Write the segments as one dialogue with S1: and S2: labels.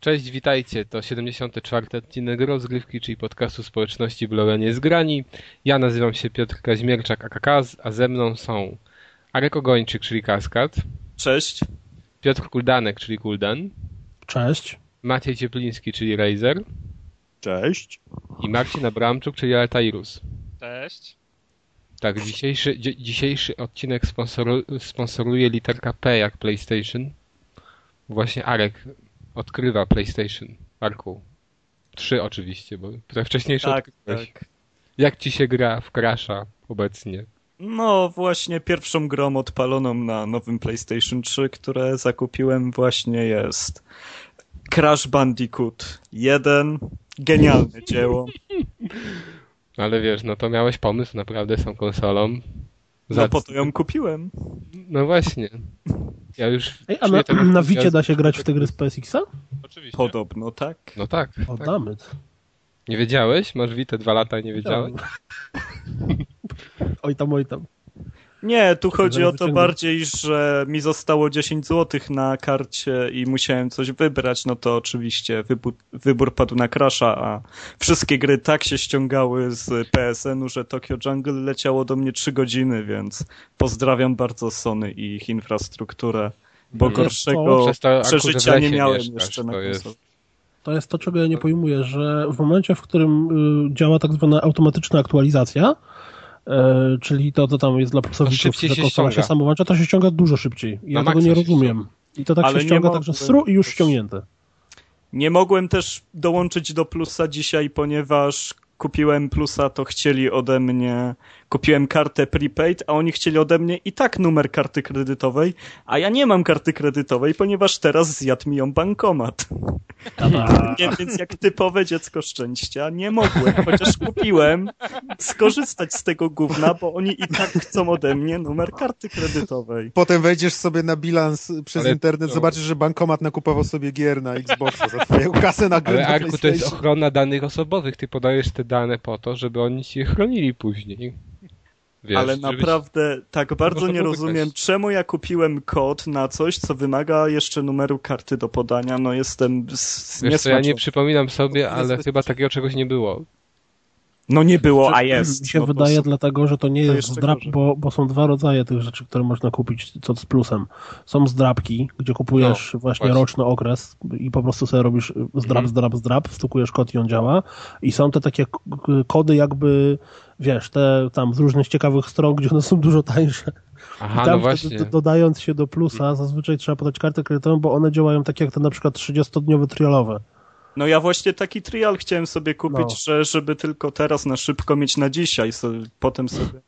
S1: Cześć, witajcie. To 74. odcinek rozgrywki, czyli podcastu społeczności Bloganie Zgrani. Ja nazywam się Piotr Kaźmierczak, AKKAZ, a ze mną są Arek Ogończyk, czyli Kaskad,
S2: Cześć.
S1: Piotr Kuldanek, czyli Kuldan,
S3: Cześć.
S1: Maciej Ciepliński, czyli Razer
S2: Cześć.
S1: i Marcin Abramczuk, czyli Altairus.
S4: Cześć.
S1: Tak, dzisiejszy, dzi- dzisiejszy odcinek sponsoru, sponsoruje literka P jak PlayStation. Właśnie Arek odkrywa PlayStation. Arku. Trzy oczywiście, bo te wcześniejsze
S2: Tak,
S1: odkryłeś.
S2: tak.
S1: Jak ci się gra w Crasha obecnie?
S2: No właśnie pierwszą grą odpaloną na nowym PlayStation 3, które zakupiłem właśnie jest Crash Bandicoot 1. Genialne dzieło.
S1: Ale wiesz, no to miałeś pomysł naprawdę z tą konsolą.
S2: No
S1: Za-
S2: po to ją kupiłem.
S1: no właśnie. Ja już...
S3: Ej, a na,
S1: czuję ten
S3: na
S1: entuzjazm.
S3: Wicie da się grać w te gry z PSX-a?
S4: Oczywiście.
S2: Podobno, tak?
S1: No tak.
S3: O,
S1: tak.
S3: damy. Tak.
S1: Nie wiedziałeś? Masz Witę dwa lata i nie wiedziałeś?
S3: Oj tam, oj tam.
S2: Nie, tu chodzi o to
S3: wyciągnę.
S2: bardziej, że mi zostało 10 zł na karcie i musiałem coś wybrać, no to oczywiście wybór, wybór padł na Crasha, a wszystkie gry tak się ściągały z PSN-u, że Tokyo Jungle leciało do mnie 3 godziny, więc pozdrawiam bardzo Sony i ich infrastrukturę, bo
S1: Nie,
S2: gorszego
S1: No, Przez to, Arku, że w
S2: przeżycia nie
S1: lesie
S2: miałem
S1: mieszkasz,
S2: jeszcze na
S1: to jest-
S2: konsoli.
S3: To jest to, czego ja nie pojmuję, że w momencie, w którym y, działa tak zwana automatyczna aktualizacja, y, czyli to, co tam jest dla pulsowiczów,
S1: szybciej
S3: że
S1: się
S3: konsola się
S1: ściąga.
S3: sama włącza, to się ściąga dużo szybciej. I
S1: Na
S3: ja tego
S1: maksa się
S3: nie rozumiem. I to tak
S2: Ale
S3: się
S2: nie
S3: ściąga
S2: mogę.
S3: także stru i już ściągnięte.
S2: Nie mogłem też dołączyć do plusa dzisiaj, ponieważ kupiłem plusa, to chcieli ode mnie. Kupiłem kartę prepaid, a oni chcieli ode mnie i tak numer karty kredytowej, a ja nie mam karty kredytowej, ponieważ teraz zjadł mi ją bankomat. Nie, więc jak typowe dziecko szczęścia, nie mogłem, chociaż kupiłem, skorzystać z tego gówna, bo oni i tak chcą ode mnie numer karty kredytowej.
S5: Potem wejdziesz sobie na bilans przez
S1: Ale
S5: internet,
S1: to-
S5: zobaczysz, że bankomat nakupował sobie gier na Xboxa za twoją kasę na gry
S1: Ale
S5: na
S1: Arku, to jest
S5: PlayStation.
S1: ochrona danych osobowych. Ty podajesz te dane po to, żeby oni ci je chronili później. Wiesz,
S2: Ale
S1: żebyś- No
S2: naprawdę tak bardzo
S1: można
S2: nie
S1: było
S2: rozumiem,
S1: wykraść.
S2: czemu ja kupiłem kod na coś, co wymaga jeszcze numeru karty do podania. No jestem z...
S1: Wiesz co, ja nie
S2: niesmaczony.
S1: przypominam sobie,
S5: Niesmaczony.
S1: ale chyba takiego czegoś nie było.
S2: No nie było, a
S3: Mi
S2: jest.
S3: się
S2: no to
S3: wydaje
S2: super.
S3: dlatego, że to nie
S2: To
S3: jest
S2: jeszcze
S3: zdrab,
S2: gorzej.
S3: bo, bo są dwa rodzaje tych rzeczy, które można kupić, co z plusem. Są zdrabki, gdzie kupujesz właśnie,
S1: właśnie.
S3: roczny okres i po prostu sobie robisz zdrab,
S1: Mhm.
S3: zdrab, zdrab, wstukujesz kod i on działa. I są te takie k- k- kody jakby, wiesz, te tam z różnych ciekawych stron, gdzie one są dużo tańsze.
S1: Aha,
S3: I tam
S1: no
S3: wtedy
S1: właśnie.
S3: do- dodając się do plusa, zazwyczaj trzeba podać kartę kredytową, bo one działają tak jak te na przykład 30-dniowe trialowe.
S2: No ja właśnie taki trial chciałem sobie kupić,
S3: No.
S2: że żeby tylko teraz na szybko mieć na dzisiaj, so, potem sobie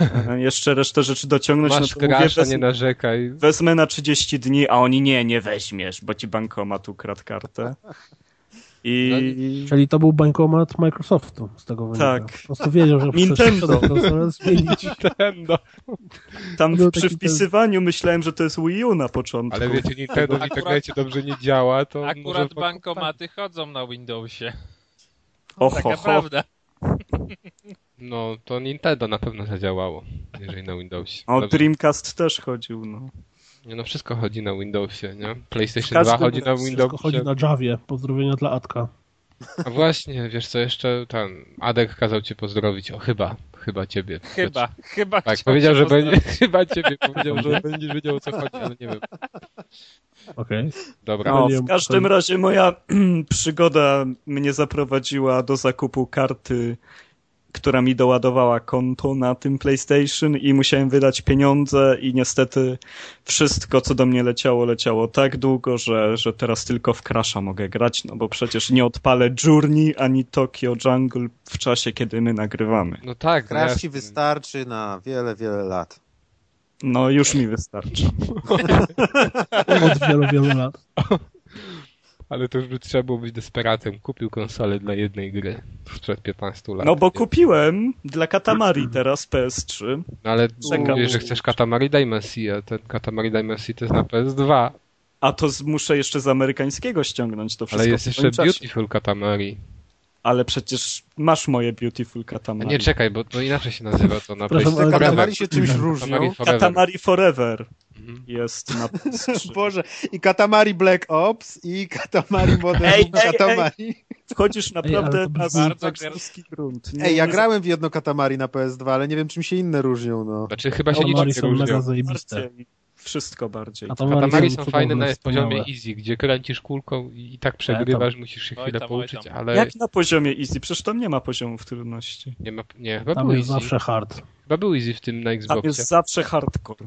S2: e, jeszcze resztę rzeczy dociągnąć.
S1: Masz
S2: no to mówię,
S1: grasza,
S2: wezmę,
S1: nie narzekaj.
S2: wezmę na 30 dni, a oni nie, nie weźmiesz, bo ci bankomat ukradł kartę.
S1: No
S2: I...
S3: Czyli to był bankomat Microsoftu z tego wynika.
S2: Tak.
S3: Po prostu wiedział, że
S2: Nintendo.
S3: przeszedł konsolę, zmienić.
S1: Nintendo.
S2: Tam
S3: Był
S2: przy
S3: taki
S2: wpisywaniu myślałem, że to jest Wii U na początku.
S1: Ale wiecie, Nintendo w
S4: Akurat-
S1: internecie dobrze nie działa, to
S4: Akurat
S1: może...
S4: bankomaty chodzą na Windowsie. Tak
S2: Oho,
S4: Taka
S2: ho,
S4: prawda.
S1: No, to Nintendo na pewno zadziałało, jeżeli na Windowsie.
S2: O,
S1: Dobrze.
S2: Dreamcast też chodził, no.
S1: Nie, No wszystko chodzi na Windowsie, nie? PlayStation
S2: W
S1: 2
S2: każdym
S1: chodzi na
S2: razie
S3: Wszystko chodzi
S1: Windowsie.
S3: na Javie. Pozdrowienia dla Atka.
S1: A właśnie, wiesz co, jeszcze ten Adek kazał cię pozdrowić. O, chyba, chyba ciebie.
S4: Chyba, chyba.
S1: Tak,
S4: chciał
S1: powiedział,
S4: się
S1: że
S4: pozdrowić.
S1: będzie, chyba ciebie powiedział, że będziesz wiedział o co chodzi, ale nie wiem.
S3: Okej.
S1: Dobra.
S2: no
S3: nie
S2: w
S3: wiem,
S2: każdym
S3: co-
S2: razie moja przygoda mnie zaprowadziła do zakupu karty, która mi doładowała konto na tym PlayStation i musiałem wydać pieniądze i niestety wszystko, co do mnie leciało, leciało tak długo, że, że teraz tylko w Crasha mogę grać, no bo przecież nie odpalę Journey ani Tokyo Jungle w czasie, kiedy my nagrywamy.
S1: No tak,
S6: Crash
S1: jasne.
S6: ci wystarczy na wiele, wiele lat.
S2: No już mi wystarczy.
S3: Od wielu, wielu lat.
S1: Ale to już by trzeba było być desperatem. Kupił konsolę dla jednej gry sprzed 15 lat.
S2: No bo kupiłem dla Katamari teraz PS3.
S1: No ale
S2: Czekam.
S1: mówisz, że chcesz Katamari Damacy, a ten Katamari Damacy to jest na PS2.
S2: A to z, muszę jeszcze z amerykańskiego ściągnąć to wszystko.
S1: Ale jest
S2: w swoim
S1: jeszcze
S2: czasie.
S1: Beautiful Katamari.
S2: Ale przecież masz moje Beautiful
S1: A
S2: Katamari.
S1: No nie, czekaj, bo to inaczej się nazywa to na
S3: Przepraszam,
S1: PlayStation.
S3: ale-
S6: Katamari się czymś
S1: Katamari
S6: różnią.
S1: Forever.
S2: Katamari Forever.
S1: Mhm.
S2: jest na PS3.
S5: Boże, i Katamari Black Ops, i Katamari Modern
S2: Ej,
S5: Warfare,
S2: ej,
S5: Katamari.
S2: Wchodzisz naprawdę
S3: ale to
S2: na
S3: brzmi-
S4: Bardzo
S2: zagrywski grunt. Nie,
S5: Ej, ja
S2: nie-
S5: grałem w jedno Katamari na PS2, ale nie wiem, czym się inne różnią, no.
S1: Znaczy chyba się
S3: Katamari
S1: niczym nie
S3: są mega
S1: różnią.
S3: zajebiste.
S2: bardziej, Wszystko bardziej.
S1: Katamari No, są
S3: cudowne,
S1: fajne na
S3: wspaniałe. E,
S1: poziomie easy, gdzie kręcisz kulką i i tak przegrywasz, musisz się
S4: Oj
S1: chwilę
S4: tam, oj
S1: pouczyć,
S4: tam.
S1: ale
S2: Jak na poziomie easy? Przecież tam nie ma poziomu w trudności.
S1: nie ma... Nie, chyba
S3: Tam
S1: był
S3: jest
S1: easy.
S3: zawsze hard.
S1: Chyba był easy w tym na
S2: Tam
S1: Xboxie.
S2: jest zawsze hardcore.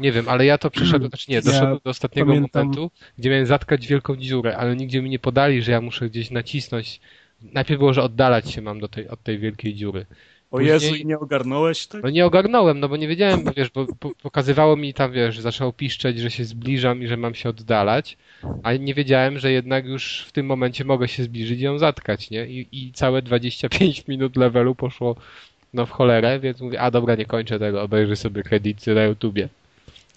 S1: Nie wiem, ale ja to przeszedłem, znaczy nie, doszedłem
S3: Ja
S1: do ostatniego
S3: pamiętam-
S1: momentu, gdzie miałem zatkać wielką dziurę, ale nigdzie mi nie podali, że ja muszę gdzieś nacisnąć. Najpierw było, że oddalać się mam do tej, od tej wielkiej dziury.
S2: O
S1: Później-
S2: Jezu, i nie ogarnąłeś tak?
S1: No nie ogarnąłem, no bo nie wiedziałem, bo wiesz, bo po, pokazywało mi tam, wiesz, zaczęło piszczeć, że się zbliżam i że mam się oddalać, a nie wiedziałem, że jednak już w tym momencie mogę się zbliżyć i ją zatkać, nie? I, i całe 25 minut levelu poszło no w cholerę, więc mówię, a dobra, nie kończę tego, obejrzę sobie kredyty na YouTubie.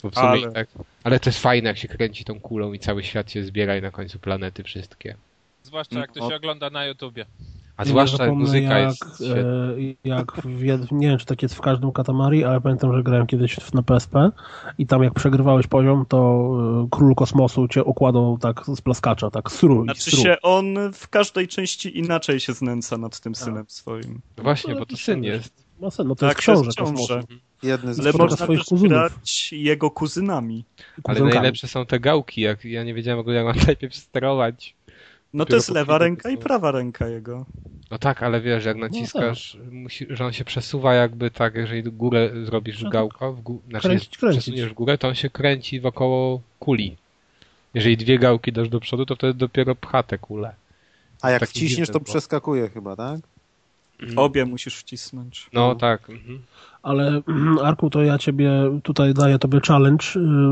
S1: Bo w sumie
S2: Ale-
S1: ale... Tak, ale to jest fajne, jak się kręci tą kulą i cały świat się zbiera i na końcu planety wszystkie.
S4: Zwłaszcza jak
S1: No.
S4: to się ogląda na YouTubie.
S1: A
S3: Nie
S1: zwłaszcza
S3: zapomnę,
S1: muzyka
S3: jak,
S1: jest... świetna.
S3: e, jak w, jed- nie wiem, czy tak jest w każdym katamari, ale pamiętam, że grałem kiedyś w- na PSP i tam jak przegrywałeś poziom, to e, król kosmosu cię okładał tak z plaskacza, tak sru i
S2: Znaczy
S3: sru.
S2: się on w każdej części inaczej się znęca nad tym synem swoim.
S1: Właśnie,
S3: no,
S1: bo to syn
S3: napisane.
S1: jest.
S3: No, sen, no to
S2: Tak,
S3: jest książę kosmosu.
S2: książę.
S6: Jedny z
S2: Ale
S3: Zresztą dla
S2: można
S3: swoich
S2: też
S3: kuzynów.
S2: grać jego kuzynami.
S1: Ale
S3: Kuzenkami.
S1: najlepsze są te gałki, jak ja nie wiedziałem, jak mam najpierw sterować.
S2: No to
S1: Dopiero
S2: jest
S1: po
S2: lewa
S1: chwili
S2: ręka i
S1: dostało.
S2: prawa ręka jego.
S1: No tak, ale wiesz, jak naciskasz, musi, że on się przesuwa jakby tak, jeżeli górę zrobisz
S3: No
S1: w
S3: tak.
S1: gałko, w gó- znaczy
S3: Kręcić,
S1: jest-
S3: kręcić.
S1: przesuniesz w górę, to on się kręci wokoło kuli. Jeżeli dwie gałki dasz do przodu, to wtedy dopiero pcha te kule.
S6: A jak
S1: Taki
S6: wciśniesz, to
S1: dziwny, bo-
S6: przeskakuje chyba, tak?
S2: Obie musisz wcisnąć.
S1: No tak. Mhm.
S3: Ale Arku, to ja ciebie tutaj daję tobie challenge.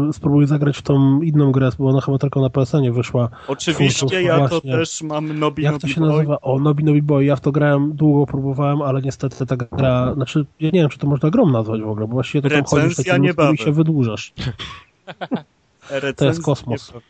S3: y, Spróbuj zagrać w tą inną grę, bo ona chyba tylko na PSN wyszła.
S2: Oczywiście
S3: Kurczę,
S2: ja to
S3: właśnie.
S2: też mam Nobi
S3: Jak
S2: Nobi
S3: to się
S2: Boy.
S3: nazywa? O, Nobi Nobi Boy. Ja w to grałem, długo próbowałem, ale niestety ta gra, znaczy ja nie wiem, czy to można grą nazwać w ogóle, bo właściwie to tam
S2: Recenzja
S3: chodzisz takim
S2: niebawem.
S3: i się wydłużasz.
S2: Recenzja
S3: To jest kosmos.
S2: nie-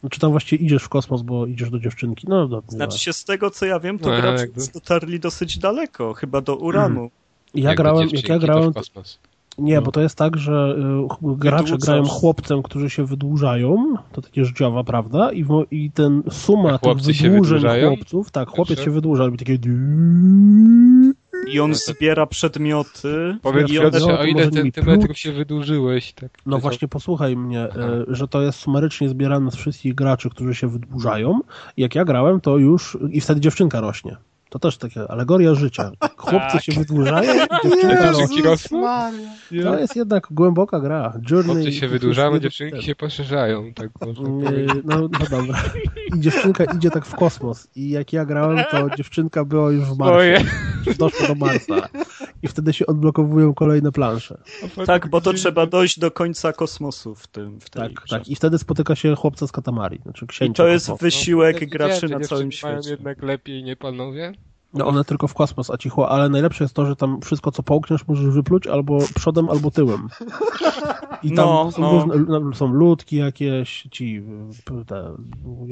S3: Znaczy tam właściwie idziesz w kosmos, bo idziesz do dziewczynki. No dobrze.
S2: Znaczy się z tego co ja wiem, to
S1: No,
S2: gracze
S1: jakby-
S2: dotarli dosyć daleko, chyba do Uranu.
S3: ja
S1: Jak do
S3: grałem, jak
S1: dziewczynki,
S3: ja
S1: to w
S3: grałem,
S1: kosmos. No.
S3: Nie, bo to jest tak, że y, ch- gracze
S2: Wydłużasz.
S3: grają chłopcem, którzy się wydłużają, to takie życiowa, prawda? I, wo- i ten suma
S1: A
S3: tych
S1: chłopcy się
S3: wydłużeń
S1: wydłużają?
S3: chłopców, tak, chłopiec
S1: Dobrze.
S3: się wydłuża, robi takie...
S2: I on zbiera przedmioty.
S1: Mm. Powiedz
S2: i
S3: on-
S1: Piotrze,
S3: no, to
S1: o ile
S3: może mi
S1: centymetrów
S3: pluć.
S1: się wydłużyłeś. Tak,
S3: No
S1: To-
S3: właśnie, posłuchaj mnie,
S1: Aha.
S3: y, że to jest sumarycznie zbierane z wszystkich graczy, którzy się wydłużają. Jak ja grałem, to już... I wtedy dziewczynka rośnie. To też taka alegoria życia. Chłopcy
S4: Tak.
S3: się wydłużają i
S1: no,
S3: dziewczynka rośnie.
S1: Jezus
S3: To jest jednak głęboka gra. Journey
S1: no, Chłopcy się
S3: i-
S1: wydłużają,
S3: i-
S1: dziewczynki się poszerzają. Tak można
S3: Yy,
S1: powiedzieć.
S3: No, no dobra. I dziewczynka idzie tak w kosmos. I jak ja grałem, to dziewczynka była już w
S1: Oje,
S3: Marsie. Doszła do Marsa. I wtedy się odblokowują kolejne plansze.
S2: Tak, bo to trzeba dojść do końca kosmosu w tym. W tej
S3: Tak,
S2: grze.
S3: tak. I wtedy spotyka się chłopca z katamari. Znaczy
S2: I
S3: księcia.
S2: to jest
S3: kosmosu.
S1: No,
S2: wysiłek
S1: Ja
S2: graczy
S1: wiedziałem, że
S2: na całym
S1: dziewczyny mają
S2: świecie.
S1: jednak lepiej, nie panowie?
S3: No one tylko w kosmos, a cicho. Ale najlepsze jest to, że tam wszystko, co połkniesz, możesz wypluć albo przodem, albo tyłem. I tam
S2: No,
S3: są,
S2: no.
S3: Różne, są ludki jakieś, ci... p- Te,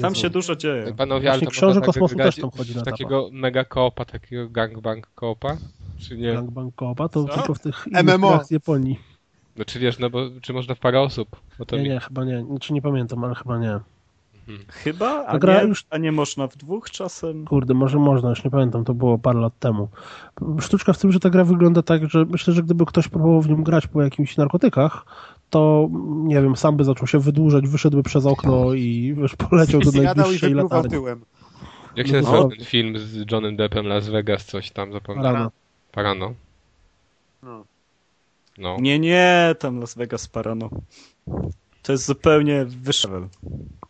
S2: Tam
S3: Jezu.
S2: się dużo dzieje.
S1: Panowie, ale
S3: Właśnie
S1: to
S3: książę
S1: można tak
S3: kosmosu
S1: grać
S3: też tam chodzi na
S1: w
S3: etapach.
S1: takiego mega koopa, takiego gangbang koopa? Czy nie?
S3: Gangbang Koopa, to
S4: Co?
S3: tylko w tych
S5: MMO.
S3: MMO. z Japonii.
S1: No czy wiesz, no bo czy można w parę osób? Bo to
S3: Nie,
S1: mi...
S3: nie, chyba nie. Znaczy nie pamiętam, ale chyba nie.
S2: Chyba, a
S3: Ta gra
S2: nie,
S3: już-
S2: a nie można w dwóch czasem.
S3: Kurde, może można, już nie pamiętam, to było parę lat temu. Sztuczka w tym, że ta gra wygląda tak, że myślę, że gdyby ktoś próbował w nią grać po jakichś narkotykach, to mm, nie wiem, sam by zaczął się wydłużać, wyszedłby przez okno i wiesz, poleciał do
S5: Zjadał i
S3: najbliższej
S5: wypluwał
S3: latarni.
S5: tyłem.
S1: Jak
S3: No
S1: się
S3: to
S1: nazywał
S3: dobrze.
S1: ten film z Johnem Deppem, Las Vegas, coś tam, zapomniałem.
S3: Rano.
S1: Parano.
S6: No.
S1: No.
S2: Nie, nie, tam Las Vegas Parano. To jest zupełnie wyższy level.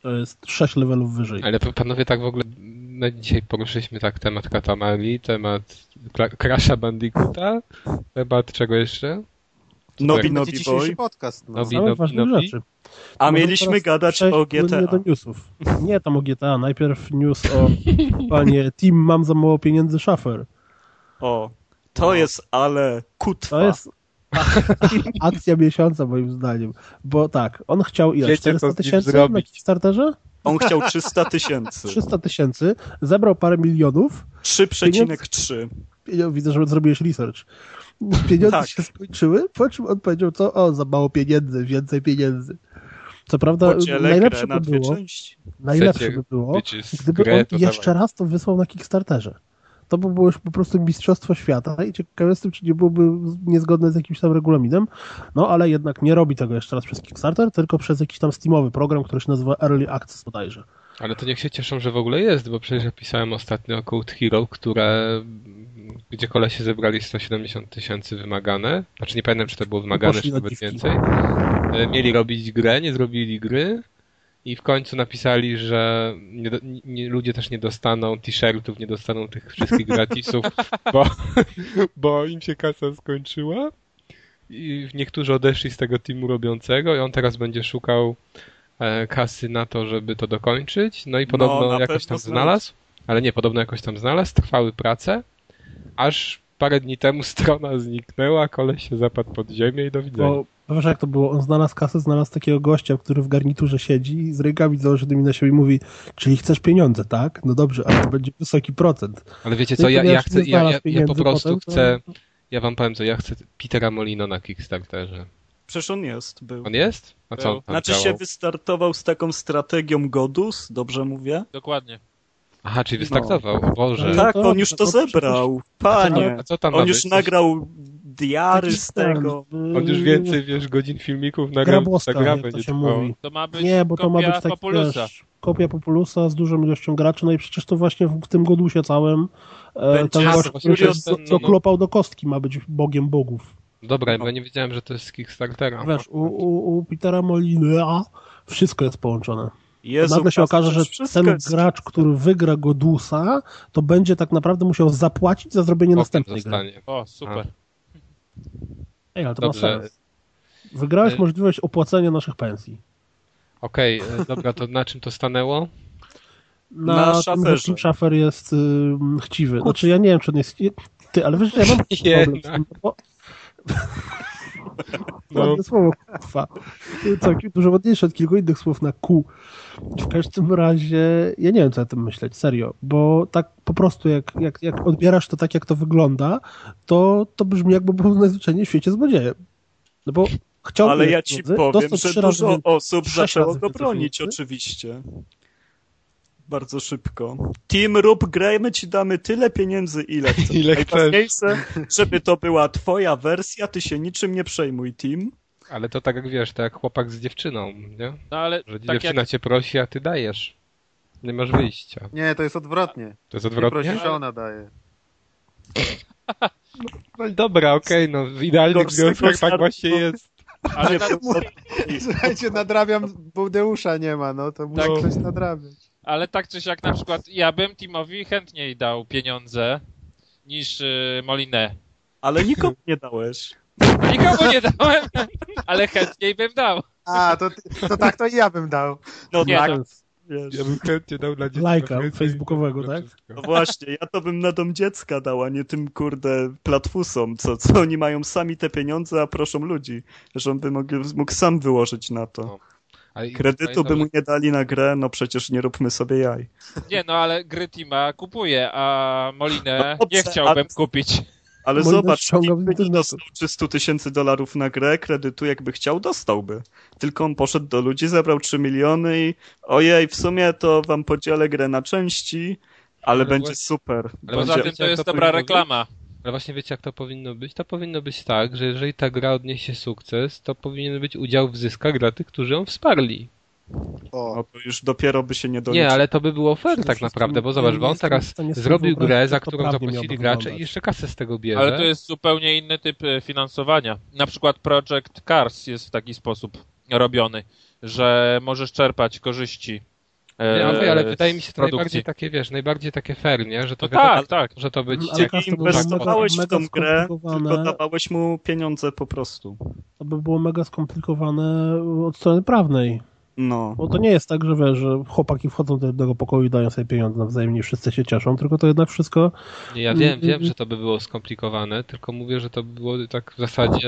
S3: To jest 6 levelów wyżej.
S1: Ale p- panowie, tak w ogóle na dzisiaj poruszyliśmy tak temat Katamari, temat Kla- Crasha Bandicoota, temat czego jeszcze?
S2: Nobi
S1: będzie
S6: To
S2: Nobi Boy.
S6: dzisiejszy podcast. No.
S1: Nobi-
S3: Same
S1: Wino-
S3: ważne
S1: winopi?
S3: rzeczy.
S2: A
S3: Możemy
S2: mieliśmy
S3: teraz
S2: gadać
S3: przejść
S2: o
S3: płynnie
S2: GTA.
S3: Do newsów. Nie tam o GTA, najpierw news o panie Team mam za mało pieniędzy szafer.
S2: O, to jest ale kutwa.
S3: No. To jest akcja miesiąca moim zdaniem. Bo tak, on chciał ile?
S1: Wiecie, co
S3: 400
S1: z nim
S3: tysięcy na
S1: zrobić.
S3: Kickstarterze?
S2: On chciał 300 tysięcy.
S3: 300 tysięcy, zebrał parę milionów.
S2: 3,3.
S3: Pienio- Widzę, że zrobiłeś research. Pieniądze
S2: Tak.
S3: się skończyły, po czym on powiedział, co? O, za mało pieniędzy, więcej pieniędzy. Co prawda,
S2: Podzielę grę
S3: najlepsze
S2: na
S3: by
S2: dwie
S3: było,
S2: części.
S3: najlepsze
S1: Chcecie
S3: by było,
S1: Bitches,
S3: gdyby
S1: grę, to
S3: on jeszcze
S1: dawaj.
S3: raz to wysłał na Kickstarterze. To by było już po prostu mistrzostwo świata i ciekawe jestem, czy nie byłoby z- niezgodne z jakimś tam regulaminem. No ale jednak nie robi tego jeszcze raz przez Kickstarter, tylko przez jakiś tam Steamowy program, który się nazywa Early Access bodajże.
S1: Ale to niech się cieszą, że w ogóle jest, bo przecież ja pisałem ostatnio o Code Hero, które, gdzie kolesie zebrali 170 tysięcy wymagane. Znaczy nie pamiętam, czy to było wymagane,
S3: Poszli
S1: czy
S3: na
S1: nawet
S3: dziwki.
S1: więcej. E, Mieli robić grę, nie zrobili gry i w końcu napisali, że nie, do- nie, ludzie też nie dostaną t-shirtów, nie dostaną tych wszystkich gratisów, bo, bo im się kasa skończyła. I niektórzy odeszli z tego teamu robiącego i on teraz będzie szukał e, kasy na to, żeby to dokończyć. No i podobno
S2: na
S1: jakoś
S2: pewno
S1: tam
S2: znalazł.
S1: znalazł, ale nie, podobno jakoś tam znalazł, trwały prace, aż parę dni temu strona zniknęła, koleś się zapadł pod ziemię i do widzenia.
S3: Bo bo wiesz jak to było, on znalazł kasę, znalazł takiego gościa, który w garniturze siedzi z rękami założonymi na siebie i mówi, czyli chcesz pieniądze, tak? No dobrze, ale to będzie wysoki procent.
S1: Ale wiecie
S3: No
S1: co,
S3: i
S1: ja, ja,
S3: ponieważ
S1: chcę,
S3: nie
S1: ja, ja,
S3: znalazł
S1: ja po
S3: pieniędzy
S1: prostu
S3: potem, to-
S1: chcę, ja wam powiem co, ja chcę Petera Molino na Kickstarterze.
S2: Przecież on jest, był.
S1: On jest? A co
S4: Był.
S1: on tam
S2: Znaczy
S1: działał?
S2: się wystartował z taką strategią Godus, dobrze mówię?
S4: Dokładnie.
S1: Aha, czyli wystartował, o Boże.
S3: No
S2: Tak,
S3: to-
S2: on już to
S3: to przecież-
S2: zebrał.
S1: A
S3: tak.
S2: Panie,
S1: co tam ma
S2: on już
S1: być?
S2: nagrał diary
S3: Jakiś
S2: z
S3: ten,
S2: tego.
S3: y,
S1: On już więcej, wiesz, godzin filmików
S3: Gra
S1: nagrał,
S3: boska,
S1: ta gra
S3: jak to
S1: będzie
S3: się
S1: trwała.
S3: mówi.
S4: To ma być
S3: Nie, bo to ma
S4: kopia
S3: być taki
S4: Populusa.
S3: wiesz, kopia Populusa z dużą ilością graczy, no i przecież to właśnie w w tym Godusie całym e,
S2: Będzie
S3: ten
S4: Jasne,
S3: gość, który się
S4: Julius,
S3: z-
S4: no, no.
S3: doklopał do kostki, ma być bogiem bogów.
S1: Dobra, bo ja nie wiedziałem, że to jest z Kickstartera.
S3: Wiesz, u, u, u Petera Molina wszystko jest połączone.
S2: Jezu,
S3: nagle się
S2: Kasper,
S3: okaże, że
S2: wszystko
S3: ten
S2: jest-
S3: gracz, który wygra Godusa, to będzie tak naprawdę musiał zapłacić za zrobienie
S1: Potem
S3: następnej gry.
S1: zostanie.
S4: O, super.
S3: Ej, ale to ma
S1: Dobrze.
S3: sens. Wygrałeś
S1: Y-
S3: możliwość opłacenia naszych pensji.
S1: Okej, e, dobra, to na czym to stanęło?
S3: Na,
S2: Na
S3: tym, że
S2: szaferze.
S3: Tim Schafer jest ym, chciwy. Znaczy, ja nie wiem, czy on jest... Ty, ale wiesz, ja mam problem z
S1: Jednak.
S3: tym, bo...
S2: No.
S3: Ładne słowo, kufa. Całkiem dużo ładniejsze od kilku innych słów na ku. W każdym razie, ja nie wiem, co o tym myśleć, serio, bo tak po prostu, jak, jak, jak odbierasz to tak, jak to wygląda, to, to brzmi jakby był najzwyczajniej w świecie złodziejem. No bo chciał
S2: Ale
S3: mieć
S2: ja ci
S3: pieniądze,
S2: powiem,
S3: dostał
S2: że
S3: trzy razy
S2: dużo
S3: więcej.
S2: osób
S3: sześć
S2: zaczęło
S3: razy
S2: go
S3: więcej
S2: bronić,
S3: pieniędzy.
S2: oczywiście. Bardzo szybko. Team, rób grę, my ci damy tyle pieniędzy, ile chcesz.
S1: Ile chcesz.
S2: Najważniejsze, żeby to była twoja wersja, ty się niczym nie przejmuj, Team.
S1: Ale to tak jak wiesz, tak jak chłopak z dziewczyną, nie?
S4: No ale
S1: Że
S4: tak jak
S1: dziewczyna cię prosi, a ty dajesz. Nie masz wyjścia.
S6: Nie, to jest odwrotnie.
S1: To jest
S6: Ty
S1: odwrotnie?
S6: prosisz, a ona daje.
S1: No dobra, okej, no w idealnych
S2: Gorszego
S1: związkach tak
S2: żartu.
S1: właśnie jest.
S4: Ale na,
S6: Słuchajcie, nadrabiam, bo Deusza nie ma, no to muszę
S1: Tak.
S6: coś nadrabiać.
S4: Ale tak czy siak na przykład ja bym Timowi chętniej dał pieniądze niż y, Molinę.
S2: Ale nikomu nie dałeś.
S4: Nikomu nie dałem, ale chętniej bym dał.
S6: A, to, ty- to tak to i ja bym dał.
S2: No
S4: Nie,
S2: tak,
S4: no.
S2: wiesz.
S1: Ja bym chętnie dał dla dziecka.
S3: Lajka
S1: więcej
S3: facebookowego,
S1: niż na
S3: tak?
S1: wszystko.
S2: No właśnie, ja to bym na dom dziecka dał, a nie tym kurde platfusom, co, co oni mają sami te pieniądze, a proszą ludzi. Że on by mógł, mógł sam wyłożyć na to.
S1: A i
S2: Kredytu by
S1: pamiętam,
S2: mu nie dali na grę, no przecież nie róbmy sobie jaj.
S4: Nie, no ale gry Tima kupuję, a Molinę
S2: No dobrze,
S4: nie chciałbym
S2: ale-
S4: kupić.
S2: Ale
S3: Bo
S2: zobacz,
S3: ściągał
S2: niby nie
S3: internetu.
S2: dostał 300 tysięcy dolarów na grę, kredytu jakby chciał, dostałby. Tylko on poszedł do ludzi, zabrał 3 miliony i ojej, w sumie to wam podzielę grę na części, ale,
S1: Ale
S2: będzie
S1: właśnie-
S2: super.
S1: ale
S4: Poza
S1: będzie-
S4: tym to
S1: jak
S4: jest
S1: to
S4: dobra
S1: powinno być?
S4: reklama.
S1: Ale właśnie wiecie, jak to powinno być? To powinno być tak, że jeżeli ta gra odniesie sukces, to powinien być udział w zyskach dla tych, którzy ją wsparli.
S6: O,
S2: No to już dopiero by się nie doliczył.
S1: Nie, ale to by było fair
S3: Przede
S1: tak
S3: wszystkim
S1: naprawdę, bo zobacz,
S3: ja
S1: bo on
S3: jestem w
S1: teraz
S3: stanie sobie
S1: zrobił
S3: wyobrazić,
S1: grę,
S3: jak
S1: za
S3: to
S1: którą
S3: prawnie
S1: zapłacili
S3: miałoby
S1: gracze
S3: wyglądać.
S1: i jeszcze kasę z tego bierze.
S4: Ale to jest zupełnie inny typ e, finansowania. Na przykład Project Cars jest w taki sposób robiony, że możesz czerpać korzyści. e,
S1: Nie, okej, ale wydaje mi się
S4: z
S1: to
S4: produkcji.
S1: najbardziej takie, wiesz, najbardziej takie fair, nie? Że to
S4: No tak,
S1: wiadomo,
S4: tak.
S1: Może to być...
S3: Ale
S1: ciekawe.
S3: kasy będą
S2: Inwestowałeś
S3: mega-
S2: w tą
S3: mega
S2: grę,
S3: skomplikowane.
S2: tylko dawałeś mu pieniądze po prostu.
S3: To by było mega skomplikowane od strony prawnej.
S2: No.
S3: Bo to nie jest tak, że wiesz, że chłopaki wchodzą do jednego pokoju i dają sobie pieniądze nawzajem i wszyscy się cieszą, tylko to jednak wszystko
S1: Nie, ja wiem, wiem, że to by było skomplikowane, tylko mówię, że to by było tak w zasadzie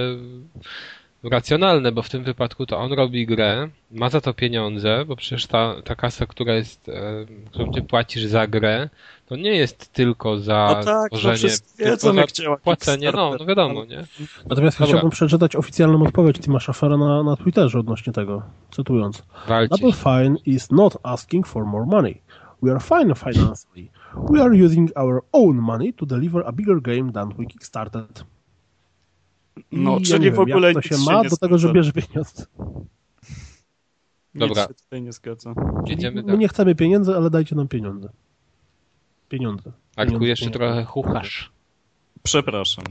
S1: racjonalne, bo w tym wypadku to on robi grę, ma za to pieniądze, bo przecież ta, ta kasa, która jest, e, którą ty płacisz za grę, to nie jest tylko za
S2: No tak, no
S1: tworzenie,
S2: wszyscy wiedzą,
S1: tylko za
S2: jak działa
S1: płacenie, no, no
S2: Kickstarter.
S1: wiadomo, nie?
S3: Natomiast
S1: Dobra.
S3: chciałbym przeczytać oficjalną odpowiedź Tima Schafera na, na Twitterze odnośnie tego, cytując.
S1: Walczyć.
S3: Double Fine is not asking for more money. We are fine financially. We are using our own money to deliver a bigger game than we kickstarted. I
S2: No,
S3: ja
S2: czyli
S3: nie
S2: w
S3: wiem,
S2: ogóle
S3: jak to się
S2: nic się
S3: ma
S2: nie
S3: do tego, że
S2: zgadza.
S3: bierze pieniądze.
S1: Dobra.
S2: Nic się tutaj nie zgadza.
S1: Jedziemy
S3: My
S1: dalej.
S3: nie chcemy pieniędzy, ale dajcie nam pieniądze. Pieniądze.
S1: Arku,
S3: pieniądze,
S1: jeszcze
S3: pieniądze.
S1: trochę chuchasz.
S2: Przepraszam.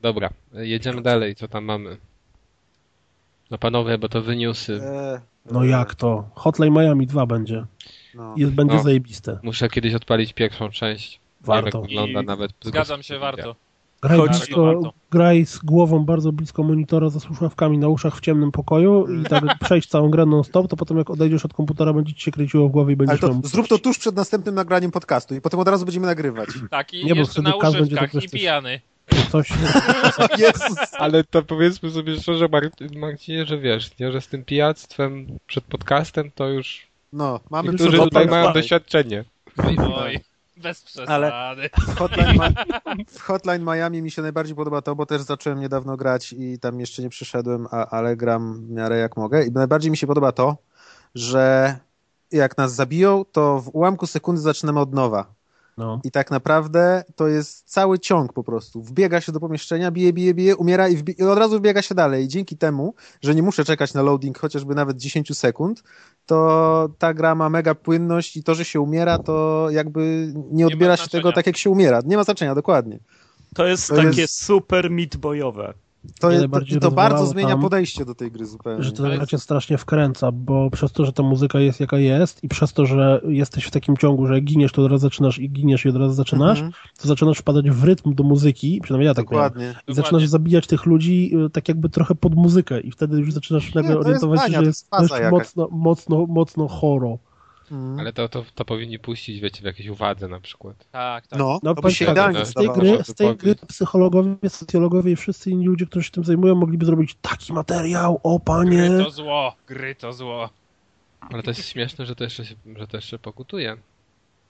S1: Dobra, jedziemy dalej, co tam mamy? No panowie, bo to wyniósł.
S6: E,
S3: No jak to? Hotline Miami 2 będzie.
S6: No.
S3: Jest, będzie
S1: No.
S3: zajebiste.
S1: Muszę kiedyś odpalić pierwszą część.
S3: Warto.
S1: Nie wygląda nawet.
S4: Zgadzam się, warto.
S3: Graj,
S2: Chodzi-
S3: blisko,
S4: warto.
S3: graj z głową bardzo blisko monitora, ze słuchawkami na uszach w ciemnym pokoju i tak przejść całą grę non-stop, to potem jak odejdziesz od komputera, będzie ci się kręciło w głowie i
S5: Ale
S3: będziesz
S5: to
S3: miał-
S5: zrób to tuż przed następnym nagraniem podcastu i potem od razu będziemy nagrywać.
S4: Tak, i
S3: Nie, bo
S4: jeszcze
S3: wtedy
S4: na
S3: każdy będzie
S4: używkach,
S3: tak
S4: nie pijany.
S3: coś.
S5: Jezus.
S1: Ale to powiedzmy sobie szczerze, Mar- Marcinie, że wiesz, nie, że z tym pijactwem przed podcastem to już
S5: No, mamy
S1: niektórzy
S5: co-
S1: tutaj mają
S5: Hotline-
S1: doświadczenie.
S4: Oj,
S1: Tak.
S4: oj, bez przesady.
S5: Hotline Mi- w Hotline Miami mi się najbardziej podoba to, bo też zacząłem niedawno grać i tam jeszcze nie przyszedłem, a, ale gram w miarę jak mogę. I najbardziej mi się podoba to, że jak nas zabiją, to w ułamku sekundy zaczynamy od nowa.
S3: No.
S5: I tak naprawdę to jest cały ciąg po prostu. Wbiega się do pomieszczenia, bije, bije, bije, umiera i, wbi- i od razu wbiega się dalej. I dzięki temu, że nie muszę czekać na loading chociażby nawet 10 sekund, to ta gra ma mega płynność i to, że się umiera, to jakby nie odbiera się
S4: znaczenia.
S5: tego tak, jak się umiera. Nie ma znaczenia, dokładnie.
S2: To jest
S5: To
S2: takie
S5: jest-
S2: super mit bojowe.
S5: To,
S3: Mnie
S5: je, to,
S3: najbardziej
S5: i to bardzo
S3: rozwalało
S5: zmienia
S3: tam,
S5: podejście do tej gry zupełnie.
S3: Że to
S4: Ale-
S3: gra cię strasznie wkręca, bo przez to, że ta muzyka jest jaka jest i przez to, że jesteś w takim ciągu, że jak giniesz, to od razu zaczynasz i giniesz i od razu zaczynasz,
S5: Mhm,
S3: to zaczynasz wpadać w rytm do muzyki, przynajmniej ja tak miałem.
S5: dokładnie.
S3: I
S4: Dokładnie.
S3: zaczynasz zabijać tych ludzi y, tak jakby trochę pod muzykę i wtedy już zaczynasz nagle
S5: to jest
S3: orientować się,
S5: mania,
S3: że
S5: to
S3: jest
S5: jest faza
S3: dość
S5: jakaś.
S3: mocno, mocno, mocno choro.
S5: Mhm.
S1: Ale to, to, to powinni puścić, wiecie, w jakiejś uwadze na przykład.
S4: Tak, tak.
S5: No,
S3: No,
S5: to by
S3: powiem
S5: się
S3: tak,
S5: idealnie
S3: z tej,
S1: zdawało,
S3: gry,
S1: żeby
S3: z tej gry
S1: powiedzieć.
S3: psychologowie, socjologowie i wszyscy inni ludzie, którzy się tym zajmują, mogliby zrobić taki materiał, o panie.
S4: Gry to zło, gry to zło.
S1: Ale to jest śmieszne, że to jeszcze, się, że to jeszcze pokutuje.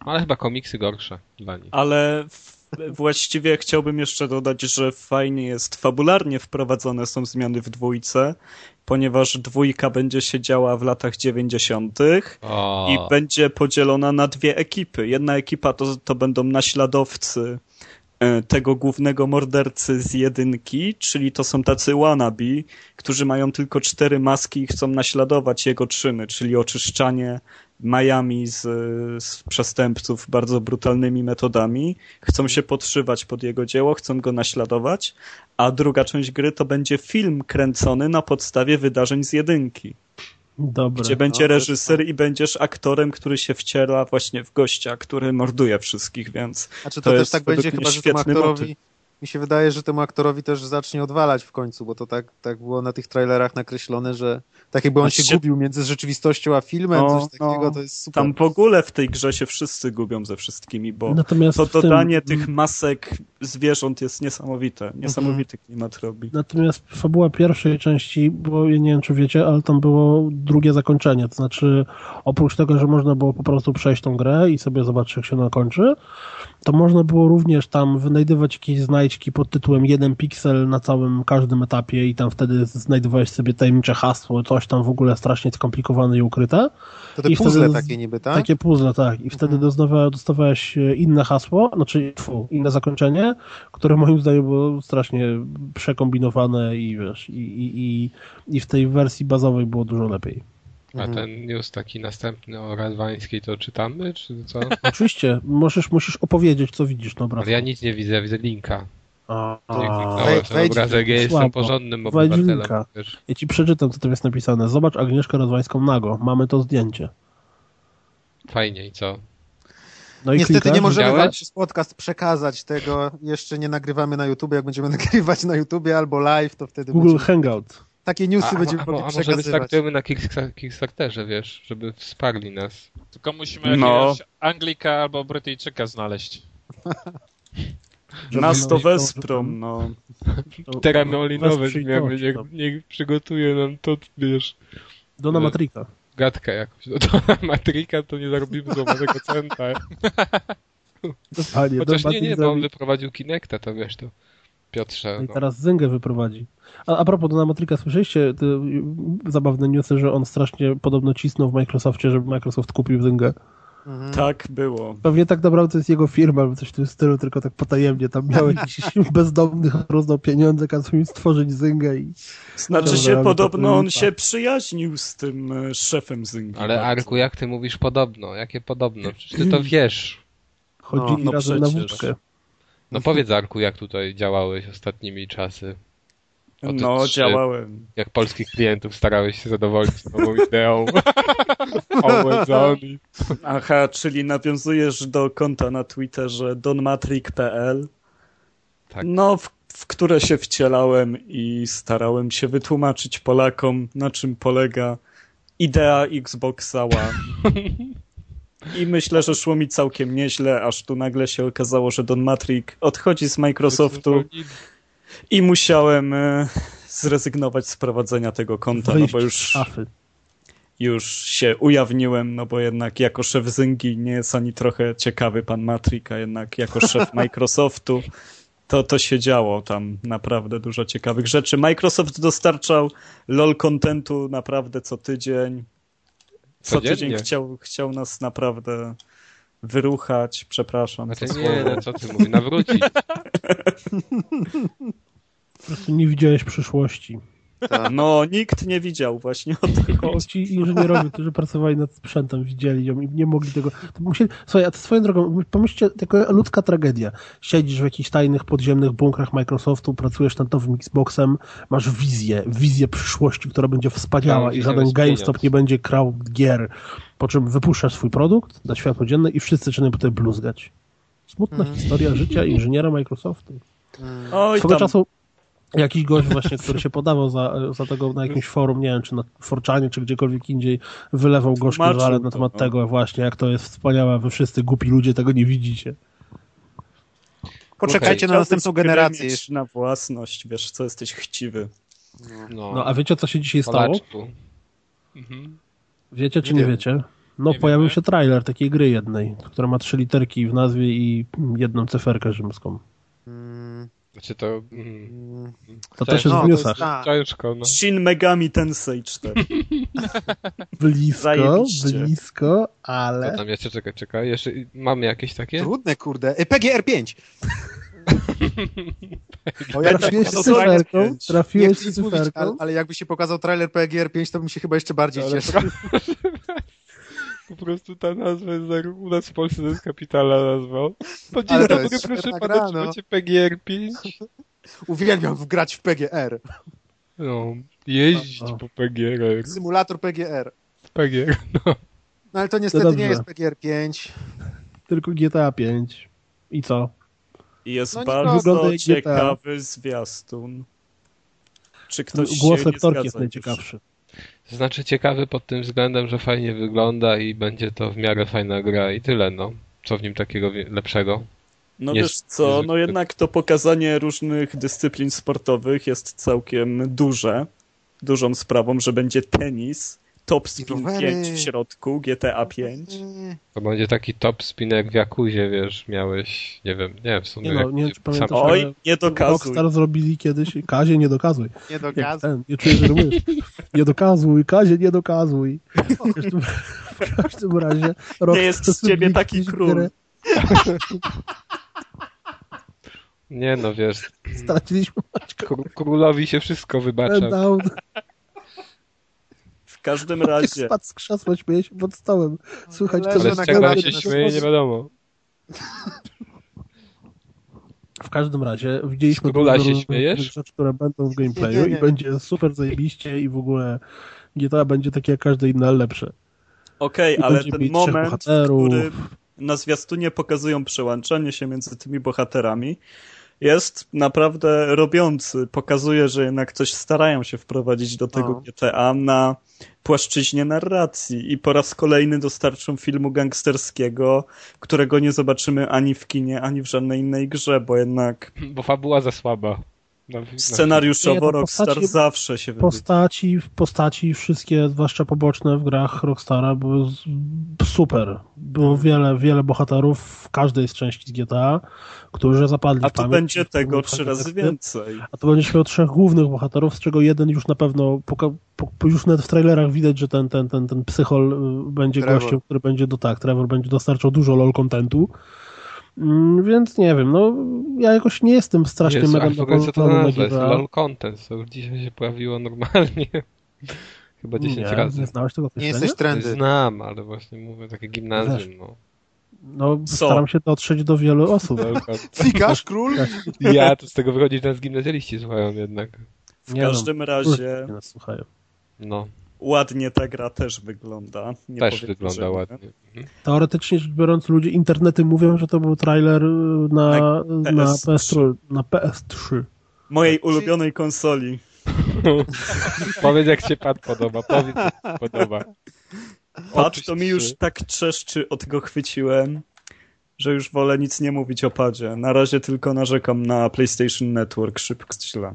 S1: No, Ale chyba komiksy gorsze dla nich.
S2: Ale w, właściwie chciałbym jeszcze dodać, że fajnie jest, fabularnie wprowadzone są zmiany w dwójce, ponieważ dwójka będzie się działa w latach 90.
S1: O,
S2: i będzie podzielona na dwie ekipy. Jedna ekipa to, to będą naśladowcy e, tego głównego mordercy z jedynki, czyli to są tacy wannabe, którzy mają tylko cztery maski i chcą naśladować jego czyny, czyli oczyszczanie Miami z, z przestępców bardzo brutalnymi metodami. Chcą się podszywać pod jego dzieło, chcą go naśladować, a druga część gry to będzie film kręcony na podstawie wydarzeń z jedynki
S3: Dobre.
S2: gdzie będzie
S5: No, to jest
S2: reżyser i będziesz aktorem, który się wciela właśnie w gościa, który morduje wszystkich, więc
S5: Znaczy
S2: To
S5: to, też
S2: jest
S5: tak będzie
S2: według mnie
S5: chyba, że temu
S2: świetny
S5: aktorowi
S2: motyw.
S5: mi się wydaje, że temu aktorowi też zacznie odwalać w końcu, bo to tak, tak było na tych trailerach nakreślone, że tak jakby on
S2: Znaczy
S5: się
S2: się-
S5: gubił między rzeczywistością a filmem,
S2: No,
S5: coś takiego,
S2: no.
S5: to jest
S3: Tak.
S5: super.
S2: tam w ogóle w tej grze się wszyscy gubią ze wszystkimi, bo
S3: Natomiast
S2: to
S3: No, w tym-
S2: dodanie tych masek zwierząt jest niesamowite.
S3: Mhm.
S2: Niesamowity klimat robi.
S3: Natomiast fabuła pierwszej części, bo ja nie wiem czy wiecie, ale tam było drugie zakończenie. To znaczy, oprócz tego, że można było po prostu przejść tą grę i sobie zobaczyć, jak się ona kończy, to można było również tam wynajdywać jakieś znajdźki pod tytułem jeden piksel na całym każdym etapie i tam wtedy znajdowałeś sobie tajemnicze hasło, coś tam w ogóle strasznie skomplikowane i ukryte.
S5: To te
S3: i wtedy
S5: puzzle
S3: z-
S5: takie niby, tak? Mhm.
S3: Takie puzzle, tak. I wtedy dostawa, dostawałeś e, inne hasło, znaczy tfu, inne zakończenie, które moim zdaniem było strasznie przekombinowane i wiesz, i, i, i, i w tej wersji bazowej było dużo lepiej.
S1: a
S3: Mhm.
S1: ten news taki następny o Radwańskiej to czytamy, czy co?
S3: Oczywiście, możesz, musisz opowiedzieć, co widzisz, dobra.
S1: Ale ja nic nie widzę, widzę linka.
S3: A,
S1: Nie
S5: Wej-
S1: kliknąłem ten
S5: wejdź
S1: obrazek, ja
S3: w-
S1: jestem
S3: słabo.
S1: porządnym
S3: Wejdź w
S1: obywatelem.
S3: linka.
S1: wiesz.
S3: ja ci przeczytam, co tam jest napisane. Zobacz Agnieszkę Rozwańską nago, mamy to zdjęcie.
S1: Fajnie i co?
S3: No i
S5: Niestety
S3: klikasz,
S5: nie możemy
S1: Widziałeś?
S5: wam przez podcast przekazać tego, jeszcze nie nagrywamy na YouTube, jak będziemy nagrywać na YouTube albo live, to wtedy
S3: Google
S5: będziemy...
S3: Hangout.
S5: takie newsy będziemy
S1: a,
S5: mogli
S1: a, a może tak
S5: przekazywać.
S1: wystartujemy na Kicksta- Kickstarterze, wiesz, żeby wsparli nas.
S4: Tylko musimy
S2: No.
S4: jakiegoś Anglika albo Brytyjczyka znaleźć.
S3: Żeby
S2: Nas to
S3: mieć
S2: wesprą, no.
S3: to-
S1: Teranolinowe
S3: wesprzyj
S1: zmiany,
S3: to,
S1: niech,
S3: to.
S1: niech przygotuje nam to, wiesz,
S3: Dona Matrika.
S1: gadkę jakąś. No to na Matrika to nie zarobimy złomanego centa.
S3: Dokładnie.
S1: Chociaż
S3: Don
S1: nie, no, nie,
S3: Matrix
S1: bo on
S3: zrobi-
S1: wyprowadził Kinecta, to wiesz, to Piotrze,
S3: I
S1: no.
S3: teraz Zyngę wyprowadzi. A, a propos Dona Matrika, słyszeliście te y, zabawne newsy, że on strasznie podobno cisnął w Microsoftie, żeby Microsoft kupił Zyngę.
S5: Mhm,
S2: Tak było.
S3: Pewnie tak naprawdę to jest jego firma albo coś w tym stylu, tylko tak potajemnie. Tam miał jakichś bezdomnych, rozdał pieniądze, kazał im stworzyć Zyngę i
S2: Znaczy
S3: Dobra,
S2: się,
S3: ale
S2: podobno
S3: to
S2: on
S3: tak.
S2: się przyjaźnił z tym e, szefem Zyngi.
S1: Ale Arku, jak ty mówisz podobno? Jakie podobno? Przecież ty to wiesz.
S3: chodzili
S2: No, no
S3: razem na
S2: przecież.
S3: wódkę.
S1: No powiedz Arku, jak tutaj działałeś ostatnimi czasy. o te
S2: No,
S1: trzy.
S2: działałem.
S1: Jak polskich klientów starałeś się zadowolić z nową ideą. Always on.
S2: Aha, czyli nawiązujesz do konta na Twitterze donmatrick.pl.
S1: Tak.
S2: No, w, w które się wcielałem i starałem się wytłumaczyć Polakom, na czym polega idea Xboxa One. I myślę, że szło mi całkiem nieźle, aż tu nagle się okazało, że Don Matrick odchodzi z Microsoftu i musiałem e, zrezygnować z prowadzenia tego konta, no
S3: Wyjść
S2: bo
S3: z
S2: już
S3: szafy.
S2: już się ujawniłem, no bo jednak jako szef Zyngi nie jest ani trochę ciekawy pan Matrix, a jednak jako szef Microsoftu to, to się działo tam naprawdę dużo ciekawych rzeczy. Microsoft dostarczał LOL contentu naprawdę co tydzień. Co
S1: Codziennie.
S2: tydzień chciał, chciał nas naprawdę wyruchać, przepraszam.
S1: Znaczy
S2: to
S1: nie,
S2: słowo.
S1: no co ty mówisz, nawrócić.
S3: Po prostu nie widziałeś przyszłości.
S2: No, nikt nie widział właśnie o tym.
S3: Tylko ci inżynierowie, którzy pracowali nad sprzętem, widzieli ją i nie mogli tego. To musieli... Słuchaj, a swoją drogą, pomyślcie, taka ludzka tragedia. Siedzisz w jakichś tajnych, podziemnych bunkrach Microsoftu, pracujesz nad nowym Xboxem, masz wizję, wizję przyszłości, która będzie wspaniała
S1: Tam
S3: i
S1: się
S3: żaden
S1: rozpieniasz.
S3: GameStop nie będzie krał gier. Po czym wypuszczasz swój produkt na światło dzienne i wszyscy zaczynają potem bluzgać. Smutna historia życia inżyniera Microsoftu.
S5: mhm.
S2: Oj,
S3: Swego
S2: tam
S3: czasu jakiś gość właśnie, który się podawał za, za tego na jakimś forum, nie wiem, czy na Forczanie, czy gdziekolwiek indziej, wylewał gorzkie
S2: Tłumaczył
S3: żale na
S2: to,
S3: temat
S2: no.
S3: tego właśnie, jak to jest wspaniałe, wy wszyscy głupi ludzie tego nie widzicie.
S5: Poczekajcie na
S2: Chciałbym
S5: następną
S2: grę
S5: generację.
S2: mieć Na własność, wiesz co, jesteś chciwy.
S1: No,
S3: No a wiecie, co się dzisiaj stało?
S1: Polaczku. Mhm.
S3: Wiecie, czy
S5: Nie
S3: nie
S5: wiem.
S3: wiecie? No
S4: Nie
S3: pojawił
S4: wiemy.
S3: się trailer takiej gry jednej, która ma trzy literki w nazwie i jedną cyferkę rzymską.
S5: Mm,
S1: Znaczy to... Mm,
S5: mm.
S3: To
S1: Cześć.
S3: też jest
S5: No,
S3: w
S5: to
S3: newsach.
S5: jest- tak.
S1: Ciężko, no.
S2: Shin Megami Tensei 4.
S3: Blisko,
S2: Zajebiście.
S3: blisko,
S1: Co
S3: ale...
S1: tam jeszcze? Czekaj, czekaj. Jeszcze mamy jakieś takie?
S5: Trudne, kurde. E, PGR5! O, jakby się
S3: Trafiłeś z
S2: to
S5: pokazał trailer-
S3: cyferką,
S5: nie
S3: trafiłeś
S5: chcę
S3: z
S5: nic mówić, no. ale,
S3: cyferką.
S5: ale jakby się pokazał trailer PGR5, to bym się chyba jeszcze bardziej
S1: Ale
S5: cieszył.
S1: Po prostu ta nazwa jest za, u nas w Polsce to jest kapitalna nazwa. To dzień
S5: Ale to
S1: dobry,
S5: jest
S1: proszę
S5: świetna
S1: pana,
S5: gra,
S1: czy
S5: no.
S1: macie PGR 5?
S5: Uwielbiam grać w PGR.
S1: No, jeździć
S3: Aha.
S1: po PGR.
S5: Symulator PGR.
S1: PGR.
S5: No ale to niestety
S3: dobrze.
S5: nie jest PGR5.
S3: Tylko GTA 5. I co?
S2: Jest
S5: No nie
S3: wygląda
S2: bardzo
S3: jak GTA.
S2: ciekawy zwiastun.
S5: No,
S2: Czy ktoś
S3: Głos
S2: się nie
S3: lektorki
S2: zgadza
S3: jest
S2: już?
S3: najciekawszy.
S1: To Znaczy ciekawy pod tym względem, że fajnie wygląda i będzie to w miarę fajna gra i tyle, no. Co w nim takiego wie- lepszego?
S2: No
S1: Jest-
S2: wiesz co,
S1: jest-
S2: no jednak to pokazanie różnych dyscyplin sportowych jest całkiem duże. Dużą sprawą, że będzie tenis, top spin
S5: rowery.
S2: 5 w środku, GTA 5.
S5: Mm,
S1: To będzie taki top spin jak w Jakuzie, wiesz, miałeś, nie wiem, nie wiem, w sumie...
S3: Nie no,
S1: Yakuzie
S3: nie wiem, czy pamiętasz,
S1: sam-
S2: Oj, nie dokazuj.
S3: Rockstar zrobili kiedyś. Kazie, nie dokazuj.
S5: Nie
S3: Nie,
S5: dokazuj.
S3: ten, nie czuję, że rymujesz. Nie dokazuj, Kazie, nie dokazuj. W każdym, w każdym razie. Rockstar
S2: jest z ciebie
S3: zrobili
S2: taki
S3: kiedyś
S2: król.
S3: grę.
S1: Nie no, wiesz,
S3: Straciliśmy
S1: kr- królowi się wszystko
S3: ten
S1: wybacza.
S3: down.
S2: W każdym
S3: Maciek
S2: razie.
S3: spadł z krzesła, śmieje się pod stołem. Słychać
S5: Ale
S3: to,
S1: Ale
S5: na
S1: z czego on
S5: kanale
S1: się
S5: na
S1: śmieje, nie
S5: sposób-
S1: wiadomo.
S3: W każdym razie widzieliśmy
S1: Z króla
S3: dużo
S1: się
S3: różnych
S1: śmiejesz?
S3: rzeczy, które będą w gameplayu
S5: Nie, nie, nie.
S3: i będzie super zajebiście i w ogóle GTA będzie takie jak każde inne, ale lepsze.
S2: Okej,
S3: I
S2: ale
S3: będzie
S2: ten
S3: mieć trzech
S2: moment,
S3: bohaterów.
S2: który na zwiastunie pokazują przełączanie się między tymi bohaterami, jest naprawdę robiący. Pokazuje, że jednak coś starają się wprowadzić do tego
S5: No.
S2: GTA na płaszczyźnie narracji i po raz kolejny dostarczą filmu gangsterskiego, którego nie zobaczymy ani w kinie, ani w żadnej innej grze, bo jednak
S1: Bo fabuła za słaba. No,
S3: No tak. Nie,
S2: scenariuszowo
S3: no,
S2: Rockstar
S3: postaci-
S2: zawsze się wybija.
S3: Postaci, postaci wszystkie, zwłaszcza poboczne w grach Rockstara, były z- super. Było
S2: Mhm.
S3: wiele, wiele bohaterów w każdej z części z GTA, którzy zapadli
S2: A
S3: w
S2: tu
S3: pamięć.
S2: będzie
S3: i w
S2: tego
S3: pamięć
S2: trzy razy
S3: charakterystyczny.
S2: więcej.
S3: A to będzie miał trzech głównych bohaterów, z czego jeden już na pewno, poka- po, po- już nawet w trailerach widać, że ten, ten, ten, ten psychol y, będzie
S5: Trevor.
S3: gościem, który będzie, do tak, Trevor będzie dostarczał dużo lol contentu. Mm, Więc nie wiem, no ja jakoś nie jestem strasznie
S1: Jezu,
S3: mega
S1: Artur, co to
S3: napalony na
S1: nazwa? jest
S3: GTA.
S1: LOL Contest, to już dzisiaj się pojawiło normalnie. Chyba 10
S3: nie,
S1: razy.
S3: Nie znałeś tego
S5: Nie
S3: określenia?
S5: jesteś trendy.
S1: Znam, ale właśnie mówię takie gimnazjum. No.
S3: No,
S2: Co?
S3: staram się dotrzeć do wielu osób.
S1: LOL Contest.
S5: Fikasz, król?
S1: Ja to z tego wychodzi, że nas gimnazjaliści słuchają jednak.
S2: W
S3: Nie no.
S2: każdym razie
S3: Ludzie nas słuchają.
S1: No,
S2: ładnie ta gra też wygląda. Nie
S1: też
S2: powiem,
S1: wygląda
S2: że nie.
S1: ładnie.
S3: Teoretycznie rzecz biorąc, ludzie internety mówią, że to był trailer y, na,
S2: Na
S3: na,
S2: PS3.
S3: PS3, na PS3.
S2: Mojej ulubionej konsoli.
S1: Powiedz jak się pad podoba, powiedz jak się podoba.
S2: Pad
S1: Oczyść
S2: to mi
S1: się.
S2: już tak trzeszczy, od go chwyciłem, że już wolę nic nie mówić o padzie. Na razie tylko narzekam na PlayStation Network szybko źle.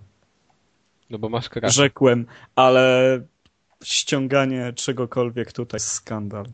S1: No bo masz krasę.
S2: Rzekłem, ale ściąganie czegokolwiek tutaj jest skandal.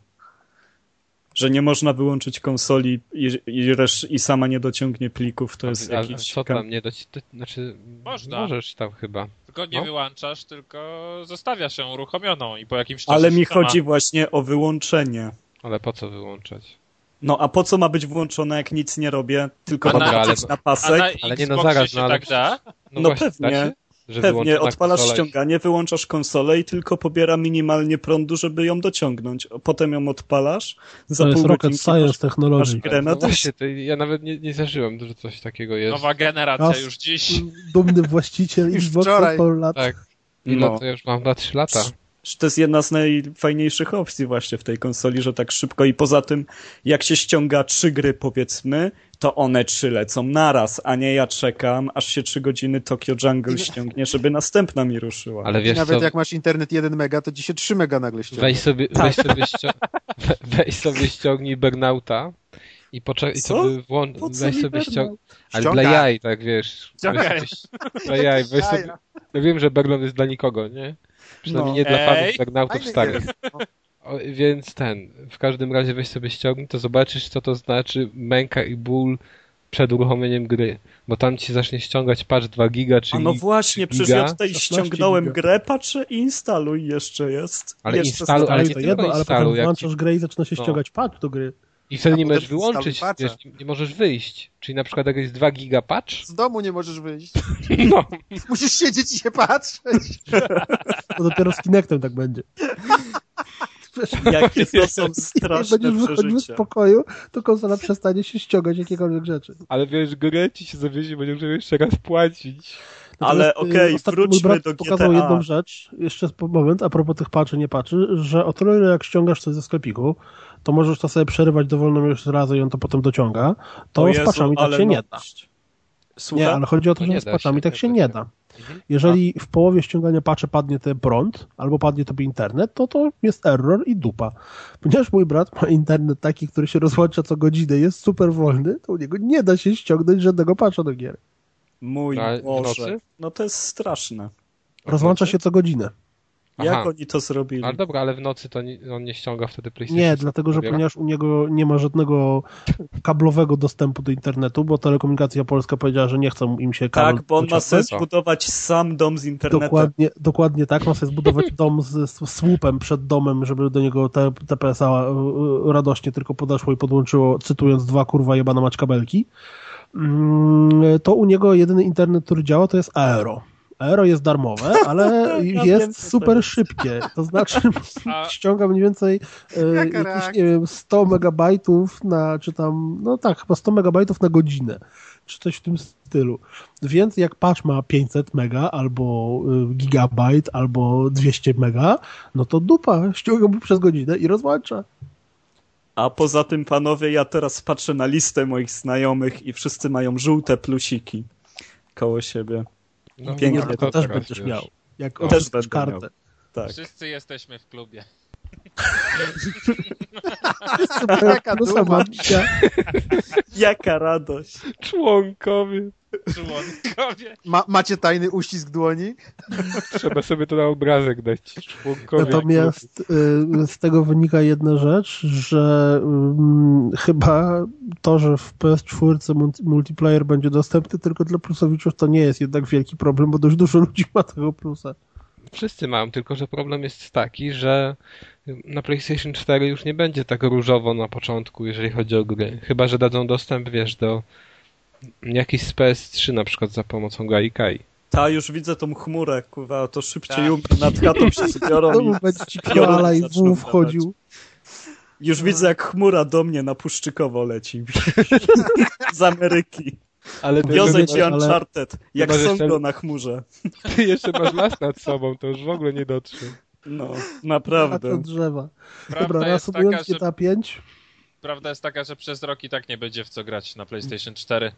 S2: Że nie można wyłączyć konsoli i, i, resz- i sama nie dociągnie plików, to jest
S1: A, a
S2: jakiś...
S1: co
S2: skandal.
S1: tam, nie doci... to- Znaczy,
S4: Można.
S1: możesz tam chyba.
S4: Tylko nie
S1: No.
S4: wyłączasz, tylko zostawia się uruchomioną i po jakimś czasie.
S2: Ale mi
S4: sama-
S2: chodzi właśnie o wyłączenie.
S1: Ale po co wyłączać?
S2: No a po co ma być włączone, jak nic nie robię, tylko
S4: A na-
S2: naciskam na
S4: A
S2: pasek?
S4: na
S1: Ale
S4: Xboxie
S1: nie, no zaraz,
S4: się
S1: no ale
S4: tak da.
S2: No
S1: właśnie,
S2: pewnie.
S1: da się? Że
S2: Pewnie
S1: wyłączona
S2: odpalasz
S1: konsola i-
S2: ściąganie, wyłączasz konsolę i tylko pobiera minimalnie prądu, żeby ją dociągnąć. Potem ją odpalasz, za
S3: To jest
S2: pół
S3: Rocket
S2: godzinki masz,
S3: Science
S2: masz
S3: Technology.
S2: grę na
S1: No
S2: dysk.
S1: właśnie, to ja nawet nie, nie zażyłem, że coś takiego jest.
S4: Nowa generacja
S3: Raz.
S4: już dziś.
S3: Dumny właściciel
S5: Już
S3: Xboxa
S5: wczoraj.
S3: po lat.
S1: Tak. Ile
S2: No.
S1: to już mam? Na 3 lata.
S2: Że To jest jedna z najfajniejszych opcji właśnie w tej konsoli, że tak szybko i poza tym, jak się ściąga trzy gry powiedzmy, to one trzy lecą naraz, a nie ja czekam, aż się trzy godziny Tokyo Jungle ściągnie, żeby następna mi ruszyła.
S1: Ale wiesz
S5: Nawet
S1: co,
S5: jak masz internet 1 mega, to ci się 3 mega nagle ściąga.
S1: weź sobie, weź,
S2: Tak.
S1: sobie ścią... we- weź sobie ściągnij Burnouta i poczekaj, i
S2: Co?
S1: sobie włącz...
S2: Po co
S1: weź
S2: mi
S1: sobie ściągnij. Ale
S5: Ściąga.
S1: dla jaj, tak wiesz.
S4: Ściągaj.
S1: Weź sobie- Dla jaj, weź sobie...
S5: Jaja.
S1: Ja wiem, że Burnout jest dla nikogo, nie? Przynajmniej
S2: No.
S1: nie dla fanów
S4: Ej.
S1: Burnoutów
S5: Fajny
S1: starych.
S5: jest. No,
S1: O, Więc ten, w każdym razie weź sobie ściągnij, to zobaczysz, co to znaczy męka i ból przed uruchomieniem gry. Bo tam ci zacznie ściągać patch 2 giga,
S2: A
S1: czyli...
S2: no właśnie, przecież
S1: giga?
S2: ja tutaj
S3: 16
S2: ściągnąłem
S3: giga.
S2: grę, patrzę i instaluj, jeszcze jest.
S1: Ale
S2: jeszcze
S1: instalu- ale
S2: stoi.
S3: Ale
S1: nie
S3: to
S1: tylko
S3: jedno, ale
S1: instalu,
S3: potem
S1: jak
S3: włączasz grę i zaczyna się
S1: No.
S3: ściągać pad do gry.
S1: I wtedy
S5: A
S1: nie
S5: potem
S1: możesz wyłączyć,
S5: instaluj patcha.
S1: wiesz, nie, nie możesz wyjść. Czyli na przykład jak jest 2 giga patch,
S5: Z domu nie możesz wyjść.
S1: no,
S5: Musisz siedzieć i się patrzeć.
S3: To dopiero z Kinectem tak będzie.
S2: Jakie to są
S3: Jak
S2: straszne
S3: będziesz wychodził z
S2: przeżycia.
S3: pokoju, to konsola przestanie się ściągać jakiekolwiek rzeczy.
S1: ale wiesz, grę ci się zawiesi, będziesz musiał jeszcze raz płacić.
S2: Ale
S3: Natomiast,
S2: okej,
S3: y, ostatnio mój
S2: wróćmy
S3: brat
S2: do
S3: pokazał
S2: GTA.
S3: jedną rzecz, jeszcze po- moment, a propos tych patrzy, nie patrzy, że o tyle, ile jak ściągasz coś ze sklepiku, to możesz to sobie przerywać dowolną już razem i on to potem dociąga, to
S2: O
S3: z
S2: Jezu,
S3: patchami tak
S2: ale
S3: się
S2: no-
S3: nie da. Nie,
S2: Słucham?
S3: ale chodzi o to,
S1: No
S3: że
S1: nie
S3: z
S1: da
S3: patchami
S1: się,
S3: tak
S1: nie
S3: się
S1: da
S3: nie
S1: się.
S3: da.
S1: Mhm.
S3: Jeżeli w połowie ściągania patchy padnie ten prąd, albo padnie tobie internet, to to jest error i dupa. Ponieważ mój brat ma internet taki, który się rozłącza co godzinę, jest super wolny, to u niego nie da się ściągnąć żadnego patcha do gier.
S2: Mój
S1: A w
S2: Boże.
S1: nocy?
S2: No to jest straszne.
S3: Rozłącza się co godzinę.
S2: Jak
S1: Aha.
S2: oni to zrobili?
S1: Ale dobra, ale w nocy to nie, on nie ściąga wtedy PlayStation.
S3: Nie, dlatego że
S1: Dopiero?
S3: ponieważ u niego nie ma żadnego kablowego dostępu do internetu, bo Telekomunikacja Polska powiedziała, że nie chcą im się kabel
S1: no,
S2: Tak, bo on ma
S3: dociągać.
S2: sobie zbudować sam dom z internetem.
S3: Dokładnie, dokładnie tak, ma sobie zbudować dom z, z słupem przed domem, żeby do niego te- TPS-a y, y, radośnie tylko podeszło i podłączyło, cytując dwa kurwa jebana mać kabelki. Mm, To u niego jedyny internet, który działa, to jest Aero. Aero jest darmowe, ale
S2: Ja
S3: jest
S2: wiem, co to
S3: super
S2: jest.
S3: szybkie. To znaczy
S4: A-
S3: ściąga mniej więcej e,
S5: Jaka
S3: jakieś,
S5: reakcja?
S3: nie wiem, 100 megabajtów na, czy tam, no tak, chyba 100 megabajtów na godzinę, czy coś w tym stylu. Więc jak patch ma 500 mega, albo y, gigabajt, albo 200 mega, no to dupa, ściąga mu przez godzinę i rozłącza.
S2: A poza tym, panowie, ja teraz patrzę na listę moich znajomych i wszyscy mają żółte plusiki. koło siebie.
S1: No,
S2: Pięknie,
S1: no,
S2: to
S3: to też
S1: teraz
S3: będziesz
S1: wiesz.
S3: miał. Jak
S2: Też
S3: odczytasz
S2: będę
S3: kartę.
S2: Tak.
S4: Wszyscy jesteśmy w klubie.
S5: Taka
S3: No
S5: duma.
S3: sama, ja,
S2: Jaka radość.
S1: Członkowie.
S4: Członkowie.
S5: Ma, macie tajny uścisk dłoni?
S1: Trzeba sobie to na obrazek dać. Członkowie.
S3: Natomiast y, z tego wynika jedna rzecz, że ym, chyba to, że w PS4 multi- multiplayer będzie dostępny tylko dla plusowiczów, to nie jest jednak wielki problem, bo dość dużo ludzi ma tego plusa.
S1: Wszyscy mają, tylko że problem jest taki, że na PlayStation 4 już nie będzie tak różowo na początku, jeżeli chodzi o gry. Chyba, że dadzą dostęp, wiesz, do jakiś z PS3 na przykład za pomocą Gaikai.
S2: Ta, już widzę tą chmurę, kurwa, to szybciej
S4: Tak.
S2: ją nad chatą przebiorą
S3: No,
S2: i
S3: bo będzie ci
S2: piorun
S3: koala i
S2: zaczną
S3: wół wchodził.
S2: Już widzę, jak chmura do mnie na Puszczykowo leci. Z Ameryki.
S3: Ale
S2: Wiozę ci
S3: ale-
S2: Uncharted, jak
S1: Chyba, że
S2: Songo
S1: cel-
S2: na chmurze.
S1: Ty jeszcze masz las nad sobą, to już w ogóle nie dotrze.
S2: No,
S3: a to
S2: naprawdę.
S3: drzewa.
S4: Prawda
S3: Dobra, tak-
S4: jest taka,
S3: reasumując
S4: że
S3: GTA 5,
S4: Prawda jest taka, że przez rok i tak nie będzie w co grać na PlayStation 4.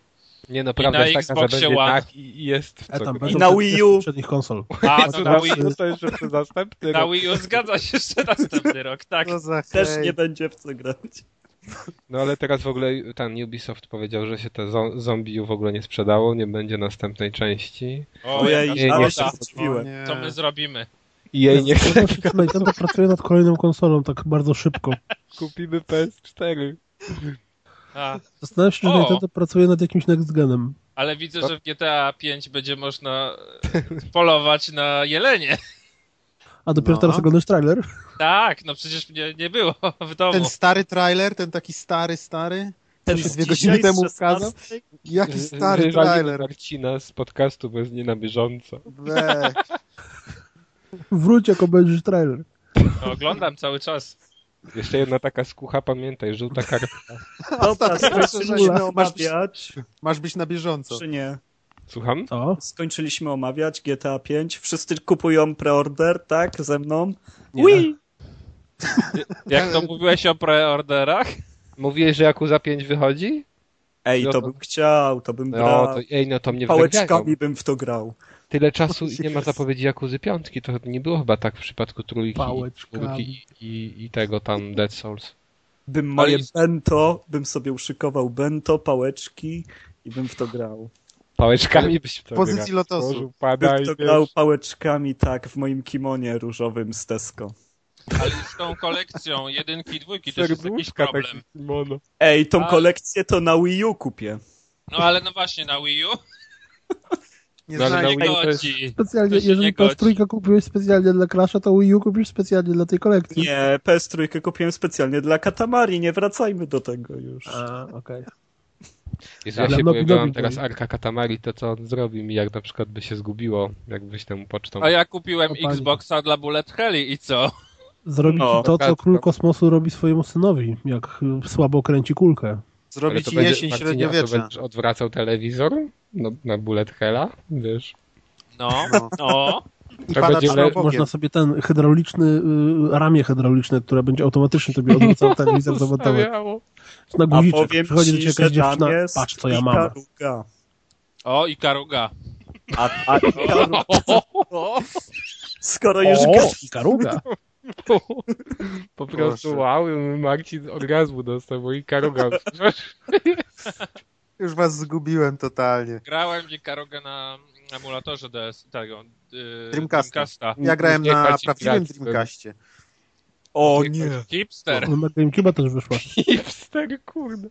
S1: Nie,
S4: I
S1: naprawdę
S4: na
S1: jest taka, że
S4: Xboxie
S1: będzie
S4: One.
S1: tak i i jest w
S3: a
S1: co
S3: tam
S1: grać.
S3: będą
S2: na
S3: te-
S2: Wii U.
S3: te przednich konsol.
S4: A, no
S1: To
S4: na Wii,
S1: znaczy, że to jeszcze przez następny
S4: na
S1: rok.
S4: Wii U zgadza się jeszcze następny rok, tak.
S5: Co za
S2: Też
S5: hej.
S2: nie będzie w co grać.
S1: No ale teraz w ogóle ten Ubisoft powiedział, że się te zo- zombie w ogóle nie sprzedało, nie będzie następnej części.
S4: jaka
S2: Ojej, ale
S1: nie,
S2: się
S4: szkoda.
S2: zdziwiłem.
S5: nie.
S4: Co my zrobimy?
S1: I jej nie chce.
S3: Nintendo pracuje nad kolejną konsolą tak bardzo szybko.
S1: Kupimy PS4.
S4: A,
S3: Zastanawiam się,
S4: O!
S3: czy Nintendo pracuje nad jakimś next genem.
S4: ale widzę, że w GTA 5 będzie można e, polować na jelenie.
S3: A dopiero
S5: No.
S3: teraz oglądasz trailer?
S4: Tak, no przecież mnie nie było
S5: Ten
S4: w domu.
S5: stary trailer, ten taki stary, stary.
S2: Ten
S5: się
S2: z
S5: dwie godziny
S2: dzisiaj, z
S5: temu ukazał?
S2: 16?
S5: Jaki stary
S1: Żalimy
S5: trailer.
S1: Marcina z podcastu, bo jest nie na bieżąco.
S5: Bleh.
S3: Wróć, jak obejrzysz trailer.
S4: No, oglądam cały czas.
S1: Jeszcze jedna taka skucha, pamiętaj, żółta kartka.
S2: Dobra, skończyliśmy
S5: Ostatnio masz-
S2: omawiać,
S5: Masz być na bieżąco.
S2: czy nie?
S1: Słucham?
S3: Co?
S2: Skończyliśmy omawiać GTA 5. Wszyscy kupują preorder, tak? Ze mną.
S3: Nie.
S2: Ui!
S4: Jak to mówiłeś o preorderach?
S1: Mówiłeś, że Jakuza 5 wychodzi?
S2: Ej, to bym chciał, to bym brał.
S1: No, to, ej, no to mnie wygrywają.
S2: Pałeczkami bym w to grał.
S1: Tyle czasu i nie ma zapowiedzi Jakuzy piątki. To nie było chyba tak w przypadku trójki,
S3: Pałeczkami.
S1: czwórki i, i, i tego tam Dead Souls.
S2: Bym
S1: No
S2: moje
S4: jest-
S2: bento, bym sobie uszykował bento, pałeczki i bym w to grał.
S1: Pałeczkami byś w to
S5: pozycji
S1: grał.
S5: lotosu.
S1: Bożu,
S2: Bym
S1: padaj,
S2: w to
S1: wiesz.
S2: grał pałeczkami, tak, w moim kimonie różowym z Tesco.
S4: Ale z tą kolekcją jedynki i dwójki też jest jakiś
S1: Serduszka
S4: problem.
S1: taki kimono.
S2: Ej, tą
S4: Ale-
S2: kolekcję to na Wii U kupię.
S4: No ale no właśnie na Wii U.
S5: Nie
S1: No, ale
S5: znajdę.
S1: na Wii U to jest-
S4: Chodzi.
S3: Specjalnie,
S4: To się nie
S3: jeżeli
S4: godzi.
S3: PS trójkę kupiłeś specjalnie dla Crash'a, to Wii U kupisz specjalnie dla tej kolekcji.
S2: Nie, PS3 kupiłem specjalnie dla Katamari, nie wracajmy do tego już.
S3: A, okej.
S1: Jezu, ja
S3: Ale
S1: się
S3: Nobi
S1: boję, że mam
S3: Nobi
S1: teraz
S3: byli.
S1: Arka Katamari, to co on zrobi mi, jak na przykład by się zgubiło, jakbyś temu pocztą...
S4: A ja kupiłem
S3: O, panie.
S4: Xboxa dla Bullet Heli i co?
S3: Zrobi
S2: No,
S3: ci to, co
S1: tak,
S3: król
S1: tak.
S3: kosmosu robi swojemu synowi, jak y, słabo kręci kulkę.
S1: Ale
S5: Zrobi
S1: to
S5: ci
S1: będzie-
S5: jesień
S1: Marcinie, a To
S5: średniowiecza.
S1: będziesz odwracał telewizor no, na bullet hella, wiesz.
S4: No,
S5: No.
S4: no.
S5: I
S1: to
S5: pada
S1: będzie le-
S5: czarnobokiem.
S3: Można sobie ten hydrauliczny, y, ramię hydrauliczne, które będzie automatycznie tobie odwracało telewizor zawodowy.
S1: Zostawiało.
S3: Na
S2: A
S3: guziczek.
S2: powiem
S3: Przychodzi do
S2: ci,
S3: ciebie
S2: że
S3: jakaś
S2: tam
S3: dziewczyna,
S2: jest
S3: patrz co ja mam.
S2: Ikaruga.
S4: O, i Karuga.
S2: A, a Ikaruga, skoro już
S3: O,
S2: gadasz,
S3: karuga.
S1: Po prostu
S5: Proszę.
S1: wow, Marcin orgazmu dostał, bo i karuga.
S5: Już was zgubiłem totalnie.
S4: Grałem i Karuga na emulatorze DS, tego, yy,
S5: Dreamcasta.
S4: Dreamcasta.
S5: Ja grałem
S1: nie
S5: na
S1: chodzi
S5: prawdziwym
S1: grać w-
S5: Dreamcastie.
S2: o nie,
S4: Hipster.
S3: No, Na Gamecube'a też wyszła.
S1: Hipster, kurde.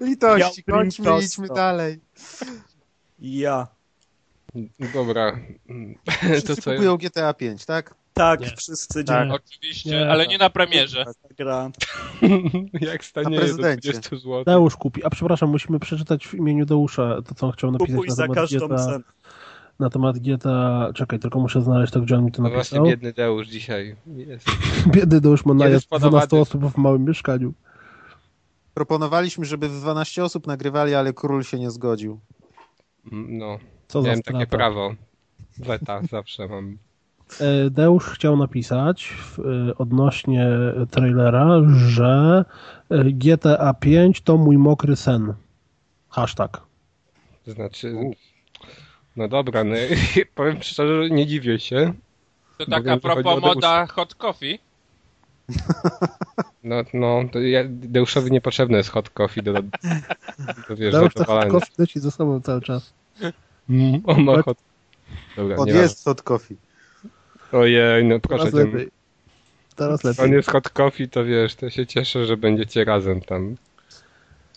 S5: Litości,
S2: Ja
S5: kończmy,
S2: Dreamcasta.
S5: idźmy dalej.
S2: ja.
S1: Dobra. To
S5: Wszyscy
S1: co?
S5: kupują GTA 5, tak?
S2: Tak,
S3: Nie.
S2: wszyscy
S5: Tak.
S2: dzielą
S4: Oczywiście,
S3: Nie.
S4: ale nie na premierze.
S2: ta gra.
S1: Jak
S5: Na
S1: stanie do
S5: prezydencie.
S1: 20 zł.
S3: Deusz kupi. A przepraszam, musimy przeczytać w imieniu Deusza to, co on chciał napisać
S2: Kupuj
S3: na
S2: za
S3: temat,
S2: każdą
S3: GTA,
S2: cenę.
S3: na temat GTA. Czekaj, tylko muszę znaleźć to, gdzie on mi to
S1: No
S3: napisał.
S1: właśnie biedny Deusz dzisiaj jest.
S3: Biedy Deusz ma najazd
S1: spadowady.
S3: 12 osób w małym mieszkaniu.
S5: Proponowaliśmy, żeby w 12 osób nagrywali, ale król się nie zgodził.
S1: No,
S3: Co za
S1: miałem takie
S3: strata.
S1: prawo. Weta zawsze mam.
S3: E, Deusz chciał napisać w, e, odnośnie trailera, że e, GTA 5 to mój mokry sen. Hashtag.
S1: Znaczy, no dobra, no, powiem szczerze, że nie dziwię się.
S4: To
S1: Mogę
S4: tak a
S1: wychodzić
S4: propos
S1: od Deusza.
S4: moda hot coffee.
S1: No, no to ja, Deuszowi niepotrzebne jest hot coffee do, do, do, wiesz, do
S3: Dałeś tak
S1: dowalania.
S3: kofi leci ze sobą cały czas.
S1: Mm, On ma hot... Dobra,
S5: Od
S1: nie ma.
S5: jest hot coffee.
S1: Ojej, no proszę
S3: Teraz
S1: cię.
S3: lepiej. Teraz
S1: On
S3: lepiej.
S1: jest hot coffee, to wiesz, to się cieszę, że będziecie razem tam.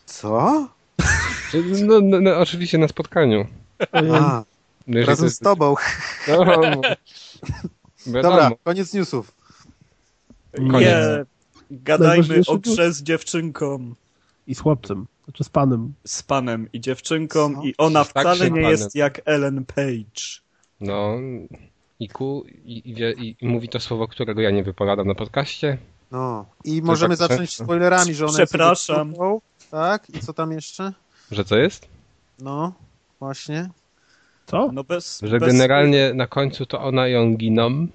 S5: Co?
S1: Czy- No, no, no oczywiście na spotkaniu.
S3: Ojej.
S5: A,
S1: Jeżeli to
S5: razem z
S1: jest-
S5: tobą.
S1: No, wiadomo.
S5: Dobra, koniec newsów.
S2: Nie, gadajmy
S3: Najważniejszy
S2: o
S3: news.
S2: grze z dziewczynką,
S3: I z chłopcem. Znaczy z panem.
S2: z panem i dziewczynką
S5: Co?
S2: i
S1: Tak
S2: ona
S1: się
S2: wcale nie
S1: panem.
S2: jest jak Ellen Page.
S1: No, i ku, i, i, wie- i, i mówi to słowo, którego ja nie wypowiadam na podcaście.
S5: No. I możemy
S1: tak
S5: zacząć
S1: często.
S5: spoilerami, że one są
S2: Przepraszam.
S5: dziewczynką. Tak, i co tam jeszcze?
S1: Że co jest?
S5: No, właśnie.
S3: Co?
S2: No bez,
S1: Że
S2: bez...
S1: generalnie na końcu to ona i on giną.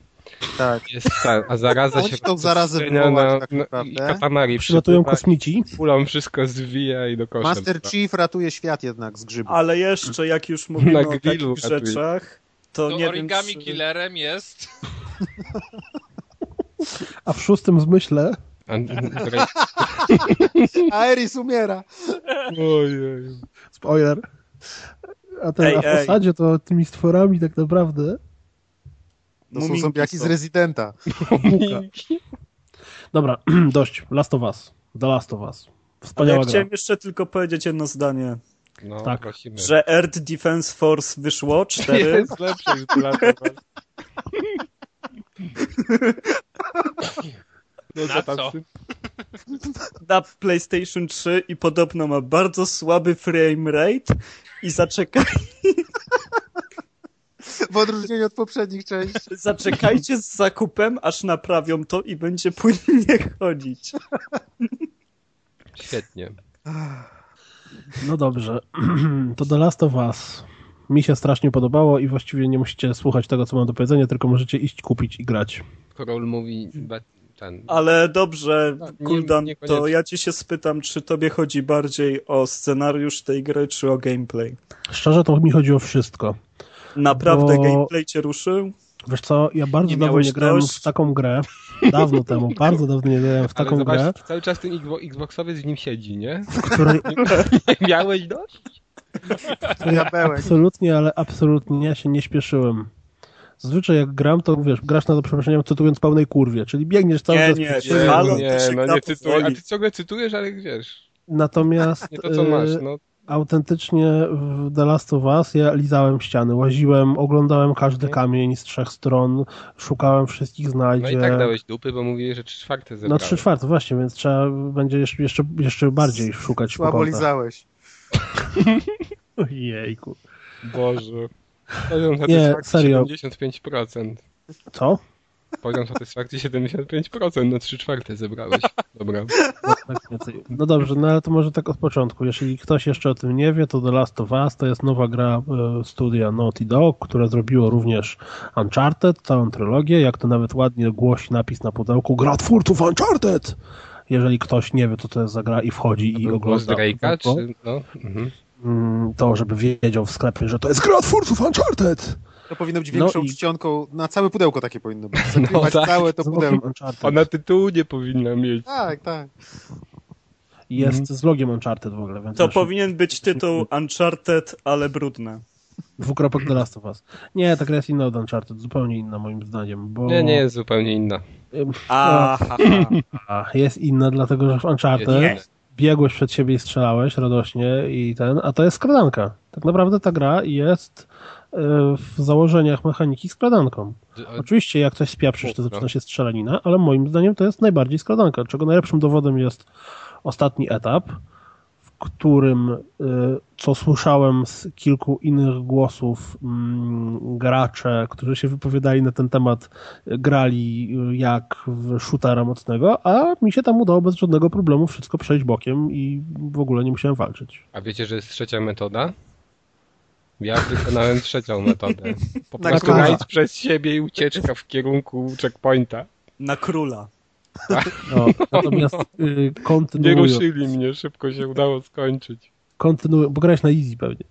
S5: Tak.
S1: Jest ta, a zaraza
S5: Oni
S1: się... tak
S5: tą zarazę
S1: rozprzestrzenia
S5: wywołać tak
S1: I
S5: naprawdę.
S1: katamari
S3: Przylatują
S1: przypływa,
S3: kosmici.
S1: Kulą wszystko zwija i do kosza.
S5: Master Chief ratuje świat jednak z grzybu.
S2: Ale jeszcze, jak już mówimy
S1: Na
S2: o
S1: grillu
S2: takich
S1: ratuje.
S2: rzeczach, to,
S4: To
S2: nie
S4: origami
S2: wiem, czy...
S4: killerem jest.
S3: A w szóstym zmyśle
S1: Andrzej-
S5: Aeris umiera.
S1: Ojej.
S3: Spoiler. A ten
S2: Ej,
S3: a w
S2: ej.
S3: osadzie to tymi stworami tak naprawdę
S5: To są
S2: Muminki
S5: zombiaki z
S2: No, są.
S5: Rezydenta.
S3: puka. Dobra, dość. Last of Us. The Last of Us.
S2: Ale ja
S3: Wspaniała gra.
S2: chciałem jeszcze tylko powiedzieć jedno zdanie,
S1: No,
S3: Tak.
S1: prosimy.
S2: że Earth Defense Force wyszło, cztery.
S1: Jest lepsze niż Blast No
S4: Na co?
S2: na PlayStation 3 i podobno ma bardzo słaby frame rate i zaczeka...
S5: W odróżnieniu od poprzednich części.
S2: zaczekajcie z zakupem, aż naprawią to i będzie płynnie chodzić.
S1: Świetnie.
S3: No dobrze. To The Last of Us. Mi się strasznie podobało i właściwie nie musicie słuchać tego, co mam do powiedzenia, tylko możecie iść, kupić i grać.
S1: Król mówi be- ten.
S2: Ale dobrze,
S1: Tak, nie-
S2: Kuldan,
S1: niekoniecznie.
S2: to ja ci się spytam, czy tobie chodzi bardziej o scenariusz tej gry, czy o gameplay?
S3: Szczerze to mi chodzi o wszystko.
S2: Naprawdę
S3: Bo-
S2: gameplay cię ruszył?
S3: Wiesz co, ja bardzo
S2: Nie
S3: dawno
S2: miałeś
S3: nie grałem
S2: dość?
S3: w taką grę. Dawno temu, bardzo dawno nie grałem w
S1: Ale
S3: taką
S1: zobacz,
S3: grę,
S1: cały czas ten Xbo- Xboxowiec w nim siedzi, nie?
S3: w której
S1: Miałeś dość?
S5: Diabełek.
S3: absolutnie, ale absolutnie ja się nie śpieszyłem. Zazwyczaj jak gram, to wiesz, grasz na do przeproszeniem cytując pełnej kurwie, czyli biegniesz cały
S2: Nie,
S3: czas.
S2: nie,
S3: przed
S2: nie,
S3: siebie.
S2: halo?
S1: nie,
S2: to się
S1: no
S2: gra
S1: nie cytuj, a
S2: powoli.
S1: ty ciągle cytujesz, ale wiesz,
S3: Natomiast y,
S1: nie to co masz, no.
S3: autentycznie w The Last of Us ja lizałem ściany, łaziłem, oglądałem każdy kamień z trzech stron, szukałem wszystkich
S1: No i
S3: znajdzie.
S1: tak dałeś dupy, bo mówili, że trzy czwarte zebrałeś.
S3: no trzy czwarte, właśnie, więc trzeba będzie jeszcze, jeszcze, jeszcze bardziej szukać
S5: Słabo
S3: po kątach.
S5: lizałeś.
S3: Ojejku.
S1: Boże. Poziom
S3: Nie,
S1: satysfakcji
S3: serio.
S1: 75%.
S3: Co?
S1: Poziom satysfakcji 75%, no trzy czwarte zebrałeś. Dobra.
S3: Tak mniej więcej. No dobrze, no ale to może tak od początku. Jeśli ktoś jeszcze o tym nie wie, to The Last of Us to jest nowa gra e, studia Naughty Dog, które zrobiło również Uncharted, całą trylogię, jak to nawet ładnie głosi napis na pudełku, gra twórców Uncharted! Jeżeli ktoś nie wie, co to jest za gra i wchodzi i
S1: Był głos
S3: ogląda
S1: Drake'a,
S3: to,
S1: czy no? Mhm.
S3: mm, to, żeby wiedział w sklepie, że to jest gra twórców Uncharted!
S5: To powinno być
S3: No
S5: większą
S3: i-
S5: czcionką, na całe pudełko takie powinno być. Zakrywać
S1: tak.
S5: całe to
S3: Z logiem
S5: pudełko.
S3: Uncharted.
S1: Ona tytułu nie powinna mieć.
S5: Tak, tak.
S3: Jest z logiem Uncharted w ogóle. Więc
S2: To
S3: wiesz,
S2: powinien być tytuł Uncharted, ale brudne.
S3: Dwukropek The Last of Us. Nie, ta gra jest inna od Uncharted, zupełnie inna moim zdaniem, bo...
S1: Nie, nie, jest zupełnie inna.
S3: Tak.
S2: Aha.
S3: A, jest inna, dlatego że w Uncharted
S1: Jest
S3: biegłeś przed siebie i strzelałeś radośnie i ten, a to jest skradanka. Tak naprawdę ta gra jest y, w założeniach mechaniki skradanką. Oczywiście jak coś spiaprzysz, to
S1: Mów, no.
S3: zaczyna się strzelanina, ale moim zdaniem to jest najbardziej skradanka, czego najlepszym dowodem jest ostatni etap, w którym, y, co słyszałem z kilku innych głosów, mm, gracze, którzy się wypowiadali na ten temat, y, grali y, jak w shootera mocnego, a mi się tam udało bez żadnego problemu wszystko przejść bokiem i w ogóle nie musiałem walczyć.
S1: A wiecie, że jest trzecia metoda? Ja wykonałem trzecią metodę. Po
S5: Na
S1: prostu
S3: króla.
S1: rajd przez siebie i ucieczka w kierunku checkpointa.
S2: Na króla.
S3: No, natomiast y,
S1: Nie
S3: kontynuując,
S1: ruszyli mnie, szybko się udało skończyć.
S3: kontynuując, bo grałeś na easy pewnie.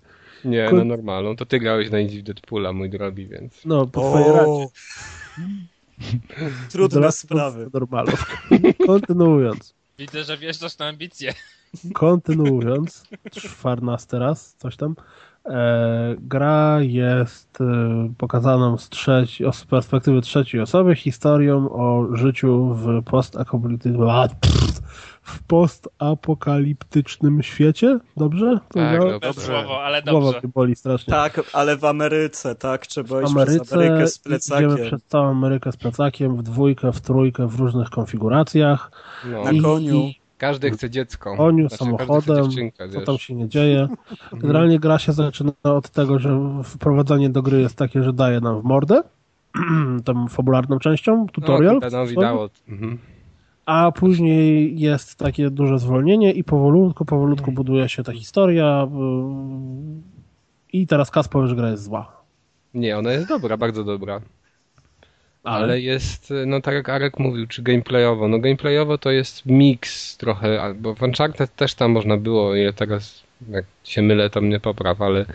S1: Nie,
S3: Kur-
S1: no normalną. To ty grałeś na Indie w Deadpoola, mój drogi, więc.
S3: No, po twojej radzie. The
S2: Trudne
S3: Last of Us
S2: sprawy.
S3: Normalu. Kontynuując.
S4: Widzę, że wjeżdżasz na ambicje.
S3: Kontynuując, czwarnasty raz, coś tam. E, gra jest e, pokazaną z, trzeci, o- z perspektywy trzeciej osoby historią o życiu w postapokaliptycznym, w postapokaliptycznym świecie. Dobrze? Powiedziałem?
S1: no
S4: Bez
S1: dobrze.
S4: słowo, ale
S3: Głowa
S4: dobrze.
S3: mnie boli strasznie.
S2: Tak, ale w Ameryce, tak? Trzeba iść
S3: W
S2: przez Amerykę z plecakiem.
S3: idziemy przez całą Amerykę z plecakiem, w dwójkę, w trójkę, w różnych konfiguracjach.
S1: No.
S2: Na koniu.
S1: Każdy chce dziecko.
S3: koniu,
S1: Znaczy,
S3: samochodem,
S1: każdy chce dziewczynkę,
S3: co
S1: wiesz. No,
S3: tam się nie dzieje. Generalnie gra się zaczyna od tego, że wprowadzanie do gry jest takie, że daje nam w mordę, tą fabularną częścią, tutorial,
S1: No, Pepenowi dało. Mhm.
S3: a później jest takie duże zwolnienie i powolutku, powolutku buduje się ta historia ym, i teraz Kas powie, że gra jest zła.
S1: Nie, ona jest dobra, bardzo dobra.
S3: Ale?
S1: Ale, jest, no tak jak Arek mówił, czy gameplayowo. No gameplayowo to jest miks trochę, albo w Uncharted też tam można było, ile teraz, jak się mylę, to mnie popraw, ale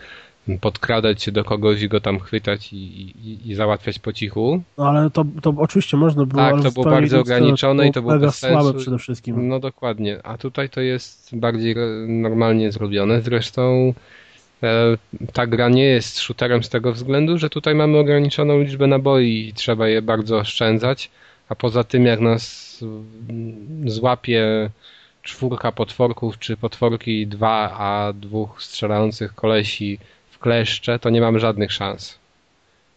S1: podkradać się do kogoś i go tam chwytać i, i, i załatwiać po cichu.
S3: No ale to, to oczywiście można było,
S1: Tak,
S3: ale
S1: to
S3: w
S1: było
S3: pełni
S1: bardzo
S3: ludzkie,
S1: ograniczone i to było
S3: mega
S1: bez sensu.
S3: słabe przede wszystkim.
S1: No dokładnie, a tutaj to jest bardziej re- normalnie zrobione. Zresztą e, ta gra nie jest shooterem z tego względu, że tutaj mamy ograniczoną liczbę naboi i trzeba je bardzo oszczędzać. A poza tym, jak nas mm, złapie czwórka potworków, czy potworki dwa, a dwóch strzelających kolesi w kleszcze, to nie mamy żadnych szans.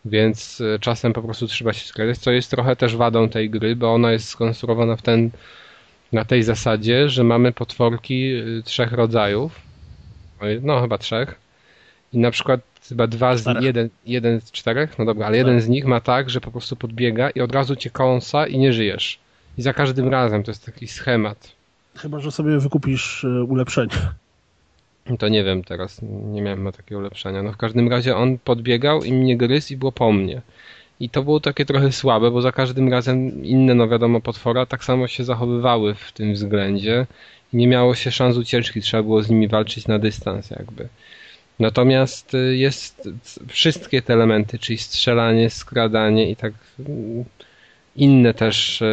S1: Więc e, czasem po prostu trzeba się skradać, co jest trochę też wadą tej gry, bo ona jest skonstruowana w ten na tej zasadzie, że mamy potworki y, trzech rodzajów. Oj, No, chyba trzech. I na przykład chyba dwa z
S3: Czterech.
S1: jeden, jeden z czterech, no dobra, ale jeden z nich ma tak, że po prostu podbiega i od razu cię kąsa i nie żyjesz. I za każdym razem to jest taki schemat.
S3: Chyba, że sobie wykupisz y, ulepszenie.
S1: To nie wiem teraz, nie miałem takiego ulepszenia. No w każdym razie on podbiegał i mnie gryzł i było po mnie. I to było takie trochę słabe, bo za każdym razem inne, no wiadomo, potwora tak samo się zachowywały w tym względzie. Nie miało się szans ucieczki, trzeba było z nimi walczyć na dystans jakby. Natomiast y, jest c- wszystkie te elementy, czyli strzelanie, skradanie i tak mm, inne też e,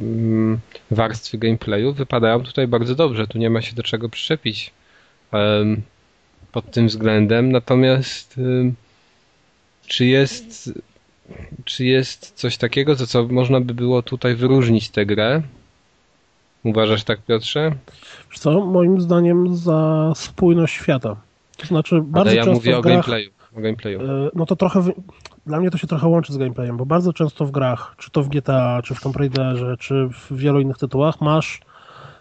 S1: mm, warstwy gameplayu wypadają tutaj bardzo dobrze. Tu nie ma się do czego przyczepić em, pod tym względem. Natomiast em, czy jest, czy jest coś takiego, za co można by było tutaj wyróżnić tę grę? Uważasz tak, Piotrze?
S3: Wiesz co, moim zdaniem za spójność świata. To znaczy, bardzo
S1: Ale ja
S3: często
S1: mówię
S3: w
S1: o
S3: grach,
S1: gameplayu. O gameplayu.
S3: y, no to trochę, wy- dla mnie to się trochę łączy z gameplayem, bo bardzo często w grach, czy to w GTA, czy w Tomb Raiderze, czy w wielu innych tytułach, masz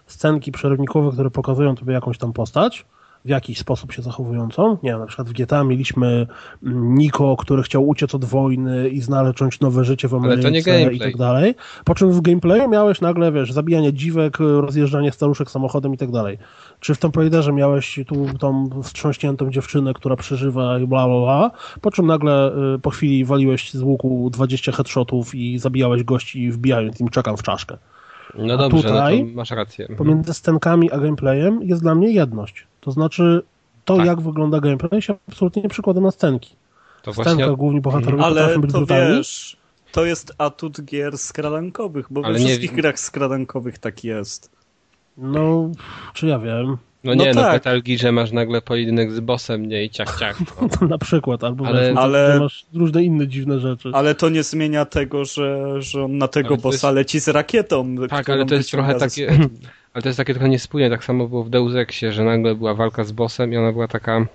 S3: scenki przerywnikowe, które pokazują tobie jakąś tam postać, w jakiś sposób się zachowującą. Nie wiem, na przykład w GTA mieliśmy mm, Niko, który chciał uciec od wojny i znaleźć nowe życie w
S1: Ale to nie
S3: Ameryce i
S1: gameplay.
S3: tak dalej. Po czym w gameplayu miałeś nagle, wiesz, zabijanie dziwek, y, rozjeżdżanie staruszek samochodem i tak dalej. Czy w Tomb Raiderze miałeś tu tą wstrząśniętą dziewczynę, która przeżywa i bla, bla, bla, po czym nagle y, po chwili waliłeś z łuku 20 headshotów i zabijałeś gości, wbijając im czekam w czaszkę.
S1: No
S3: a
S1: dobrze,
S3: tutaj-
S1: no to masz rację.
S3: Pomiędzy scenkami a gameplayem jest dla mnie jedność. To znaczy to,
S1: Tak.
S3: jak wygląda gameplay, się absolutnie nie przekłada na scenki.
S1: To
S3: Scenka
S1: No właśnie, mhm.
S3: główni bohaterowie
S2: Ale
S3: potrafią No być
S2: to
S3: brutalni.
S2: wiesz, to jest atut gier skradankowych, bo
S1: Ale
S2: we
S1: nie-
S2: wszystkich grach skradankowych tak jest.
S3: No, czy ja wiem,
S1: no nie,
S2: no
S1: no,
S2: tak.
S1: tak. no że masz nagle pojedynek z bossem, nie i ciach, ciach. No.
S3: na przykład, albo
S1: Ale-
S3: wiesz,
S2: ale-
S3: że masz różne inne dziwne rzeczy.
S2: Ale to nie zmienia tego, że, że on na tego
S1: Ale to
S2: bossa
S1: jest-
S2: leci z rakietą.
S1: Tak,
S2: którą
S1: ale to jest
S2: wyciąga
S1: trochę
S2: ze
S1: takie.
S2: spodni.
S1: Ale to jest takie trochę niespójne. Tak samo było w Deus Exie, że nagle była walka z bossem i ona była taka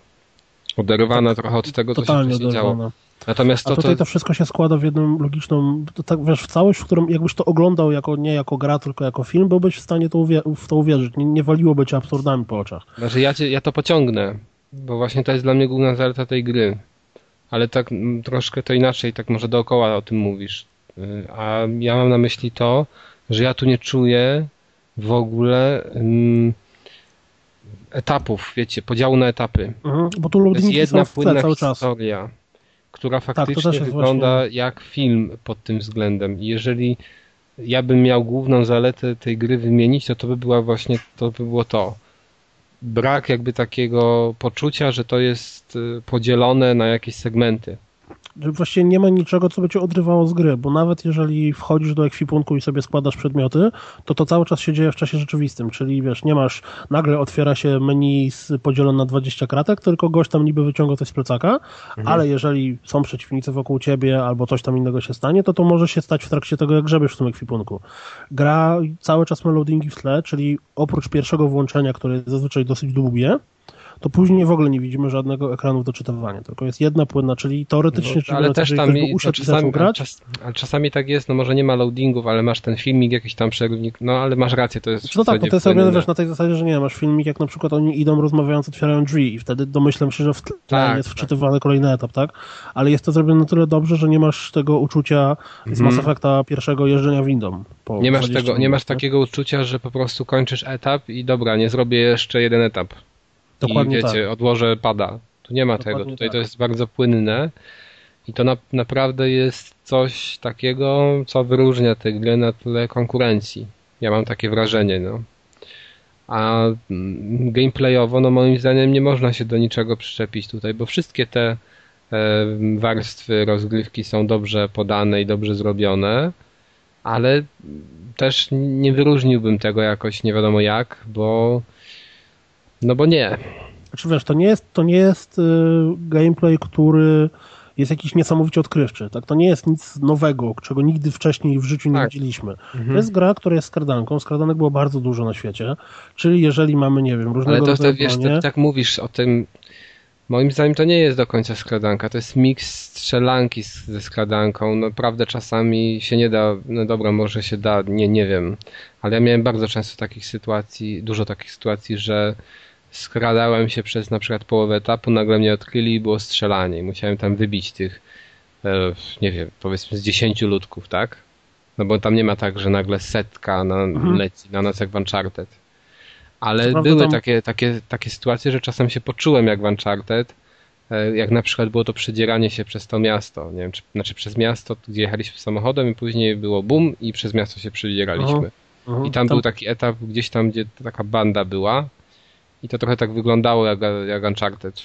S1: oderwana trochę od tego, co się
S3: Tak, Totalnie
S1: wcześniej działo.
S3: oderwana.
S1: Natomiast
S3: A
S1: to,
S3: tutaj
S1: to,
S3: to wszystko się składa w jedną logiczną, to tak, wiesz, w całość, w którą jakbyś to oglądał jako, nie jako gra, tylko jako film, byłbyś w stanie to uwie- w to uwierzyć. Nie, nie waliłoby cię absurdami po oczach.
S1: znaczy ja, cię- ja to pociągnę, bo właśnie to jest dla mnie główna zaleta tej gry. Ale tak mm, troszkę to inaczej, tak może dookoła o tym mówisz. Y, A ja mam na myśli to, że ja tu nie czuję w ogóle mm, etapów, wiecie, podziału na etapy.
S3: Mhm. Bo tu
S1: To jest
S3: loadingi są
S1: jedna
S3: w tle
S1: płynna
S3: cały czas. Tak,
S1: historia, która
S3: to
S1: faktycznie
S3: też jest
S1: wygląda jak film pod tym względem. I jeżeli ja bym miał główną zaletę tej gry wymienić, to to by była właśnie to by było to. brak jakby takiego poczucia, że to jest y, podzielone na jakieś segmenty.
S3: Że Właściwie nie ma niczego, co by cię odrywało z gry, bo nawet jeżeli wchodzisz do ekwipunku i sobie składasz przedmioty, to to cały czas się dzieje w czasie rzeczywistym, czyli wiesz, nie masz, nagle otwiera się menu z- podzielone na 20 kratek, tylko gość tam niby wyciąga coś z plecaka, ale jeżeli są przeciwnicy wokół ciebie albo coś tam innego się stanie, to to może się stać w trakcie tego, jak grzebiesz w tym ekwipunku. Gra cały czas ma loadingi w tle, czyli oprócz pierwszego włączenia, które jest zazwyczaj dosyć długie, to później w ogóle nie widzimy żadnego ekranu do czytywania, tylko jest jedna płynna, czyli teoretycznie,
S1: No,
S3: czyli
S1: ale też tam i- no,
S3: usiadł i
S1: czasami,
S3: zaczął grać,
S1: czas, ale czasami tak jest, no może nie ma loadingów, ale masz ten filmik, jakiś tam przerywnik, no ale masz rację, to jest
S3: Czy to
S1: w
S3: tak,
S1: zasadzie
S3: bo to jest robione
S1: wpłynne.
S3: też na tej zasadzie, że nie masz filmik, jak na przykład oni idą rozmawiając, otwierają drzwi i wtedy domyślam się, że w tle
S1: Tak,
S3: jest
S1: tak.
S3: wczytywany kolejny etap, tak? Ale jest to zrobione na tyle dobrze, że nie masz tego uczucia z
S1: Mhm.
S3: Mass Effecta pierwszego jeżdżenia windą. po
S1: Nie masz,
S3: 20
S1: tego, nie
S3: minut,
S1: masz
S3: tak?
S1: takiego uczucia, że po prostu kończysz etap i dobra, nie zrobię jeszcze jeden etap.
S3: Dokładnie
S1: I wiecie,
S3: tak.
S1: odłożę pada. Tu nie ma tego.
S3: Dokładnie
S1: Tutaj
S3: tak.
S1: to jest bardzo płynne i to na, naprawdę jest coś takiego, co wyróżnia tę grę na tle konkurencji. Ja mam takie wrażenie, no. A mm, gameplayowo, no moim zdaniem nie można się do niczego przyczepić tutaj, bo wszystkie te em, warstwy rozgrywki są dobrze podane i dobrze zrobione, ale też nie wyróżniłbym tego jakoś nie wiadomo jak, bo no bo nie.
S3: Znaczy wiesz, to nie jest, to nie jest y, gameplay, który jest jakiś niesamowicie odkrywczy, tak? To nie jest nic nowego, czego nigdy wcześniej w życiu nie
S1: Tak.
S3: widzieliśmy. To jest gra, która jest skradanką. Skradanek było bardzo dużo na świecie, czyli jeżeli mamy, nie wiem, różnego
S1: Ale to, to
S3: rodzaju
S1: wiesz,
S3: bronie-
S1: to, tak mówisz o tym. Moim zdaniem to nie jest do końca skradanka, to jest miks strzelanki z, ze skradanką. Naprawdę czasami się nie da, no dobra, może się da, nie, nie wiem. Ale ja miałem bardzo często takich sytuacji, dużo takich sytuacji, że skradałem się przez na przykład połowę etapu, nagle mnie odkryli i było strzelanie. I Musiałem tam wybić tych, e, nie wiem, powiedzmy z 10 ludków, tak? No bo tam nie ma tak, że nagle setka na,
S3: Mhm.
S1: leci na nas jak w Uncharted.
S3: Co
S1: Ale
S3: prawda
S1: były
S3: tam-
S1: takie, takie, takie sytuacje, że czasem się poczułem jak w Uncharted, e, jak na przykład było to przedzieranie się przez to miasto, nie wiem, czy, znaczy przez miasto, gdzie jechaliśmy samochodem i później było bum i przez miasto się przedzieraliśmy.
S3: Mhm.
S1: I tam był taki etap gdzieś tam, gdzie taka banda była i to trochę tak wyglądało jak, jak Uncharted,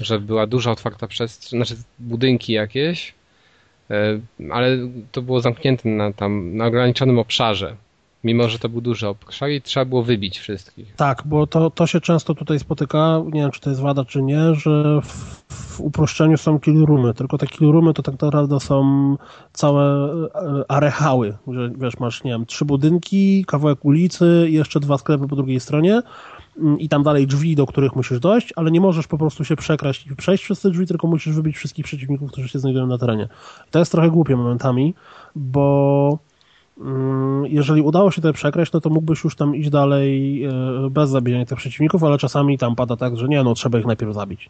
S1: że była duża otwarta przestrzeń, znaczy budynki jakieś, e, ale to było zamknięte na tam, na ograniczonym obszarze. Mimo, że to był duży obszar i trzeba było wybić wszystkich.
S3: Tak, bo to, to się często tutaj spotyka, nie wiem czy to jest wada czy nie, że w, w uproszczeniu są kilrumy, tylko te kilrumy to tak naprawdę są całe e, arehały, że wiesz, masz, nie wiem, trzy budynki, kawałek ulicy i jeszcze dwa sklepy po drugiej stronie mm, i tam dalej drzwi, do których musisz dojść, ale nie możesz po prostu się przekraść i przejść przez te drzwi, tylko musisz wybić wszystkich przeciwników, którzy się znajdują na terenie. To jest trochę głupie momentami, bo Mm, jeżeli udało się to przekraść, no to mógłbyś już tam iść dalej e, bez zabijania tych przeciwników, ale czasami tam pada tak, że nie, no trzeba ich najpierw zabić.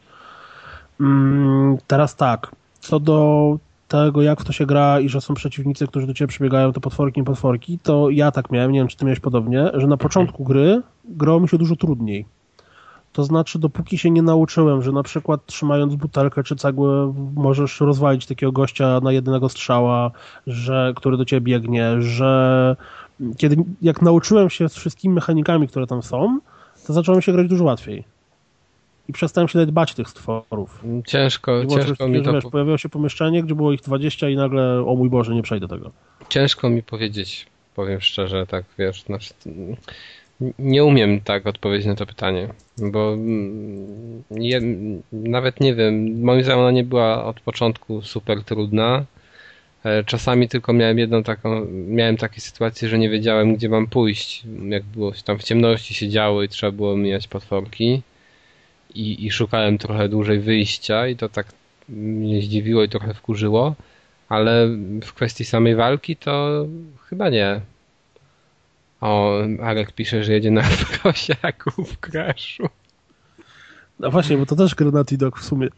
S3: Mm, Teraz tak, co do tego, jak w to się gra i że są przeciwnicy, którzy do ciebie przybiegają, to potworki, nie potworki, to ja tak miałem, nie wiem, czy ty miałeś podobnie, że na początku gry grało mi się dużo trudniej. To znaczy, dopóki się nie nauczyłem, że na przykład trzymając butelkę czy cegłę możesz rozwalić takiego gościa na jednego strzała, że, który do ciebie biegnie, że kiedy, jak nauczyłem się z wszystkimi mechanikami, które tam są, to zacząłem się grać dużo łatwiej. I przestałem się nawet bać tych stworów.
S1: Ciężko,
S3: Było coś
S1: ciężko mi
S3: takiego, że
S1: to
S3: wiesz,
S1: po,
S3: pojawiło się pomieszczenie, gdzie było ich 20 i nagle, o mój Boże, nie przejdę tego.
S1: ciężko mi powiedzieć, powiem szczerze, tak wiesz, znaczy, n- nie umiem tak odpowiedzieć na to pytanie, bo mm, nie, nawet nie wiem, moim zdaniem ona nie była od początku super trudna. E, Czasami tylko miałem jedną taką, miałem takie sytuacje, że nie wiedziałem gdzie mam pójść, jak było tam w ciemności się działo i trzeba było mijać potworki i, i szukałem trochę dłużej wyjścia i to tak mnie zdziwiło i trochę wkurzyło ale w kwestii samej walki to chyba nie. O, Arek pisze, że jedzie na prosiaku w kraszu.
S3: No właśnie, bo to też Grenati Dog w sumie.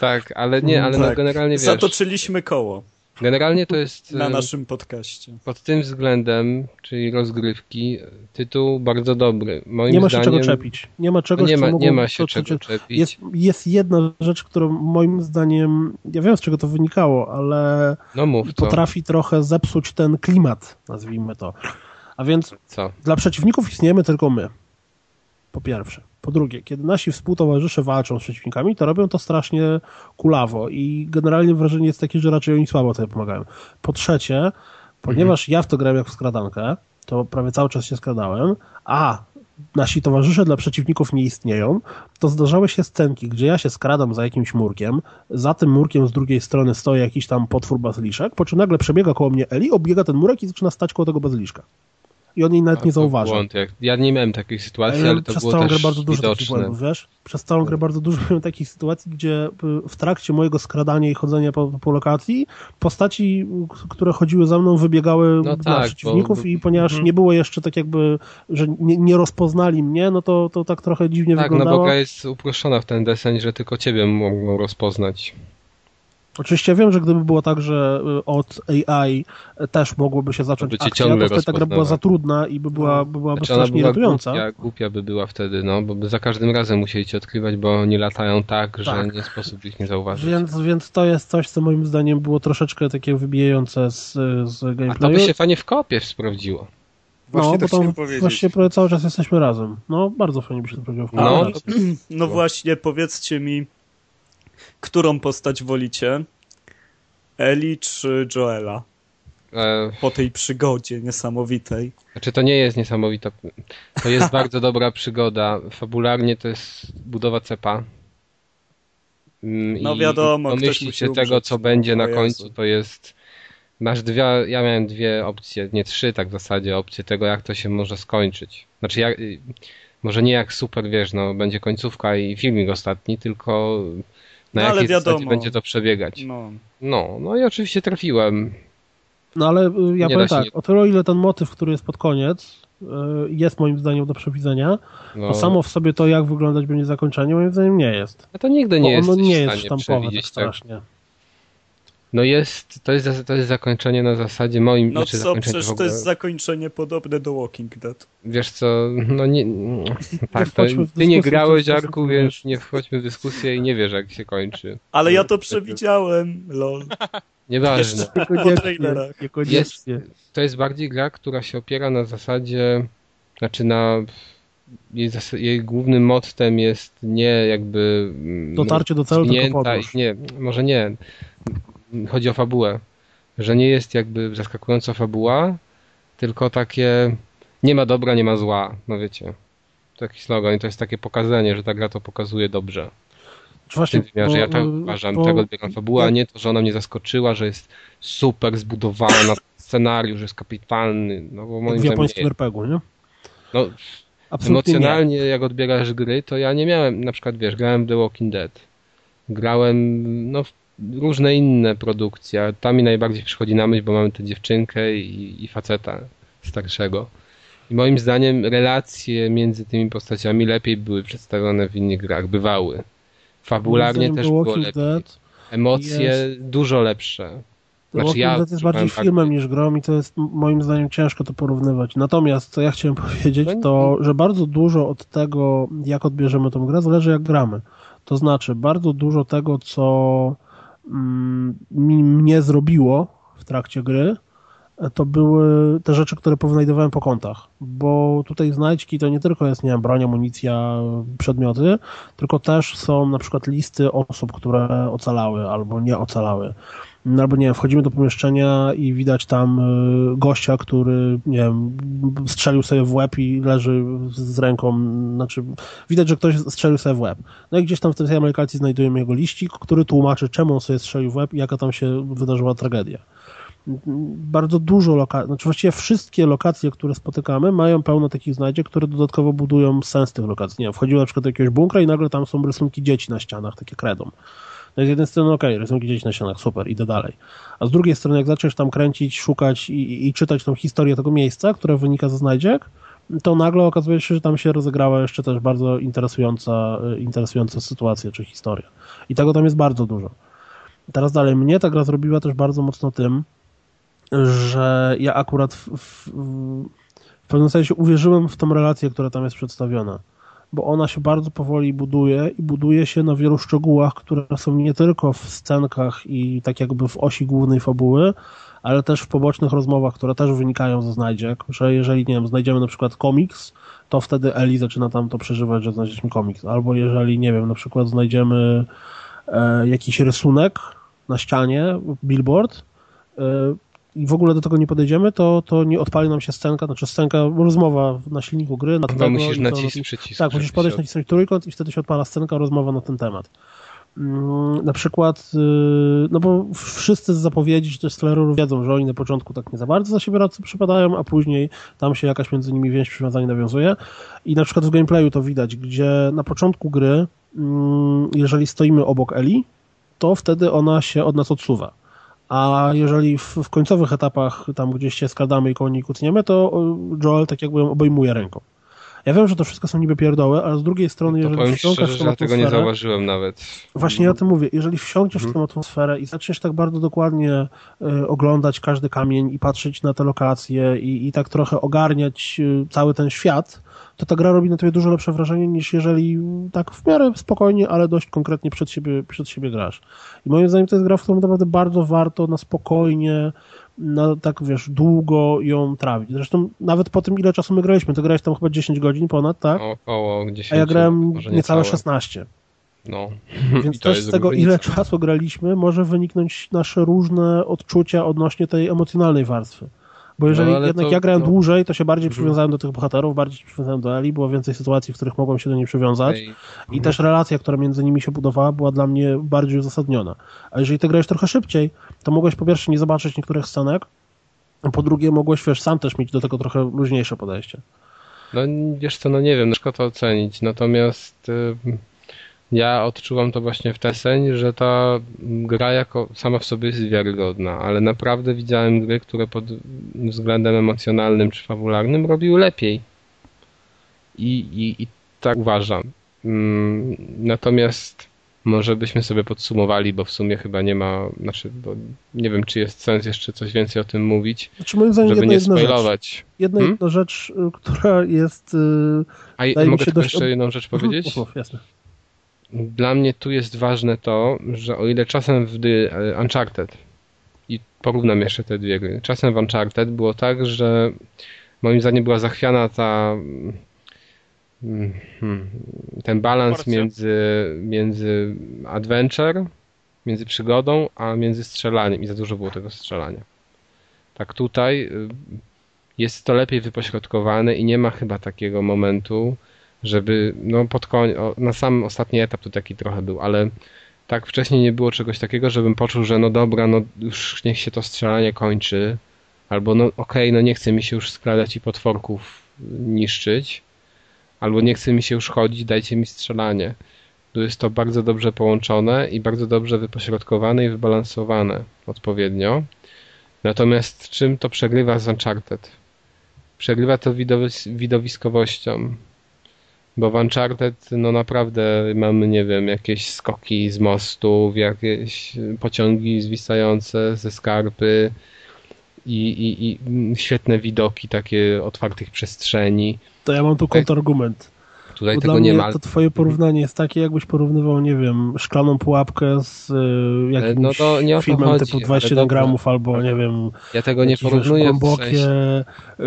S1: Tak, ale
S3: Mm,
S1: nie, ale no
S2: Tak.
S1: generalnie wiesz,
S2: Zatoczyliśmy koło
S1: generalnie to jest
S2: na
S1: y,
S2: naszym podcaście.
S1: pod tym względem, czyli rozgrywki, tytuł bardzo dobry. Moim
S3: nie ma się
S1: zdaniem
S3: czego czepić. Nie ma czegoś,
S1: nie, ma,
S3: co mogło,
S1: nie ma się
S3: co- co-
S1: czego czepić.
S3: Jest, jest jedna rzecz, którą moim zdaniem, ja wiem z czego to wynikało, ale
S1: No mów to,
S3: potrafi trochę zepsuć ten klimat, nazwijmy to. A więc
S1: co?
S3: dla przeciwników istniejemy tylko my. Po pierwsze. Po drugie, kiedy nasi współtowarzysze walczą z przeciwnikami, to robią to strasznie kulawo i generalnie wrażenie jest takie, że raczej oni słabo sobie pomagają. Po trzecie, ponieważ
S1: Mhm.
S3: ja w to grałem jak w skradankę, to prawie cały czas się skradałem, a nasi towarzysze dla przeciwników nie istnieją, to zdarzały się scenki, gdzie ja się skradam za jakimś murkiem, za tym murkiem z drugiej strony stoi jakiś tam potwór bazyliszek, po czym nagle przebiega koło mnie Eli, obiega ten murek i zaczyna stać koło tego bazyliszka. I on jej nawet
S1: A,
S3: nie
S1: to
S3: zauważa.
S1: Błąd, jak... Ja nie miałem takiej sytuacji,
S3: Ja
S1: ale to
S3: przez
S1: było
S3: całą
S1: też
S3: grę bardzo dużo takich
S1: widoczne.
S3: błędów, wiesz? Przez całą grę bardzo dużo miałem takich sytuacji, gdzie y, w trakcie mojego skradania i chodzenia po, po lokacji postaci, k- które chodziły za mną, wybiegały
S1: No
S3: na
S1: tak,
S3: przeciwników
S1: bo-
S3: i ponieważ
S2: Mhm.
S3: nie było jeszcze tak jakby, że nie, nie rozpoznali mnie, no to, to tak trochę dziwnie
S1: tak, no
S3: wyglądało.
S1: bo gra jest uproszczona w ten deseń, że tylko ciebie mogą rozpoznać.
S3: Oczywiście wiem, że gdyby było tak, że y, od AI też mogłoby się zacząć
S1: To by cię
S3: akcja,
S1: ciągle
S3: to wtedy ta gra była
S1: rozpoznała.
S3: za trudna i by była, by byłaby
S1: Znaczy ona
S3: strasznie
S1: była
S3: irytująca.
S1: głupia, głupia by była wtedy, no, bo by za każdym razem musieli cię odkrywać, bo oni latają tak, że
S3: Tak.
S1: nie sposób ich nie zauważyć.
S3: Więc, więc to jest coś, co moim zdaniem było troszeczkę takie wybijające z, z gameplayu.
S1: A to by się tak fajnie w kopie sprawdziło.
S6: Właśnie
S3: no,
S6: to
S3: bo
S6: chciałem
S3: tam
S6: powiedzieć.
S3: właśnie prawie cały czas jesteśmy razem. No, bardzo fajnie by się to sprawdziło. w
S1: No,
S3: koopie.
S2: No właśnie, powiedzcie mi, którą postać wolicie? Eli czy Joela?
S1: e,
S2: Po tej przygodzie niesamowitej.
S1: Znaczy to nie jest niesamowita. To jest bardzo dobra przygoda. Fabularnie to jest budowa cepa. Mm,
S2: No
S1: i
S2: wiadomo, ktoś
S1: domyślić
S2: musi
S1: się
S2: umrzeć.
S1: tego, co będzie na
S2: O Jezu.
S1: końcu, to jest. Masz dwie, ja miałem dwie opcje, nie trzy tak w zasadzie opcje tego, jak to się może skończyć. Znaczy jak, y, może nie jak super wiesz, no będzie końcówka i filmik ostatni, tylko na
S2: No, ale
S1: jakiej zasadzie
S2: wiadomo.
S1: będzie to przebiegać.
S2: No.
S1: No, no i oczywiście trafiłem.
S3: No ale y, ja
S1: Nie
S3: powiem
S1: da się
S3: tak,
S1: nie-
S3: o tyle ile ten motyw, który jest pod koniec, y, jest moim zdaniem do przewidzenia,
S1: No,
S3: to samo w sobie to, jak wyglądać będzie zakończenie, moim zdaniem nie jest.
S1: a to nigdy
S3: Bo
S1: nie jest.
S3: ono
S1: w
S3: nie jest
S1: stanie
S3: sztampowe tak
S1: przewidzieć tak
S3: strasznie.
S1: No jest, to jest, to jest zakończenie na zasadzie moim,
S2: No
S1: znaczy
S2: co,
S1: zakończenie
S2: przecież
S1: w
S2: to
S1: ogóle,
S2: jest zakończenie podobne do Walking Dead.
S1: wiesz co, no nie, tak, to,
S3: wchodźmy w
S1: ty nie
S3: dyskusję,
S1: grałeś
S3: to jest
S1: Arku,
S3: dyskusja,
S1: więc
S3: wiesz.
S1: nie wchodźmy w dyskusję i nie wiesz jak się kończy.
S2: Ale ja to przewidziałem, lol.
S1: Nieważne.
S2: Po trailerach.
S1: Jest,
S3: Niekoniecznie.
S1: to jest bardziej gra, która się opiera na zasadzie, znaczy na, jej, zas- jej głównym mottem jest nie jakby... mm,
S3: Dotarcie do celu, tylko
S1: zwinięta
S3: podróż.
S1: i- Nie, może nie. Chodzi o fabułę. Że nie jest jakby zaskakująca fabuła, tylko takie nie ma dobra, nie ma zła. No wiecie. Taki slogan i to jest takie pokazanie, że ta gra to pokazuje dobrze.
S3: Czy
S1: W tym wymiarze ja tak
S3: y,
S1: uważam,
S3: bo-
S1: tego odbiegam fabuła, a
S3: bo-
S1: nie to, że ona mnie zaskoczyła, że jest super zbudowana, scenariusz jest kapitalny, no bo moim
S3: w
S1: zdaniem nie
S3: japońskim RPG-u, nie?
S1: No,
S3: Absolutnie nie.
S1: Emocjonalnie, jak odbierasz gry, to ja nie miałem, na przykład wiesz, grałem w The Walking Dead, grałem no, w różne inne produkcje, a ta mi najbardziej przychodzi na myśl, bo mamy tę dziewczynkę i, i faceta starszego. I moim zdaniem relacje między tymi postaciami lepiej były przedstawione w innych grach, bywały. Fabularnie
S3: Moim
S1: też
S3: zdaniem
S1: było
S3: The Walking
S1: lepiej.
S3: Dead-
S1: Emocje
S3: jest-
S1: dużo lepsze. Znaczy,
S3: The Walking Dead jest bardziej
S1: odczuwałem
S3: filmem
S1: bardziej-
S3: niż grą i to jest m- moim zdaniem ciężko to porównywać. Natomiast co ja chciałem powiedzieć
S1: No nie-
S3: to, że bardzo dużo od tego, jak odbierzemy tą grę, zależy jak gramy. To znaczy bardzo dużo tego, co mm, mi, mnie zrobiło w trakcie gry, e, to były te rzeczy, które pownajdowałem po kątach. Bo tutaj znajdźki to nie tylko jest, nie wiem, broń, amunicja, przedmioty, tylko też są na przykład listy osób, które ocalały albo nie ocalały. No albo nie wiem, wchodzimy do pomieszczenia i widać tam y, gościa, który nie wiem, strzelił sobie w łeb i leży z- z ręką, znaczy widać, że ktoś strzelił sobie w łeb. No i gdzieś tam w tej samej aplikacji znajdujemy jego liścik, który tłumaczy, czemu on sobie strzelił w łeb i jaka tam się wydarzyła tragedia. M, Bardzo dużo lokacji, znaczy właściwie wszystkie lokacje, które spotykamy, mają pełno takich znajdziek, które dodatkowo budują sens tych lokacji. Nie wiem, wchodzimy na przykład do jakiegoś bunkra i nagle tam są rysunki dzieci na ścianach, takie kredą. No z jednej strony okej, rysunki dzieci na ścianach, super, idę dalej. A z drugiej strony jak zaczniesz tam kręcić, szukać i- i, i czytać tą historię tego miejsca, która wynika ze znajdziek, to nagle okazuje się, że tam się rozegrała jeszcze też bardzo interesująca, y, interesująca sytuacja czy historia. I tego tam jest bardzo dużo. Teraz dalej, mnie ta gra zrobiła też bardzo mocno tym, że ja akurat w, w, w- w pewnym sensie uwierzyłem w tą relację, która tam jest przedstawiona bo ona się bardzo powoli buduje i buduje się na wielu szczegółach, które są nie tylko w scenkach i tak jakby w osi głównej fabuły, ale też w pobocznych rozmowach, które też wynikają ze znajdziek, że jeżeli, nie wiem, znajdziemy na przykład komiks, to wtedy Eli zaczyna tam to przeżywać, że znaleźliśmy komiks. Albo jeżeli, nie wiem, na przykład znajdziemy e, jakiś rysunek na ścianie, billboard, e, i w ogóle do tego nie podejdziemy, to, to nie odpali nam się scenka, znaczy scenka, rozmowa na silniku gry. Na
S1: Chyba
S3: temat-
S1: musisz
S3: i to-
S1: nacisnąć przycisk.
S3: tak, musisz
S1: żeby
S3: podejść,
S1: się
S3: nacisnąć trójkąt i wtedy się odpala scenka, rozmowa na ten temat. Mm, Na przykład, y, no bo wszyscy z zapowiedzi czy też z trailerów wiedzą, że oni na początku tak nie za bardzo za siebie radcy przypadają, a później tam się jakaś między nimi więź przywiązania nawiązuje. I na przykład w gameplayu to widać, gdzie na początku gry, mm, jeżeli stoimy obok Eli, to wtedy ona się od nas odsuwa. A jeżeli w, w końcowych etapach, tam gdzieś się skadamy i koło niej kucniemy, to y, Joel tak jakby ją obejmuje ręką. Ja wiem, że to wszystko są niby pierdoły, ale z drugiej strony,
S1: To
S3: jeżeli
S1: powiem szczerze,
S3: wsiąkasz w
S1: że
S3: tą
S1: ja tego nie
S3: atmosferę,
S1: zauważyłem nawet.
S3: Właśnie ja o tym mówię. Jeżeli wsiądziesz w
S1: Mhm.
S3: tę atmosferę i zaczniesz tak bardzo dokładnie y, oglądać każdy kamień i patrzeć na te lokacje i, i tak trochę ogarniać y, cały ten świat, to ta gra robi na tobie dużo lepsze wrażenie niż jeżeli mm, tak w miarę spokojnie, ale dość konkretnie przed siebie, przed siebie grasz. I moim zdaniem to jest gra, w którą naprawdę bardzo warto na spokojnie, na tak wiesz, długo ją trawić. Zresztą nawet po tym, ile czasu my graliśmy, to grałeś tam chyba 10 godzin ponad, tak?
S1: O, około 10.
S3: A ja grałem
S1: No, może
S3: niecałe
S1: niecałe.
S3: 16.
S1: No.
S3: Więc
S1: I to
S3: też
S1: jest
S3: z tego,
S1: różnica.
S3: ile czasu graliśmy, może wyniknąć nasze różne odczucia odnośnie tej emocjonalnej warstwy. Bo jeżeli
S1: ale
S3: jednak
S1: to-
S3: ja grałem
S1: no.
S3: dłużej, to się bardziej przywiązałem do tych bohaterów, bardziej się przywiązałem do Eli, było więcej sytuacji, w których mogłem się do niej przywiązać
S1: Ej,
S3: i też relacja, która między nimi się budowała, była dla mnie bardziej uzasadniona. A jeżeli ty grałeś trochę szybciej, to mogłeś po pierwsze nie zobaczyć niektórych scenek, a po drugie mogłeś, wiesz, sam też mieć do tego trochę luźniejsze podejście.
S1: No wiesz co, no nie wiem, no szkoda to ocenić. Natomiast y, ja odczuwam to właśnie w ten sen, że ta gra jako sama w sobie jest wiarygodna, ale naprawdę widziałem gry, które pod względem emocjonalnym czy fabularnym robiły lepiej. I, i, i tak uważam. Mm, Natomiast może byśmy sobie podsumowali, bo w sumie chyba nie ma, znaczy, bo nie wiem, czy jest sens jeszcze coś więcej o tym mówić,
S3: Znaczy moim zdaniem
S1: żeby
S3: jedna
S1: nie
S3: jedna rzecz,
S1: spoilować.
S3: jedna,
S1: Hmm?
S3: jedna rzecz, y, która jest... y,
S1: A i-
S3: Wydaje mi
S1: mogę
S3: się
S1: tylko
S3: dość
S1: jeszcze
S3: ob-
S1: jedną rzecz powiedzieć?
S3: Mów, mów, jasne.
S1: Dla mnie tu jest ważne to, że o ile czasem w dy, e, Uncharted i porównam jeszcze te dwie gry, czasem w Uncharted było tak, że moim zdaniem była zachwiana ta mm, hmm, ten balans
S4: Proporcja.
S1: między, między adventure, między przygodą, a między strzelaniem i za dużo było tego strzelania. Tak tutaj y, jest to lepiej wypośrodkowane i nie ma chyba takiego momentu, żeby no pod koń, o, na sam ostatni etap to taki trochę był, ale tak wcześniej nie było czegoś takiego, żebym poczuł, że no dobra, no już niech się to strzelanie kończy, albo no okej, no nie chce mi się już skradać i potworków niszczyć, albo nie chce mi się już chodzić, dajcie mi strzelanie. Tu jest to bardzo dobrze połączone i bardzo dobrze wypośrodkowane i wybalansowane odpowiednio. Natomiast czym to przegrywa z Uncharted? Przegrywa to widowis- widowiskowością. Bo w Uncharted no naprawdę mamy, nie wiem, jakieś skoki z mostów, jakieś y, pociągi zwisające ze skarpy i, i, i mm, świetne widoki takie otwartych przestrzeni.
S3: To ja mam tu kontrargument.
S1: Tutaj No
S3: Bo
S1: tego
S3: dla
S1: nie
S3: mnie
S1: ma.
S3: to twoje porównanie jest takie, jakbyś porównywał, nie wiem, szklaną pułapkę z y, jakimś
S1: no to nie o to
S3: filmem
S1: chodzi,
S3: typu
S1: ale
S3: 21
S1: dobra.
S3: gramów albo, nie wiem,
S1: Ja tego nie
S3: jakieś, wiesz,
S1: porównuję w
S3: głębokie...
S1: sensie.
S3: y,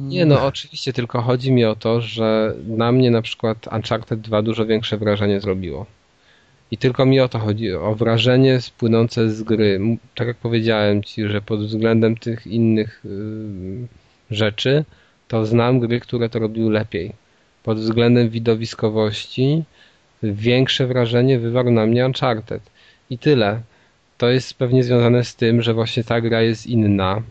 S1: Nie no, oczywiście, tylko chodzi mi o to, że na mnie na przykład Uncharted 2 dużo większe wrażenie zrobiło. I tylko mi o to chodzi, o wrażenie spłynące z gry. M- Tak jak powiedziałem ci, że pod względem tych innych ym, rzeczy, to znam gry, które to robiły lepiej. Pod względem widowiskowości większe wrażenie wywarł na mnie Uncharted. I tyle. To jest pewnie związane z tym, że właśnie ta gra jest inna.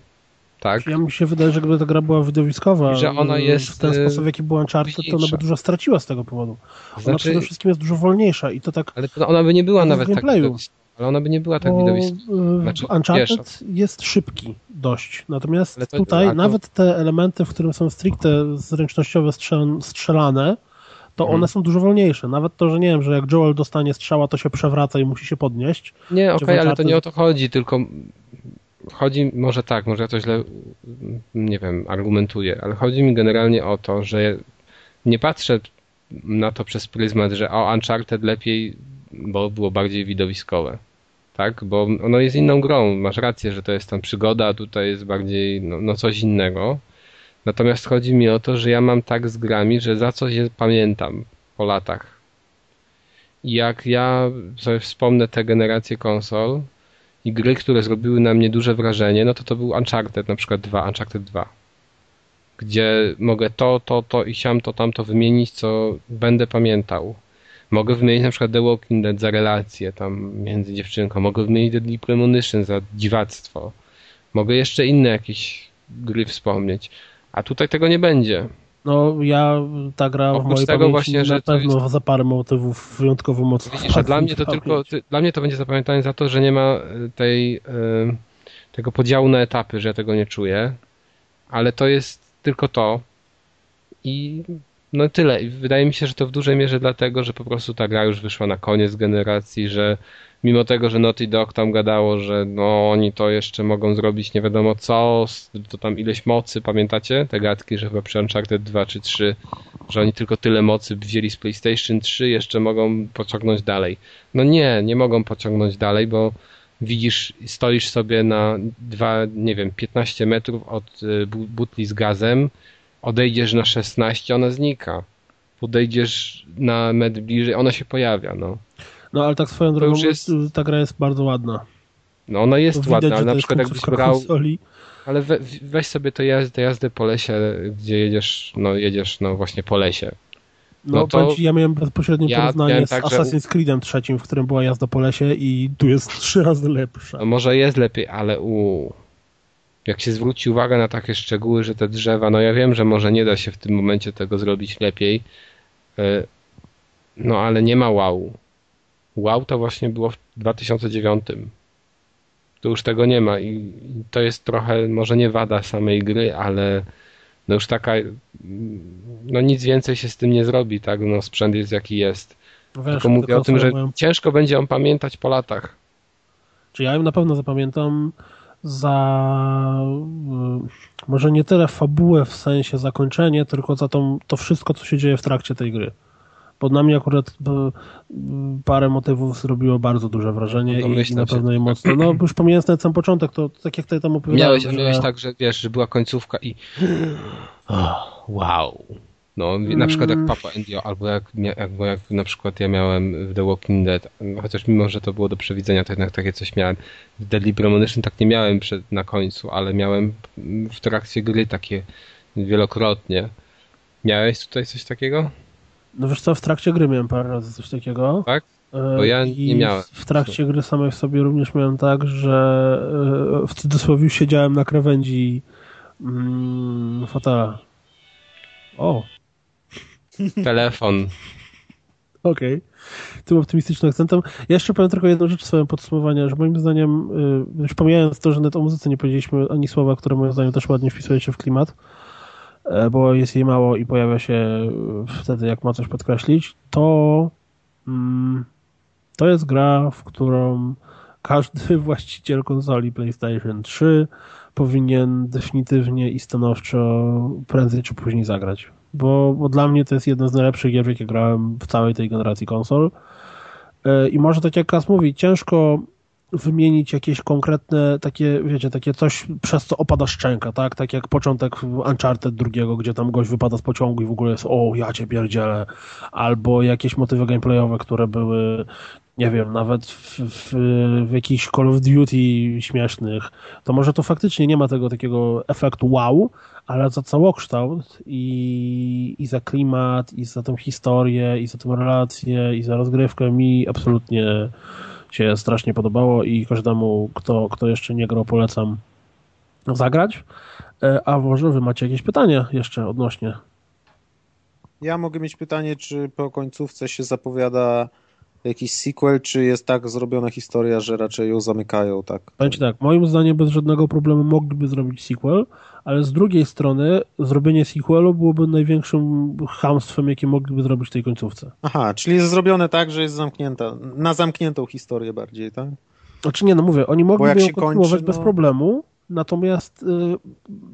S1: Tak?
S3: Ja mi się wydaje, że gdyby ta gra była widowiskowa
S1: I że ona
S3: y, w
S1: jest,
S3: ten
S1: y,
S3: sposób, w jaki była Uncharted, to ona by
S1: mniejsza.
S3: dużo straciła z tego powodu. Ona
S1: Znaczy-
S3: przede wszystkim jest dużo wolniejsza i to tak
S1: Ale to ona by nie była
S3: To w
S1: nawet tak
S3: gameplayu.
S1: widowiskowa. Ale ona by nie była tak
S3: bo
S1: widowiskowa.
S3: y,
S1: Znaczy,
S3: Uncharted
S1: wiesz,
S3: jest szybki dość. Natomiast
S1: Ale to-
S3: tutaj
S1: a to-
S3: nawet te elementy, w którym są stricte zręcznościowe strzel strzelane, to
S1: Mhm.
S3: one są dużo wolniejsze. Nawet to, że nie wiem, że jak Joel dostanie strzała, to się przewraca i musi się podnieść.
S1: Nie, okej, ale to
S3: Uncharted-
S1: nie o to chodzi, tylko chodzi, może tak, może ja to źle, mm, nie wiem, argumentuję, ale chodzi mi generalnie o to, że nie patrzę na to przez pryzmat, że o, Uncharted lepiej, bo było bardziej widowiskowe. tak? Bo ono jest inną grą, masz rację, że to jest tam przygoda, a tutaj jest bardziej no, no coś innego. Natomiast chodzi mi o to, że ja mam tak z grami, że za coś je pamiętam po latach. I jak ja sobie wspomnę tę generację konsol i gry, które zrobiły na mnie duże wrażenie, no to to był Uncharted, na przykład 2, Uncharted 2. Gdzie mogę to, to, to i siam, to, tamto wymienić, co będę pamiętał. Mogę wymienić na przykład The Walking Dead za relacje tam między dziewczynką. Mogę wymienić The Deep Premonition za dziwactwo. Mogę jeszcze inne jakieś gry wspomnieć. A tutaj tego nie będzie.
S3: No ja, ta gra w
S1: Oprócz
S3: mojej
S1: tego
S3: pamięci
S1: właśnie, że
S3: na
S1: to
S3: pewno za parę motywów wyjątkowo mocno.
S1: Widzisz, a dla mnie to tylko, ty- dla mnie to będzie zapamiętanie za to, że nie ma y, tej, y, tego podziału na etapy, że ja tego nie czuję, ale to jest tylko to i no tyle. I wydaje mi się, że to w dużej mierze dlatego, że po prostu ta gra już wyszła na koniec generacji, że mimo tego, że Naughty Dog tam gadało, że no oni to jeszcze mogą zrobić nie wiadomo co, s- to tam ileś mocy, pamiętacie? Te gadki, że chyba przy Uncharted 2 czy 3 że oni tylko tyle mocy wzięli z PlayStation 3, jeszcze mogą pociągnąć dalej. No nie, nie mogą pociągnąć dalej, bo widzisz, stoisz sobie na dwa, nie wiem, 15 metrów od y, bu- butli z gazem, odejdziesz na 16, ona znika. Podejdziesz na metr bliżej, ona się pojawia, no.
S3: No ale tak swoją drogą,
S1: już jest-
S3: ta gra jest bardzo ładna.
S1: No ona jest
S3: To
S1: ładna,
S3: widać,
S1: ale
S3: że
S1: na
S3: to
S1: przykład
S3: jest
S1: jakbyś
S3: końcówka
S1: brał,
S3: konsoli.
S1: ale we, weź sobie tę jazdę, jazdę po lesie, gdzie jedziesz, no jedziesz, no właśnie po lesie.
S3: No,
S1: no to-
S3: powiem ci, ja miałem bezpośrednie
S1: Ja
S3: porównanie
S1: miałem
S3: z
S1: tak, że-
S3: Assassin's Creedem trzecim, w którym była jazda po lesie i tu jest trzy razy lepsza.
S1: No może jest lepiej, ale u. Jak się zwróci uwagę na takie szczegóły, że te drzewa, no ja wiem, że może nie da się w tym momencie tego zrobić lepiej, y, no ale nie ma wow. Wow to właśnie było w 2009. Tu już tego nie ma i i to jest trochę, może nie wada samej gry, ale no już taka, mm, no nic więcej się z tym nie zrobi, tak, no sprzęt jest jaki jest.
S3: No wiesz,
S1: Tylko mówię
S3: te
S1: o tym, że
S3: konsole mają-
S1: ciężko będzie on pamiętać po latach.
S3: Czy ja ją na pewno zapamiętam za y, może nie tyle fabułę w sensie zakończenie, tylko za tą, to wszystko, co się dzieje w trakcie tej gry. Bo na mnie akurat y, y, parę motywów zrobiło bardzo duże wrażenie
S1: No,
S3: i, i
S1: domyślam
S3: na
S1: się.
S3: pewno je mocno. No już pomijając ten sam początek, to tak jak tutaj tam opowiadałem.
S1: Miałeś,
S3: że-
S1: miałeś tak, że wiesz, że była końcówka i oh, wow. No, na przykład jak Papa Endio, albo jak, mia- albo jak na przykład ja miałem w The Walking Dead, chociaż mimo, że to było do przewidzenia, to jednak takie coś miałem. W Deadly Premonition tak nie miałem przed, na końcu, ale miałem w trakcie gry takie wielokrotnie. Miałeś tutaj coś takiego?
S3: No wiesz co, w trakcie gry miałem parę razy coś takiego.
S1: Tak?
S3: E,
S1: Bo ja
S3: i
S1: nie miałem.
S3: W trakcie gry samej w sobie również miałem tak, że e, w cudzysłowie już siedziałem na krawędzi mm, fotela. O,
S1: Telefon.
S3: okej. Tym optymistycznym akcentem. Ja jeszcze powiem tylko jedną rzecz w swoim podsumowaniu, że moim zdaniem, e, już pomijając to, że nawet o muzyce nie powiedzieliśmy ani słowa, które moim zdaniem też ładnie wpisuje się w klimat, e, bo jest jej mało i pojawia się e, wtedy, jak ma coś podkreślić, to mm, to jest gra, w którą każdy właściciel konsoli PlayStation 3 powinien definitywnie i stanowczo prędzej czy później zagrać. Bo, bo dla mnie to jest jedna z najlepszych gier, w jakie grałem w całej tej generacji konsol. E, I może tak jak Kas mówi, ciężko wymienić jakieś konkretne takie, wiecie, takie coś, przez co opada szczęka, tak? Tak jak początek Uncharted drugiego, gdzie tam gość wypada z pociągu i w ogóle jest o, ja cię pierdzielę. Albo jakieś motywy gameplayowe, które były nie wiem, nawet w, w, w jakichś Call of Duty śmiesznych, to może to faktycznie nie ma tego takiego efektu wow, ale za całokształt i, i za klimat, i za tą historię, i za tą relację, i za rozgrywkę mi absolutnie się strasznie podobało i każdemu, kto, kto jeszcze nie grał, polecam zagrać. E, A może wy macie jakieś pytania jeszcze odnośnie?
S5: Ja mogę mieć pytanie, czy po końcówce się zapowiada jakiś sequel, czy jest tak zrobiona historia, że raczej ją zamykają, tak?
S3: Powiem ci tak, moim zdaniem bez żadnego problemu mogliby zrobić sequel, ale z drugiej strony zrobienie sequelu byłoby największym chamstwem, jakie mogliby zrobić w tej końcówce.
S5: Aha, czyli jest zrobione tak, że jest zamknięta, na zamkniętą historię bardziej, tak?
S3: Znaczy nie, no mówię, oni mogliby
S5: jak
S3: ją
S5: się kończy,
S3: kontynuować bez
S5: no-
S3: problemu, natomiast y,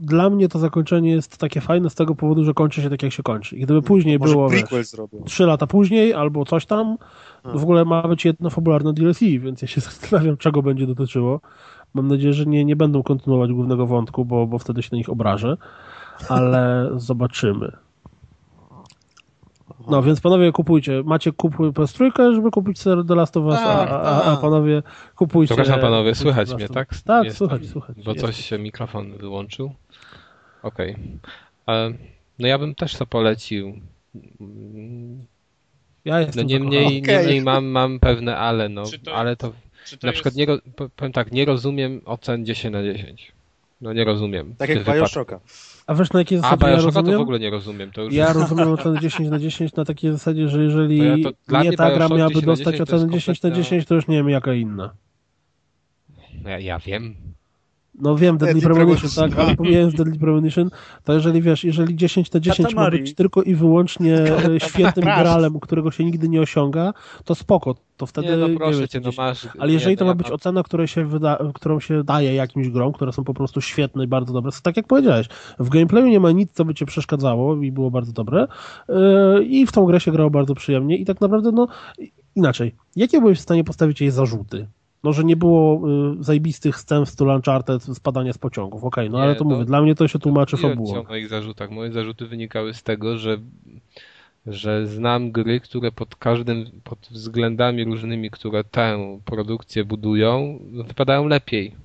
S3: dla mnie to zakończenie jest takie fajne z tego powodu, że kończy się tak, jak się kończy. I gdyby później
S5: Mm, Może
S3: było, wiesz,
S5: prequel zrobią.
S3: trzy lata później albo coś tam, W ogóle ma być jedno fabularne DLC, więc ja się zastanawiam, czego będzie dotyczyło. Mam nadzieję, że nie, nie będą kontynuować głównego wątku, bo, bo wtedy się na nich obrażę, ale zobaczymy. No więc panowie kupujcie. Macie kupuj PS3, żeby kupić sobie The Last of Us, a, a, a panowie kupujcie.
S1: Przepraszam panowie, słychać
S3: The Last
S1: mnie,
S3: of Us.
S1: tak?
S3: Tak,
S1: Jest-
S3: słychać, słychać.
S1: Bo
S3: Jest.
S1: coś się mikrofon wyłączył. Okej. E, No ja bym też to polecił. Mm,
S3: Ja
S1: No
S3: jestem zakochany.
S1: niemniej,
S6: Okej.
S1: niemniej mam, mam pewne ale, no.
S4: Czy to-
S1: ale to,
S4: Czy to
S1: na przykład
S4: jest...
S1: nie, ro- po- powiem tak, nie rozumiem ocen 10 na 10. No nie rozumiem.
S5: Tak
S1: w
S5: jak
S1: tym wypadku.
S5: Bioshocka.
S3: A wiesz na jakiej
S1: A
S3: zasadzie ja
S1: Bioshocka to
S3: rozumiem?
S1: w ogóle nie rozumiem. To już
S3: Ja rozumiem ocenę 10 na 10 na takiej zasadzie,
S1: To
S3: że
S1: ja
S3: jeżeli
S1: to- dla
S3: nie
S1: mnie
S3: ta gra
S1: Bioshock
S3: miałaby
S1: 10 na
S3: dostać
S1: 10 to jest
S3: ocenę 10 na
S1: kompletna-
S3: 10, to już nie wiem jaka inna.
S1: ja, ja wiem.
S3: No wiem, Deadly
S6: Deadly
S3: Premonition,
S6: Premonition
S3: tak, ale pomijając Deadly Premonition, to jeżeli wiesz, jeżeli 10 na 10 ma
S2: Katamari.
S3: być tylko i wyłącznie e, świętym
S6: Przepraszam.
S3: gralem, którego się nigdy nie osiąga, to spoko, to wtedy
S1: nie, no
S3: nie
S1: proszę
S3: wiem,
S1: cię, no
S3: 10.
S1: masz...
S3: Ale jeżeli
S1: nie,
S3: to
S1: no
S3: ma
S1: ja
S3: być
S1: mam-
S3: ocena, której się wyda, którą się daje jakimś grom, które są po prostu świetne i bardzo dobre, tak jak powiedziałeś, w gameplayu nie ma nic, co by cię przeszkadzało i było bardzo dobre yy, i w tą grę się grało bardzo przyjemnie i tak naprawdę, no i- inaczej, jakie byłeś w stanie postawić jej zarzuty? No, że nie było y, zajbistych scen w stylu Uncharted, spadania z pociągów, okej, no
S1: Nie,
S3: ale to
S1: no-
S3: mówię, dla mnie to się tłumaczy
S1: Mówiłem ci
S3: fabułą.
S1: o moich zarzutach. Moje zarzuty wynikały z tego, że, że znam gry, które pod każdym, pod względami różnymi, które tę produkcję budują, wypadają lepiej.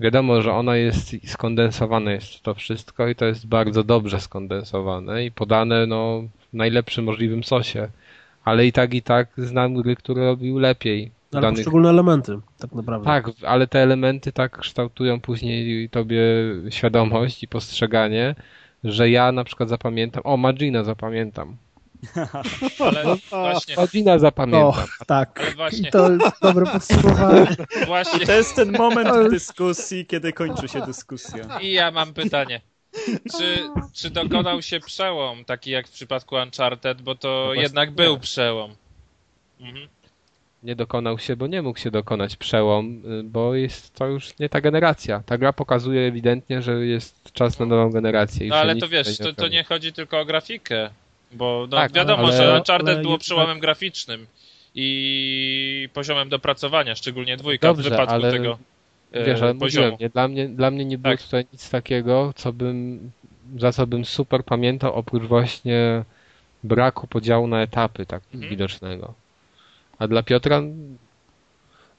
S1: Wiadomo, że ona jest skondensowane jest to wszystko i to jest bardzo dobrze skondensowane i podane no, w najlepszym możliwym sosie. Ale i tak, i tak znam gry, które robił lepiej.
S3: Ale
S1: danych-
S3: poszczególne elementy, tak naprawdę.
S1: tak, ale te elementy tak kształtują później tobie świadomość i postrzeganie, że ja na przykład zapamiętam, o Magina zapamiętam.
S4: Ale właśnie,
S1: Magina
S3: O,
S1: zapamiętam.
S3: tak.
S4: ale
S3: I
S4: właśnie,
S3: to jest dobre podsumowanie.
S4: właśnie.
S2: To jest ten moment w dyskusji, kiedy kończy się dyskusja.
S4: I ja mam pytanie. Czy, czy dokonał się przełom, taki jak w przypadku Uncharted, bo to
S1: No właśnie
S4: jednak był przełom. Mhm.
S1: Nie dokonał się, bo nie mógł się dokonać przełom, y, bo jest to już nie ta generacja. Ta gra pokazuje ewidentnie, że jest czas na nową generację. i
S4: No
S1: że
S4: ale
S1: nic
S4: to
S1: tutaj
S4: wiesz, to, to
S1: oferuje.
S4: nie chodzi tylko o grafikę, bo no,
S1: Tak,
S4: wiadomo,
S1: ale-
S4: że Uncharted
S3: ale
S4: było
S3: jednak-
S4: przełomem graficznym i poziomem dopracowania, szczególnie dwójka w
S1: Dobrze,
S4: wypadku
S1: ale
S4: tego e,
S1: Wiesz, ale mówiłem,
S4: poziomu.
S1: nie, dla, mnie, dla mnie nie było
S4: Tak.
S1: tutaj nic takiego, co bym, za co bym super pamiętał, oprócz właśnie braku podziału na etapy tak
S4: Mhm.
S1: widocznego. A dla Piotra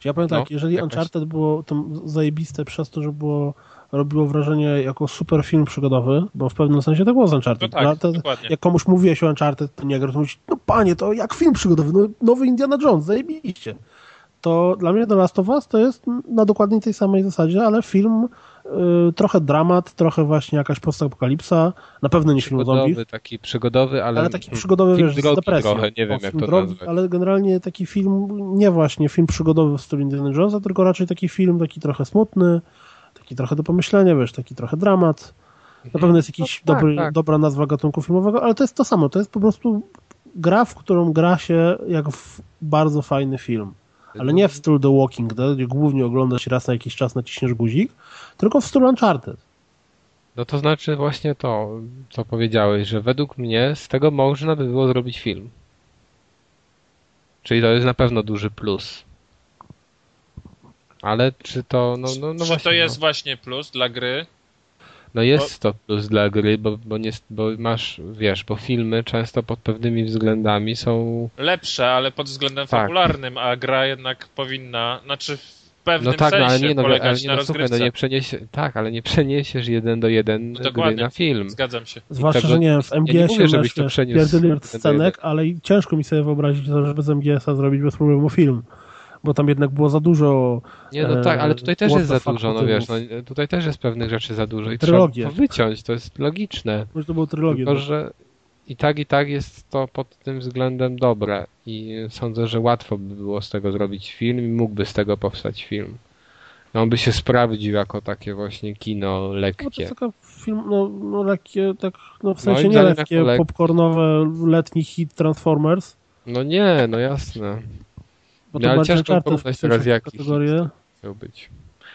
S3: Ja powiem
S1: No,
S3: tak, jeżeli
S1: jakaś-
S3: Uncharted było tam zajebiste przez to, że było, robiło wrażenie jako super film przygodowy, bo w pewnym sensie to było z
S4: No
S3: Uncharted.
S4: tak,
S3: Dla- to,
S4: dokładnie.
S3: jak komuś mówiłeś o Uncharted, to nie gra, to mówisz, no panie, to jak film przygodowy, no, nowy Indiana Jones, zajebiście. To dla mnie The Last of Us to jest na dokładnie tej samej zasadzie, ale film, y, trochę dramat, trochę właśnie jakaś postapokalipsa, na pewno nie film o zombie,
S1: przygodowy, taki przygodowy, ale,
S3: ale taki przygodowy,
S1: film
S3: wiesz, z
S1: drogi
S3: depresją.
S1: trochę, nie wiem,
S3: O,
S1: jak
S3: film
S1: to
S3: drogi,
S1: nazwać.
S3: Ale generalnie taki film, nie właśnie film przygodowy w stylu Indiana Jonesa, tylko raczej taki film taki trochę smutny, taki trochę do pomyślenia, wiesz, taki trochę dramat. Na pewno jest jakiś
S1: No tak,
S3: dobry,
S1: tak.
S3: dobra nazwa gatunku filmowego, ale to jest to samo, to jest po prostu gra, w którą gra się jak w bardzo fajny film. Ale nie w stylu The Walking Dead, gdzie głównie ogląda się raz na jakiś czas, naciśniesz guzik, tylko w stylu Uncharted.
S1: No to znaczy właśnie to, co powiedziałeś, że według mnie z tego można by było zrobić film. Czyli to jest na pewno duży plus. Ale czy to, no, no, no
S4: czy
S1: właśnie,
S4: to jest
S1: no,
S4: właśnie plus dla gry?
S1: no jest to plus dla gry, bo, bo, nie, bo masz, wiesz, bo filmy często pod pewnymi względami są
S4: Lepsze, ale pod względem
S1: Tak.
S4: fabularnym, a gra jednak powinna, znaczy w pewnym
S1: No tak,
S4: sensie
S1: no ale nie, no, ale
S4: polegać
S1: nie,
S4: na
S1: no, słuchaj,
S4: rozgrywce. No
S1: no nie przeniesie, tak, ale nie przeniesiesz jeden do jeden gry
S4: dokładnie.
S1: na film.
S4: Zgadzam się.
S3: Zwłaszcza,
S1: tego-
S3: że nie wiem, w
S1: ja nie
S3: MGS-ie
S1: mówię,
S3: masz,
S1: żebyś to
S3: wiesz,
S1: przeniósł
S3: pierdyliard
S1: do
S3: scenek, ale i ciężko mi sobie wyobrazić, to, żeby z MGS-a zrobić bez problemu film, bo tam jednak było za dużo
S1: Nie, no tak, ale tutaj też
S3: Eee, What
S1: jest
S3: the
S1: za
S3: fuck
S1: dużo, no
S3: motywów.
S1: wiesz, no, tutaj też jest pewnych rzeczy za dużo i
S3: Trylogię.
S1: trzeba to wyciąć, to jest logiczne.
S3: może to było trylogię. no.
S1: Tylko, że i tak, i tak jest to pod tym względem dobre i sądzę, że łatwo by było z tego zrobić film i mógłby z tego powstać film. No, on by się sprawdził jako takie właśnie kino
S3: No, to
S1: lekkie.
S3: jest taka film, no, no lekkie, tak, no w sensie
S1: Moim
S3: nie
S1: zdaniem
S3: lekkie,
S1: jako lek-
S3: popcornowe, letni hit Transformers,
S1: No nie, no jasne. No,
S3: bo to
S1: ale
S3: bardziej
S1: ciężko
S3: Uncharted
S1: porównać
S3: wpisuje się
S1: teraz
S3: w
S1: jaki
S3: kategorię.
S1: Chciał być.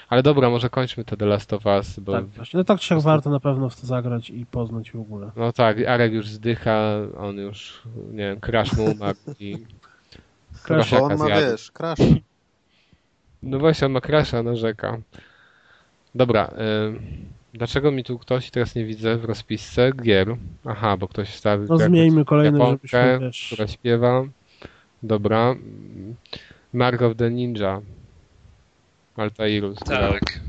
S1: Ale dobra, może kończmy to The Last of Us, bo...
S3: Tak, właśnie, no tak czy siak warto na pewno w to zagrać i poznać w ogóle.
S1: No tak, Arek już zdycha, on już, nie wiem, crash mu umarł i...
S7: Bo on
S1: Krasiaka
S7: ma,
S1: zjadł.
S7: wiesz, crash.
S1: No właśnie, on ma crasha, narzeka. Dobra, ym, dlaczego mi tu ktoś, teraz nie widzę w rozpisce, gier? Aha, bo ktoś wstawił
S3: No
S1: tu jakąś
S3: zmieńmy kolejny,
S1: Japonkę,
S3: żebyśmy wiesz...
S1: która śpiewa. Dobra. mm, Mark of the Ninja. Altairus. grał.
S4: Tak.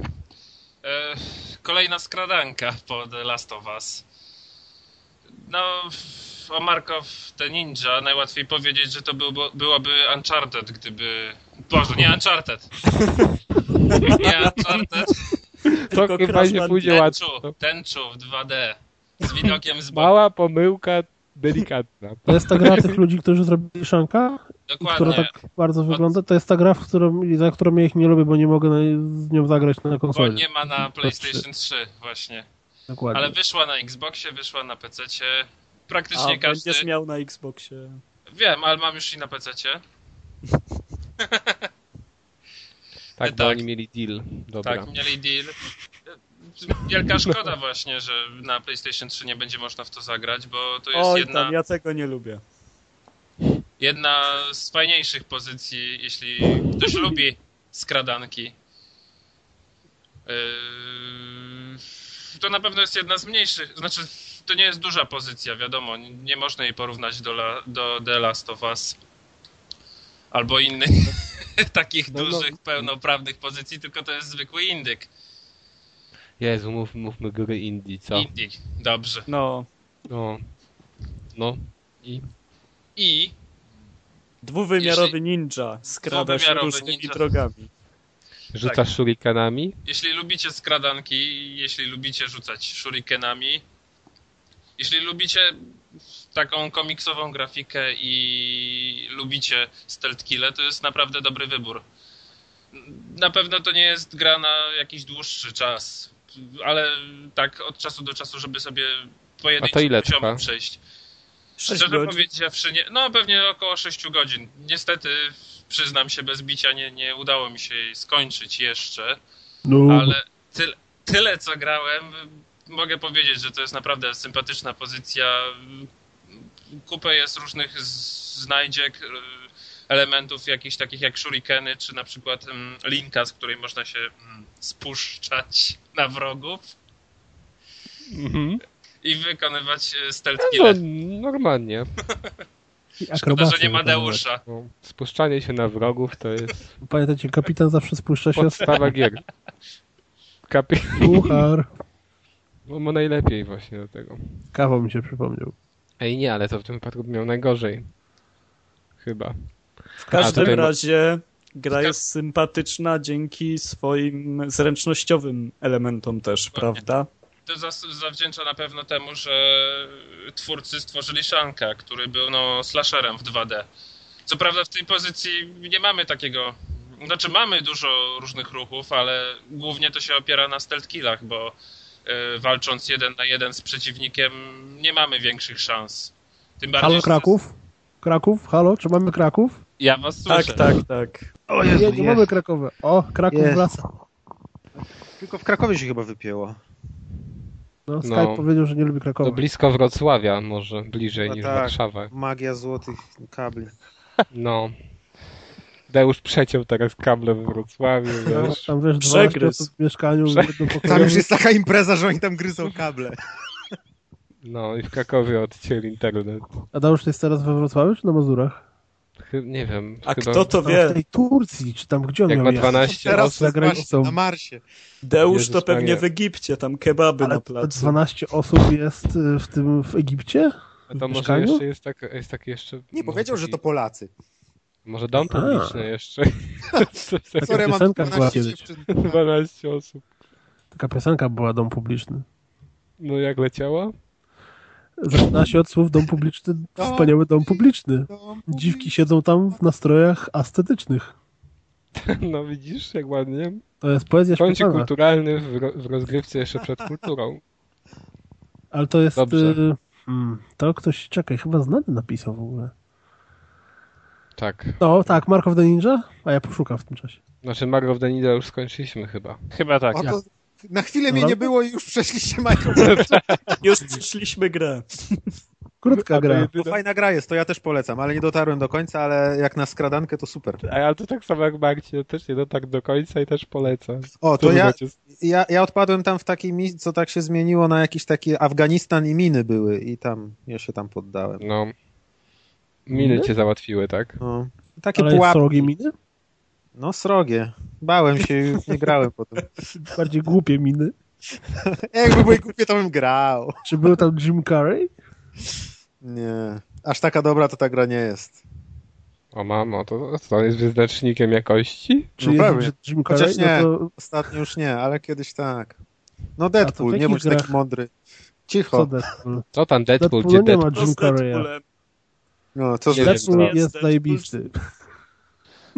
S4: E, kolejna skradanka po The Last of Us. No, w- o Markow the Ninja najłatwiej powiedzieć, że to byłby, byłaby Uncharted, gdyby... Boże, nie Uncharted. Nie Uncharted,
S1: To
S2: Tylko
S1: chyba
S2: Crash
S1: nie
S2: Land-
S1: pójdzie łatwo.
S4: Tenchu, Tenchu w 2D. Z widokiem z boku.
S1: Mała pomyłka, delikatna.
S3: To jest ta gra tych ludzi, którzy zrobili Szanka? I która
S4: Dokładnie.
S3: tak bardzo wygląda. To jest ta gra, w którą, za którą ja ich nie lubię, bo nie mogę na, z nią zagrać na
S4: Bo
S3: konsoli.
S4: nie ma na PlayStation 3 właśnie.
S3: Dokładnie.
S4: Ale wyszła na Xboxie, wyszła na PC-cie. Praktycznie
S2: A
S4: każdy...
S2: będziesz miał na Xboxie.
S4: Wiem, ale mam już i na PC-cie.
S1: Tak, bo
S4: Tak.
S1: oni mieli deal. Dobra.
S4: Tak, mieli deal. Wielka szkoda właśnie, że na PlayStation 3 nie będzie można w to zagrać, bo to jest
S2: Oj
S4: jedna,
S2: tam, ja tego nie lubię.
S4: jedna z fajniejszych pozycji, jeśli ktoś lubi skradanki. Yy, To na pewno jest jedna z mniejszych, znaczy to nie jest duża pozycja, wiadomo, nie- nie można jej porównać do, la, do The Last of Us albo innych takich
S1: No, no.
S4: dużych, pełnoprawnych pozycji, tylko to jest zwykły indyk.
S1: Jezu, mów, mówmy gry indie, co?
S4: Indyk, dobrze.
S2: No,
S1: No. No.
S4: Tak.
S1: I
S4: I
S2: dwuwymiarowy ninja skrada się
S4: Dwuwymiarowy
S2: różnymi
S4: ninja.
S2: drogami.
S1: rzucasz shurikenami?
S4: jeśli lubicie skradanki, jeśli lubicie rzucać shurikenami, jeśli lubicie taką komiksową grafikę i lubicie stealth kille, to jest naprawdę dobry wybór. Na pewno to nie jest gra na jakiś dłuższy czas, ale tak od czasu do czasu, żeby sobie
S1: A to ile
S4: pojedynczy
S1: trwa?
S4: poziom przejść.
S2: 6
S4: Szczerze
S2: godzin.
S4: powiedziawszy, nie, no pewnie około 6 godzin. Niestety, przyznam się, bez bicia nie, nie udało mi się jej skończyć jeszcze,
S3: No,
S4: ale tyle, tyle co grałem, mogę powiedzieć, że to jest naprawdę sympatyczna pozycja. Kupę jest różnych z- znajdziek, y, elementów jakichś takich jak shurikeny, czy na przykład mm, linka, z której można się mm, spuszczać na wrogów i wykonywać y, stealth
S1: No,
S4: killer.
S1: normalnie.
S4: Szkoda, że nie ma
S3: Deusz.
S4: Deusza.
S1: No, spuszczanie się na wrogów to jest
S3: Pamiętajcie, kapitan zawsze spuszcza się z
S1: podstawa gier. Kapi...
S3: puchar.
S1: No, ma najlepiej właśnie do tego.
S3: Kawa mi się przypomniał.
S1: Ej, nie, ale to w tym wypadku miał najgorzej. Chyba.
S2: W
S1: A,
S2: każdym
S1: tutaj ma-
S2: razie gra jest sympatyczna dzięki swoim zręcznościowym elementom też, prawda?
S4: To zas- zawdzięcza na pewno temu, że twórcy stworzyli Shanka, który był no, slasherem w 2D. Co prawda w tej pozycji nie mamy takiego... Znaczy mamy dużo różnych ruchów, ale głównie to się opiera na stealth killach, bo y, walcząc jeden na jeden z przeciwnikiem nie mamy większych szans. Tym bardziej,
S3: Halo
S4: że-
S3: Kraków? Kraków? Halo? Czy mamy Kraków?
S4: Ja was
S2: Tak,
S4: słyszę.
S2: tak, tak.
S5: O
S3: Nie,
S5: Jezu,
S3: nie mamy
S5: jest.
S3: Krakowa. O, Kraków
S5: Jest.
S3: wraca.
S5: Tylko w Krakowie się chyba wypięło.
S3: No, Skype
S1: No.
S3: powiedział, że nie lubi
S1: To
S3: Krakowa.
S1: blisko Wrocławia może, bliżej
S5: No
S1: niż
S5: tak.
S1: Warszawa.
S5: Magia złotych kabli.
S1: No. Deusz przeciął teraz kable we Wrocławiu,
S3: No,
S1: wiesz.
S3: Tam wiesz,
S2: Przegryz.
S3: 12 osób w mieszkaniu,
S5: Tam
S3: jednopokojowym.
S5: już jest taka impreza, że oni tam gryzą kable.
S1: No i w Krakowie odcięli internet.
S3: A Deusz jest teraz we Wrocławiu czy na Mazurach?
S1: Chy- nie wiem,
S2: A
S1: chyba
S2: kto to
S3: Tam w
S2: wie?
S3: tej Turcji, czy tam gdzie on
S1: jak
S3: miał
S1: ma
S3: jechać?
S1: 12
S5: Teraz
S1: osób,
S3: za granicą.
S5: właśnie na Marsie.
S2: Deusz to
S1: Jezus
S2: pewnie
S1: Maria.
S2: w Egipcie, tam kebaby
S3: Ale
S2: na placu.
S3: 12 osób jest y, w tym w Egipcie?
S1: to
S3: w
S1: może
S3: mieszkaniu?
S1: jeszcze jest tak, jest tak jeszcze...
S5: Nie
S1: może
S5: powiedział,
S1: taki-
S5: że to Polacy.
S1: Może dom publiczny jeszcze. Coś tak,
S3: Taka
S5: Sorry, mam
S3: piosenka była
S5: 12
S3: kiedyś.
S5: dziewczyn.
S1: 12 osób.
S3: Taka piosenka była dom publiczny.
S1: No jak leciała?
S3: Zaczyna się od słów dom publiczny,
S5: Dom
S3: wspaniały dom publiczny.
S5: No,
S3: Dziwki siedzą tam w nastrojach estetycznych.
S1: No widzisz, jak ładnie.
S3: To jest poezja
S1: Kącik
S3: śpiewana,
S1: kulturalny w, ro- w rozgrywce jeszcze przed kulturą.
S3: ale to jest...
S1: Dobrze.
S3: Y, mm, to ktoś, czekaj, chyba znany napisał w ogóle.
S1: Tak.
S3: No tak, Mark of the Ninja? A ja poszukam w tym czasie.
S1: Znaczy Mark of the Ninja już skończyliśmy chyba.
S8: Chyba tak.
S5: o, to na chwilę mnie
S3: Dobra.
S5: nie było i już przeszliście Michael.
S2: Już przyszliśmy grę.
S3: Krótka
S9: A to
S3: gra.
S5: Bo
S9: jedyne-
S5: fajna gra jest, to ja też polecam, ale nie dotarłem do końca, ale jak na skradankę to super.
S9: A ja to tak samo jak Marcin, ja też nie dotarł do końca i też polecam.
S5: O, to ja,
S9: Zobaczysz.
S5: ja, ja odpadłem tam w takiej misji, co tak się zmieniło na jakiś taki Afganistan i miny były i tam, ja się tam poddałem.
S1: No. Miny cię załatwiły, tak?
S5: No, takie
S3: Ale jest
S5: pułapki,
S3: srogie miny?
S5: no srogie. Bałem się i już nie grałem potem.
S3: Bardziej głupie miny.
S5: Jakby były głupie, to bym grał.
S3: Czy był tam Jim Carrey?
S5: Nie, aż taka dobra to ta gra nie jest.
S1: O mamo, to, to jest wyznacznikiem jakości?
S3: Czy
S5: No prawie.
S3: jest Jim Carrey?
S5: Chociaż nie.
S3: No to
S5: Ostatnio już nie, ale kiedyś tak. No
S3: A to w
S5: Deadpool, nie
S3: jakich
S5: bądź
S3: grach?
S5: taki mądry.
S3: co
S5: Cicho.
S3: Deadpool?
S1: Co tam Deadpool,
S3: Deadpoolu
S1: gdzie
S3: nie
S1: Deadpool?
S3: ma Jim Carreya.
S5: No, co
S1: Nie
S5: z
S1: wiem,
S3: Deadpool
S1: co.
S3: jest
S2: Deadpool.
S3: zajebisty.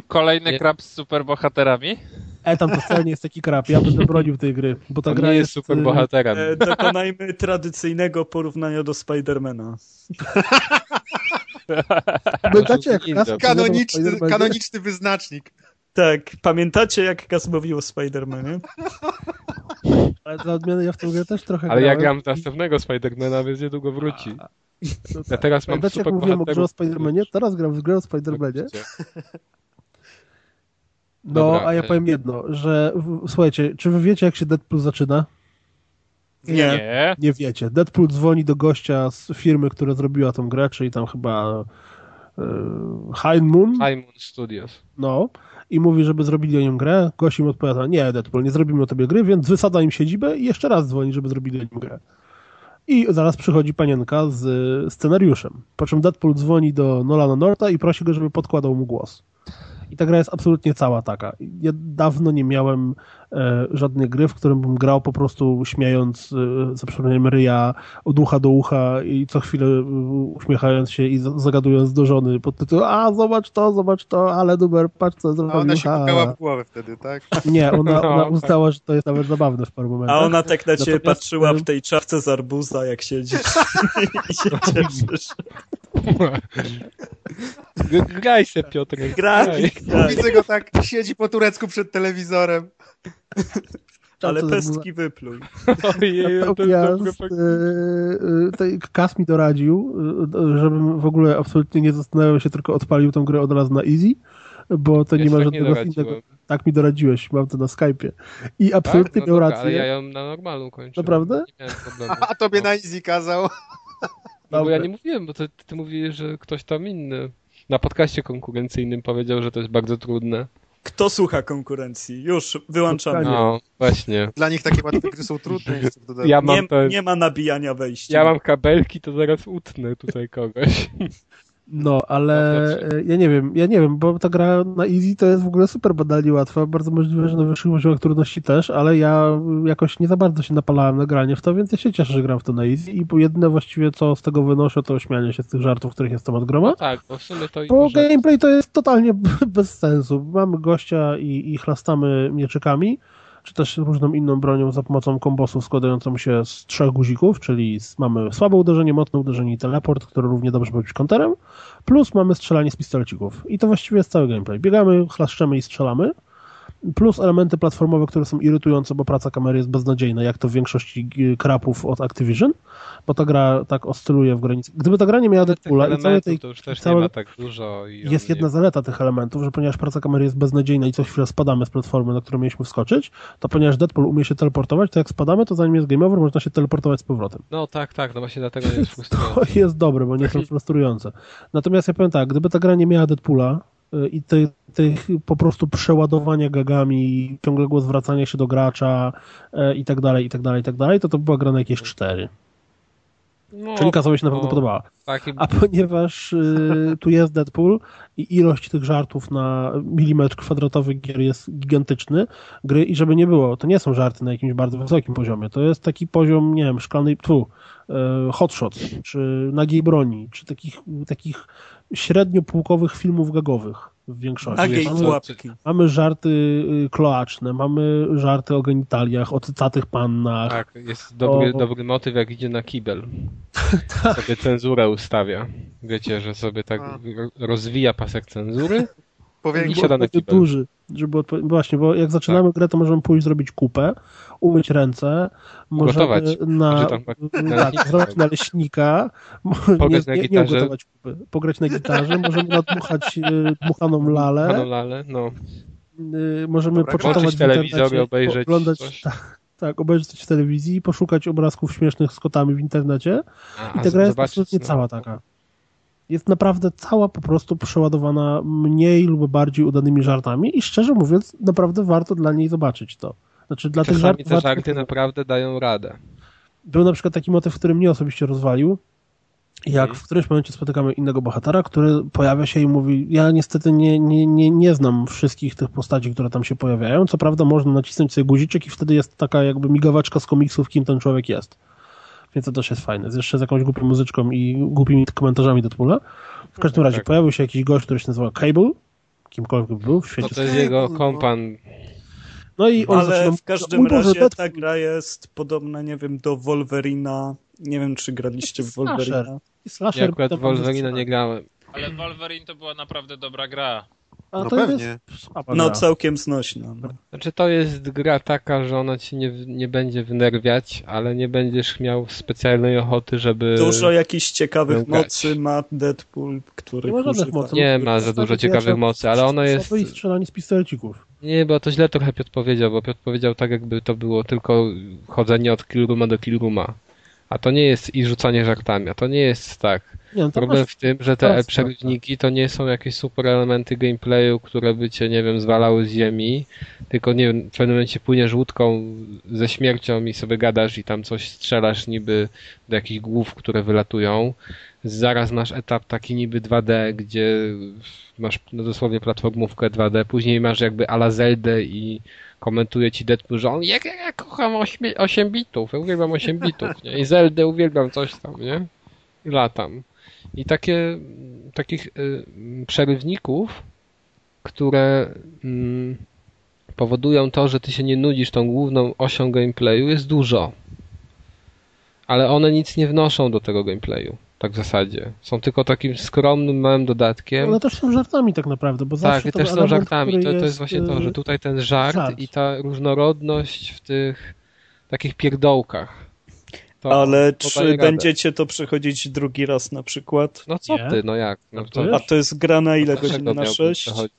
S4: Kolejny
S1: Nie.
S4: krab z superbohaterami.
S3: E, tam to wcale nie jest taki krap. Ja będę bronił tej gry, bo ta
S1: On
S3: gra
S1: nie jest super
S3: y,
S1: bohaterem.
S2: E, dokonajmy tradycyjnego porównania do Spidermana.
S5: No
S3: Pamiętacie jak
S1: Inny.
S3: Kask powiedział o
S5: tak Kanoniczny,
S3: Spider-Manie?
S5: kanoniczny wyznacznik.
S2: Tak, pamiętacie jak Kas mówił o Spidermanie?
S3: Ale dla odmiany ja w tą grę też trochę
S1: Ale ja
S3: grałem.
S1: gram w następnego Spidermana, więc niedługo wróci.
S3: No
S1: Ja
S3: tak.
S1: teraz mam
S3: Pamiętacie
S1: super
S3: jak mówiłem o grze o
S1: bohaterów.
S3: Spider-Manie? Teraz gram w grę o Spider-Manie. No,
S1: Dobra,
S3: a ja
S1: e-
S3: powiem jedno, że w, słuchajcie, czy wy wiecie jak się Deadpool zaczyna?
S2: Nie.
S4: Nie.
S3: Nie wiecie. Deadpool dzwoni do gościa z firmy, która zrobiła tą grę, czyli tam chyba e, High Moon,
S1: Simon Studios.
S3: no, i mówi, żeby zrobili o nią grę. Gość im odpowiada, nie Deadpool, nie zrobimy o tobie gry, więc wysada im siedzibę i jeszcze raz dzwoni, żeby zrobili o nią grę. I zaraz przychodzi panienka z e, scenariuszem. Po czym Deadpool dzwoni do Nolana Norta i prosi go, żeby podkładał mu głos. I ta gra jest absolutnie cała taka. Ja dawno nie miałem e, żadnej gry, w którym bym grał po prostu śmiejąc, e, za przeproszeniem ryja od ucha do ucha i co chwilę e, uśmiechając się i za- zagadując do żony pod tytułem a zobacz to, zobacz to, ale numer, patrz co
S5: A No, ona
S3: zrobił.
S5: się
S3: ha."
S5: pukała w głowę wtedy, tak?
S3: Nie, ona,
S1: No,
S3: ona
S1: tak.
S3: uznała, że to jest nawet zabawne w paru momentach.
S2: A ona tak na ciebie
S3: Natomiast,
S2: patrzyła
S3: em,
S2: w tej czapce z arbuza, jak siedzisz. I się cieszysz.
S1: G- Graj se, Piotrek.
S2: Graj, graj.
S5: Widzę go tak, siedzi po turecku przed telewizorem.
S2: Ale
S3: Co to za-
S2: pestki wypluj.
S1: Ojej, to jest
S3: Natomiast
S1: dobre.
S3: e, e, tej- Kas mi doradził, e, żebym w ogóle absolutnie nie zastanawiał się, tylko odpalił tą grę od razu na easy, bo to
S1: Ja
S3: nie
S1: się
S3: ma
S1: tak
S3: żadnego
S1: doradziłem.
S3: innego. Tak mi doradziłeś, mam to na Skype'ie. I
S1: Tak?
S3: absolutnie
S1: No
S3: miał
S1: dobra,
S3: rację.
S1: Ale ja ją na normalną kończę.
S3: Naprawdę?
S1: Nie miałem problemu.
S5: A tobie
S1: No.
S5: na easy kazał.
S1: No bo ja
S3: Dobra.
S1: nie mówiłem, bo ty, ty mówiłeś, że ktoś tam inny na podcaście konkurencyjnym powiedział, że to jest bardzo trudne.
S2: Kto słucha konkurencji? Już, wyłączamy.
S3: Dokładnie.
S1: No, właśnie.
S5: Dla nich takie łatwe gry są trudne jeszcze w dodatku.
S1: Ja mam,
S2: Nie,
S1: te,
S2: nie ma nabijania wejścia.
S1: ja mam kabelki, to zaraz utnę tutaj kogoś.
S3: No, ale
S1: No dobrze.
S3: e, ja nie wiem, ja nie wiem, bo ta gra na easy to jest w ogóle super badanie łatwa, bardzo możliwe, że na wyższych poziomach trudności też, ale ja y, jakoś nie za bardzo się napalałem na granie w to, więc ja się cieszę, że gram w to na easy i jedyne właściwie co z tego wynoszę to śmianie się z tych żartów, których jest temat groma.
S1: No tak, bo w sumie to i
S3: Bo
S1: może...
S3: gameplay to jest totalnie bez sensu. Mamy gościa i, i chlastamy mieczykami, czy też różną inną bronią za pomocą kombosów składającą się z trzech guzików, czyli z, mamy słabe uderzenie, mocne uderzenie i teleport, które równie dobrze może być konterem, plus mamy strzelanie z pistolecików. I to właściwie jest cały gameplay. Biegamy, chlaszczemy i strzelamy, plus elementy platformowe, które są irytujące, bo praca kamery jest beznadziejna, jak to w większości g- krapów od Activision, bo ta gra tak oscyluje w granicy. Gdyby ta gra nie miała Deadpoola i całej tej
S1: to już też
S3: całe-
S1: nie ma tak dużo. I on
S3: jest
S1: nie...
S3: jedna zaleta tych elementów, że ponieważ praca kamery jest beznadziejna i co chwilę spadamy z platformy, na którą mieliśmy wskoczyć, to ponieważ Deadpool umie się teleportować, to jak spadamy, to zanim jest game over, można się teleportować z powrotem.
S1: No tak, tak, no właśnie dlatego nie jest
S3: To
S1: frustrujące.
S3: jest dobre, bo nie są frustrujące. Natomiast ja powiem tak, gdyby ta gra nie miała Deadpoola y, i ty- tych po prostu przeładowania gagami, ciągłego zwracania się do gracza e, i tak dalej, i tak dalej, i tak dalej, to to była gra na jakieś cztery.
S1: No,
S3: Czyli kasowi się na pewno
S1: no,
S3: podobała.
S1: Taki...
S3: A ponieważ y, tu jest Deadpool i ilość tych żartów na milimetr kwadratowy gier jest gigantyczny, gry i żeby nie było, to nie są żarty na jakimś bardzo wysokim poziomie. To jest taki poziom, nie wiem, szklanej ptu, y, hot shot, czy nagiej broni, czy takich, takich średnio pułkowych filmów gagowych w większości.
S2: Nagiej
S1: Wiesz co,
S2: pułapki.
S3: Mamy żarty y, kloaczne, mamy żarty o genitaliach, o cycatych pannach.
S1: Tak, jest dobry,
S3: O. Tak.
S1: dobry motyw, jak idzie na kibel. Sobie cenzurę ustawia. Wiecie, że sobie tak
S5: A.
S1: rozwija pasek cenzury
S5: Powiem,
S1: i siada na
S3: Taki
S1: kibel.
S3: duży. Żeby odpo- Właśnie, bo jak zaczynamy
S1: Tak.
S3: grę, to możemy pójść zrobić kupę, umyć ręce, możemy
S1: Ugotować.
S3: na,
S1: Może tam na
S3: tak,
S1: leśnika
S3: zrobić na leśnika, mo- nie,
S1: Pograć na
S3: nie, nie
S1: gitarze.
S3: ugotować kupy, pograć na gitarze, możemy nadmuchać y, dmuchaną lalę,
S1: Panolale, no.
S3: y, możemy
S5: Dobra,
S3: poczytać
S1: włączyć
S3: w
S1: telewizor
S3: internecie,
S1: i obejrzeć
S3: oglądać,
S1: coś.
S3: tak, tak, obejrzeć coś w telewizji i poszukać obrazków śmiesznych z kotami w internecie.
S1: A,
S3: I
S1: a
S3: ta gra jest
S1: zobaczyć,
S3: absolutnie
S1: no.
S3: cała taka. Jest naprawdę cała po prostu przeładowana mniej lub bardziej udanymi żartami i szczerze mówiąc, naprawdę warto dla niej zobaczyć to. Znaczy dla tych
S1: Czasami
S3: żartów...
S1: te
S3: warto-
S1: żarty naprawdę dają radę.
S3: Był na przykład taki motyw, który mnie osobiście rozwalił, jak w którymś momencie spotykamy innego bohatera, który pojawia się i mówi, ja niestety nie, nie, nie, nie znam wszystkich tych postaci, które tam się pojawiają, co prawda można nacisnąć sobie guziczek i wtedy jest taka jakby migawaczka z komiksów, kim ten człowiek jest. Więc to też jest fajne. Jeszcze z jakąś głupią muzyczką i głupimi komentarzami do tula. W każdym razie
S1: tak.
S3: pojawił się jakiś gość, który się nazywa Cable, kimkolwiek był w
S1: To,
S3: świecie.
S1: No, to jest jego kompan.
S3: No i on zaczyna
S2: Ale
S3: mówić,
S2: w każdym
S3: "Mój Boże,
S2: razie
S3: Deadpool
S2: ta gra jest podobna, nie wiem, do Wolverina. Nie wiem, czy graliście w
S3: Slasher.
S2: Wolverina.
S3: i Slasher
S1: Ja akurat
S3: potem
S1: Wolverina
S3: zaczyna-
S1: nie grałem.
S10: Ale Wolverine to była naprawdę dobra gra.
S3: A
S5: No
S3: to jest
S5: pewnie.
S3: słaba
S2: No
S3: gra.
S2: całkiem znośna. No.
S1: Znaczy to jest gra taka, że ona ci nie, nie będzie wynerwiać, ale nie będziesz miał specjalnej ochoty, żeby...
S2: Dużo jakichś ciekawych
S1: Wyłkać.
S2: mocy ma Deadpool, który
S3: Nie ma żadnych
S2: używa.
S3: mocy.
S1: Nie ma za dużo ciekawych mocy, ale ono jest...
S3: Słabe i strzelanie z pistolecików.
S1: Nie, bo to źle trochę Piotr powiedział, bo Piotr powiedział tak, jakby to było tylko chodzenie od killrooma do killrooma. A to nie jest i rzucanie żartami, a to nie jest tak.
S3: Nie, no to
S1: Problem
S3: masz,
S1: w tym, że
S3: to
S1: te
S3: jest
S1: przerywniki to nie są jakieś super elementy gameplayu, które by cię, nie wiem, zwalały z ziemi, tylko nie wiem, w pewnym momencie płyniesz łódką ze śmiercią i sobie gadasz i tam coś strzelasz niby do jakichś głów, które wylatują. Zaraz masz etap taki niby 2D, gdzie masz no, dosłownie platformówkę 2D, później masz jakby ala Zeldę i komentuje ci Deadpool, że on jak ja, ja kocham 8, 8 bitów, ja uwielbiam 8 bitów, nie? I Zeldę uwielbiam coś tam, nie? I latam. I takie, takich y, przerywników, które mm, powodują to, że ty się nie nudzisz tą główną osią gameplayu, jest dużo. Ale one nic nie wnoszą do tego gameplayu, tak w zasadzie. Są tylko takim skromnym, małym dodatkiem.
S3: One też są żartami tak naprawdę, bo
S1: Tak,
S3: zawsze
S1: i też
S3: ten
S1: są
S3: element,
S1: żartami. To,
S3: który
S1: to jest właśnie to, że
S3: y,
S1: tutaj ten żart,
S3: żart.
S1: i ta różnorodność w tych takich pierdołkach. To
S2: Ale
S1: to
S2: czy
S1: daje radę.
S2: będziecie to przechodzić drugi raz na przykład?
S1: No co
S3: Nie.
S1: ty, no jak? No
S3: to
S2: A to jest gra na ile godzin?
S1: dlaczego
S2: Na
S1: miałbym
S2: 6?
S1: przechodzić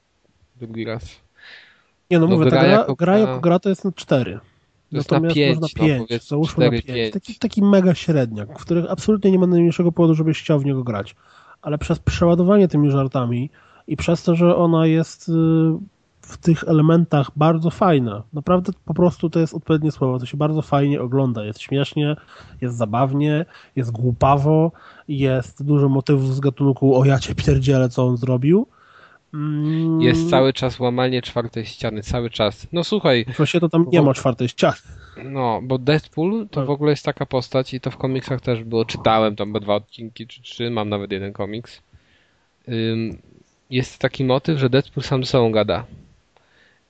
S1: Drugi raz.
S3: Nie no,
S1: no
S3: mówię, ta
S1: gra
S3: gra,
S1: jako
S3: gra
S1: gra-
S3: jako gra to jest na 4.
S1: To jest
S3: Natomiast
S1: na pięć,
S3: można
S1: no,
S3: 5,
S1: powiedzmy,
S3: załóżmy na
S1: cztery,
S3: 5.
S1: pięć.
S3: Taki, taki mega średniak, w których absolutnie nie ma najmniejszego powodu, żebyś chciał w niego grać. Ale przez przeładowanie tymi żartami i przez to, że ona jest y, w tych elementach bardzo fajna. Naprawdę po prostu to jest odpowiednie słowo. To się bardzo fajnie ogląda. Jest śmiesznie, jest zabawnie, jest głupawo, jest dużo motywów z gatunku o ja cię pierdzielę, co on zrobił. Mm,
S1: Jest cały czas łamanie czwartej ściany, cały czas. No słuchaj,
S3: Właśnie to tam nie ma czwartej ściany.
S1: no, bo Deadpool to
S3: Tak.
S1: w ogóle jest taka postać i to w komiksach też było, czytałem tam chyba dwa odcinki czy trzy, mam nawet jeden komiks. Ym, jest taki motyw, że Deadpool sam ze sobą gada.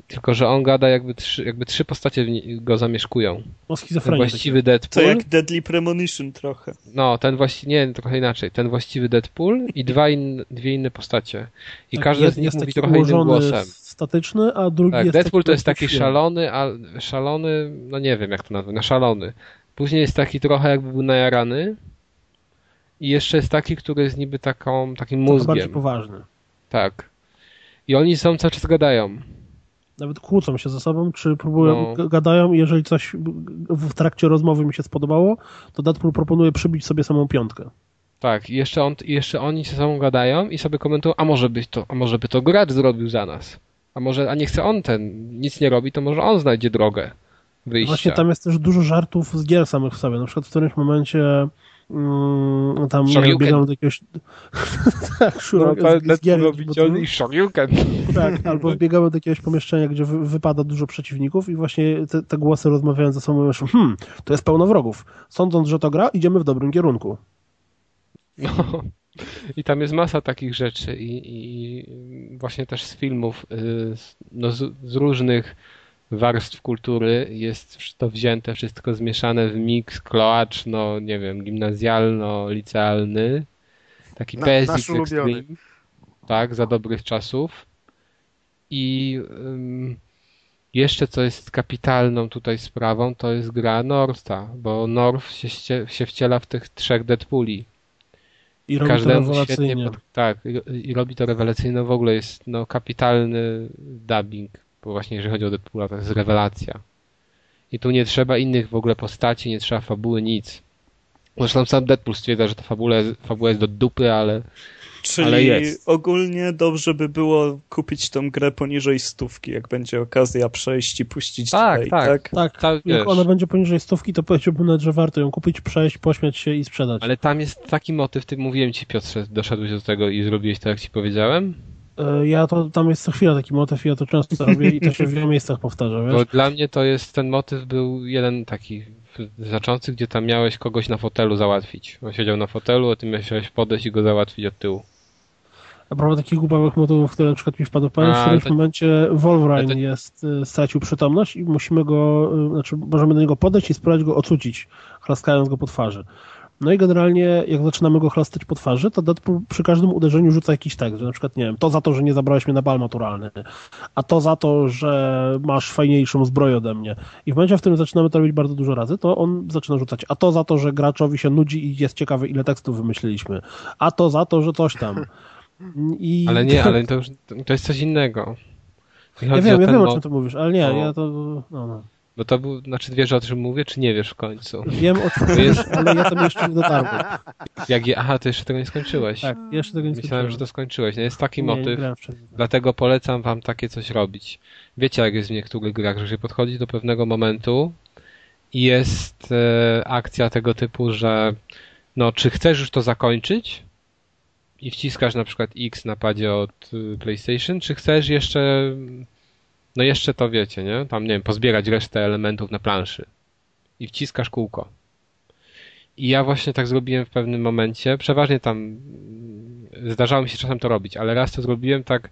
S1: Tylko, że on gada jakby trzy, jakby trzy postacie w nie- go zamieszkują. Ten
S3: O schizofrenię.
S1: właściwy
S2: To
S1: Deadpool.
S2: jak Deadly Premonition trochę.
S1: No, ten właściwie, nie, trochę inaczej. Ten właściwy Deadpool i dwa in, dwie inne postacie. I
S3: Tak,
S1: każdy
S3: jest-
S1: z nich
S3: jest
S1: mówi
S3: taki
S1: trochę innym
S3: ułożony,
S1: głosem.
S3: statyczny, a drugi
S1: Tak,
S3: jest
S1: Deadpool to jest
S3: trochę
S1: taki
S3: świeży.
S1: szalony, a szalony, no nie wiem jak to nazwać, no szalony. Później jest taki trochę jakby był najarany i jeszcze jest taki, który jest niby taką, takim
S3: Trochę bardziej
S1: mózgiem.
S3: poważny.
S1: Tak. I oni są cały czas gadają.
S3: Nawet kłócą się ze sobą, czy próbują,
S1: No.
S3: g- gadają i jeżeli coś w trakcie rozmowy mi się spodobało, to Deadpool proponuje przybić sobie samą piątkę.
S1: Tak, i jeszcze, on, i jeszcze oni ze sobą gadają i sobie komentują, a może by to, a może by to gracz zrobił za nas. A może, a nie chce on ten, nic nie robi, to może on znajdzie drogę wyjścia.
S3: No Właśnie tam jest też dużo żartów z gier samych w sobie. Na przykład w którymś momencie mm, tam nie wiem,
S1: Shoryuken.
S3: biegam do jakiegoś... tak,
S1: no,
S3: Shuriken
S1: to
S3: z- z gier.
S1: Deadpool
S3: bo
S1: robi
S3: to-
S1: ciągle i Shoryuken.
S3: Tak, albo wbiegamy do jakiegoś pomieszczenia, gdzie wy- wypada dużo przeciwników i właśnie te, te głosy rozmawiają ze sobą, mówią, że hmm, to jest pełno wrogów. Sądząc, że to gra, idziemy w dobrym kierunku.
S1: No. I tam jest masa takich rzeczy i, i i właśnie też z filmów, y, z- no z, z różnych warstw kultury jest to wzięte, wszystko zmieszane w miks kloacz, no nie wiem, gimnazjalno-licealny, taki
S5: Na-
S1: basic
S5: nasz ulubiony.
S1: extreme, tak, za dobrych czasów I ym, jeszcze co jest kapitalną tutaj sprawą, to jest gra Northa, bo North się, ście- się wciela w tych trzech Deadpooli.
S3: I robi to rewelacyjnie.
S1: pod- tak, i, i robi to rewelacyjnie. W ogóle jest no, kapitalny dubbing, bo właśnie jeżeli chodzi o Deadpoola, to jest rewelacja. I tu nie trzeba innych w ogóle postaci, nie trzeba fabuły, nic. Zresztą sam Deadpool stwierdza, że ta fabuła, fabuła jest do dupy, ale
S2: Czyli
S1: Ale jest.
S2: ogólnie dobrze by było kupić tą grę poniżej stówki, jak będzie okazja przejść i puścić
S1: Tak,
S2: dalej,
S1: tak.
S2: tak?
S3: Tak,
S1: ta, wiesz,
S3: jak ona będzie poniżej stówki, to powiedziałbym nawet, że warto ją kupić, przejść, pośmiać się i sprzedać.
S1: Ale tam jest taki motyw, ty mówiłem ci Piotrze, doszedłeś do tego i zrobiłeś to jak ci powiedziałem?
S3: E, Ja to, tam jest co chwila taki motyw i ja to często robię i to się w wielu miejscach powtarza,
S1: Bo
S3: wiesz?
S1: dla mnie to jest, ten motyw był jeden taki znaczący, gdzie tam miałeś kogoś na fotelu załatwić. On siedział na fotelu, a ty musiałeś podejść i go załatwić od tyłu.
S3: A propos takich głupawek motywów, które na przykład mi wpadły w pamięć, w
S1: A,
S3: którymś
S1: to-
S3: momencie Wolverine
S1: Ale to-
S3: jest, y, stracił przytomność i musimy go, y, znaczy możemy do niego podejść i spróbować go ocucić, chlaskając go po twarzy. No i generalnie, jak zaczynamy go chlastać po twarzy, to Deadpool przy każdym uderzeniu rzuca jakiś tekst, że na przykład, nie wiem, to za to, że nie zabrałeś mnie na bal maturalny, a to za to, że masz fajniejszą zbroję ode mnie. I w momencie, w którym zaczynamy to robić bardzo dużo razy, to on zaczyna rzucać, a to za to, że graczowi się nudzi i jest ciekawy, ile tekstów wymyśliliśmy, a to za to, że coś tam. I...
S1: Ale nie, ale to już, to jest coś innego. Chodzi
S3: Ja wiem,
S1: o
S3: ja
S1: ten
S3: wiem
S1: mo-
S3: o czym ty mówisz, ale nie,
S1: No.
S3: ja to. No, no.
S1: Bo to był, znaczy wiesz o czym mówię, czy nie wiesz w końcu?
S3: Wiem o
S1: To
S3: czym mówisz,
S1: jest-
S3: ale ja tam jeszcze nie dotarłem.
S1: Jak je, aha, to jeszcze tego nie skończyłeś.
S3: Tak, jeszcze tego nie
S1: Myślałem, że to skończyłeś. No jest taki
S3: Nie, nie
S1: motyw.
S3: grałem wcześniej.
S1: Dlatego polecam wam takie coś robić. Wiecie, jak jest w niektórych grach, że się podchodzi do pewnego momentu i jest e, akcja tego typu, że no, czy chcesz już to zakończyć i wciskasz na przykład X na padzie od y, PlayStation, czy chcesz jeszcze, no jeszcze to wiecie, nie? Tam, nie wiem, pozbierać resztę elementów na planszy i wciskasz kółko. I ja właśnie tak zrobiłem w pewnym momencie. Przeważnie tam mm, zdarzało mi się czasem to robić, ale raz to zrobiłem tak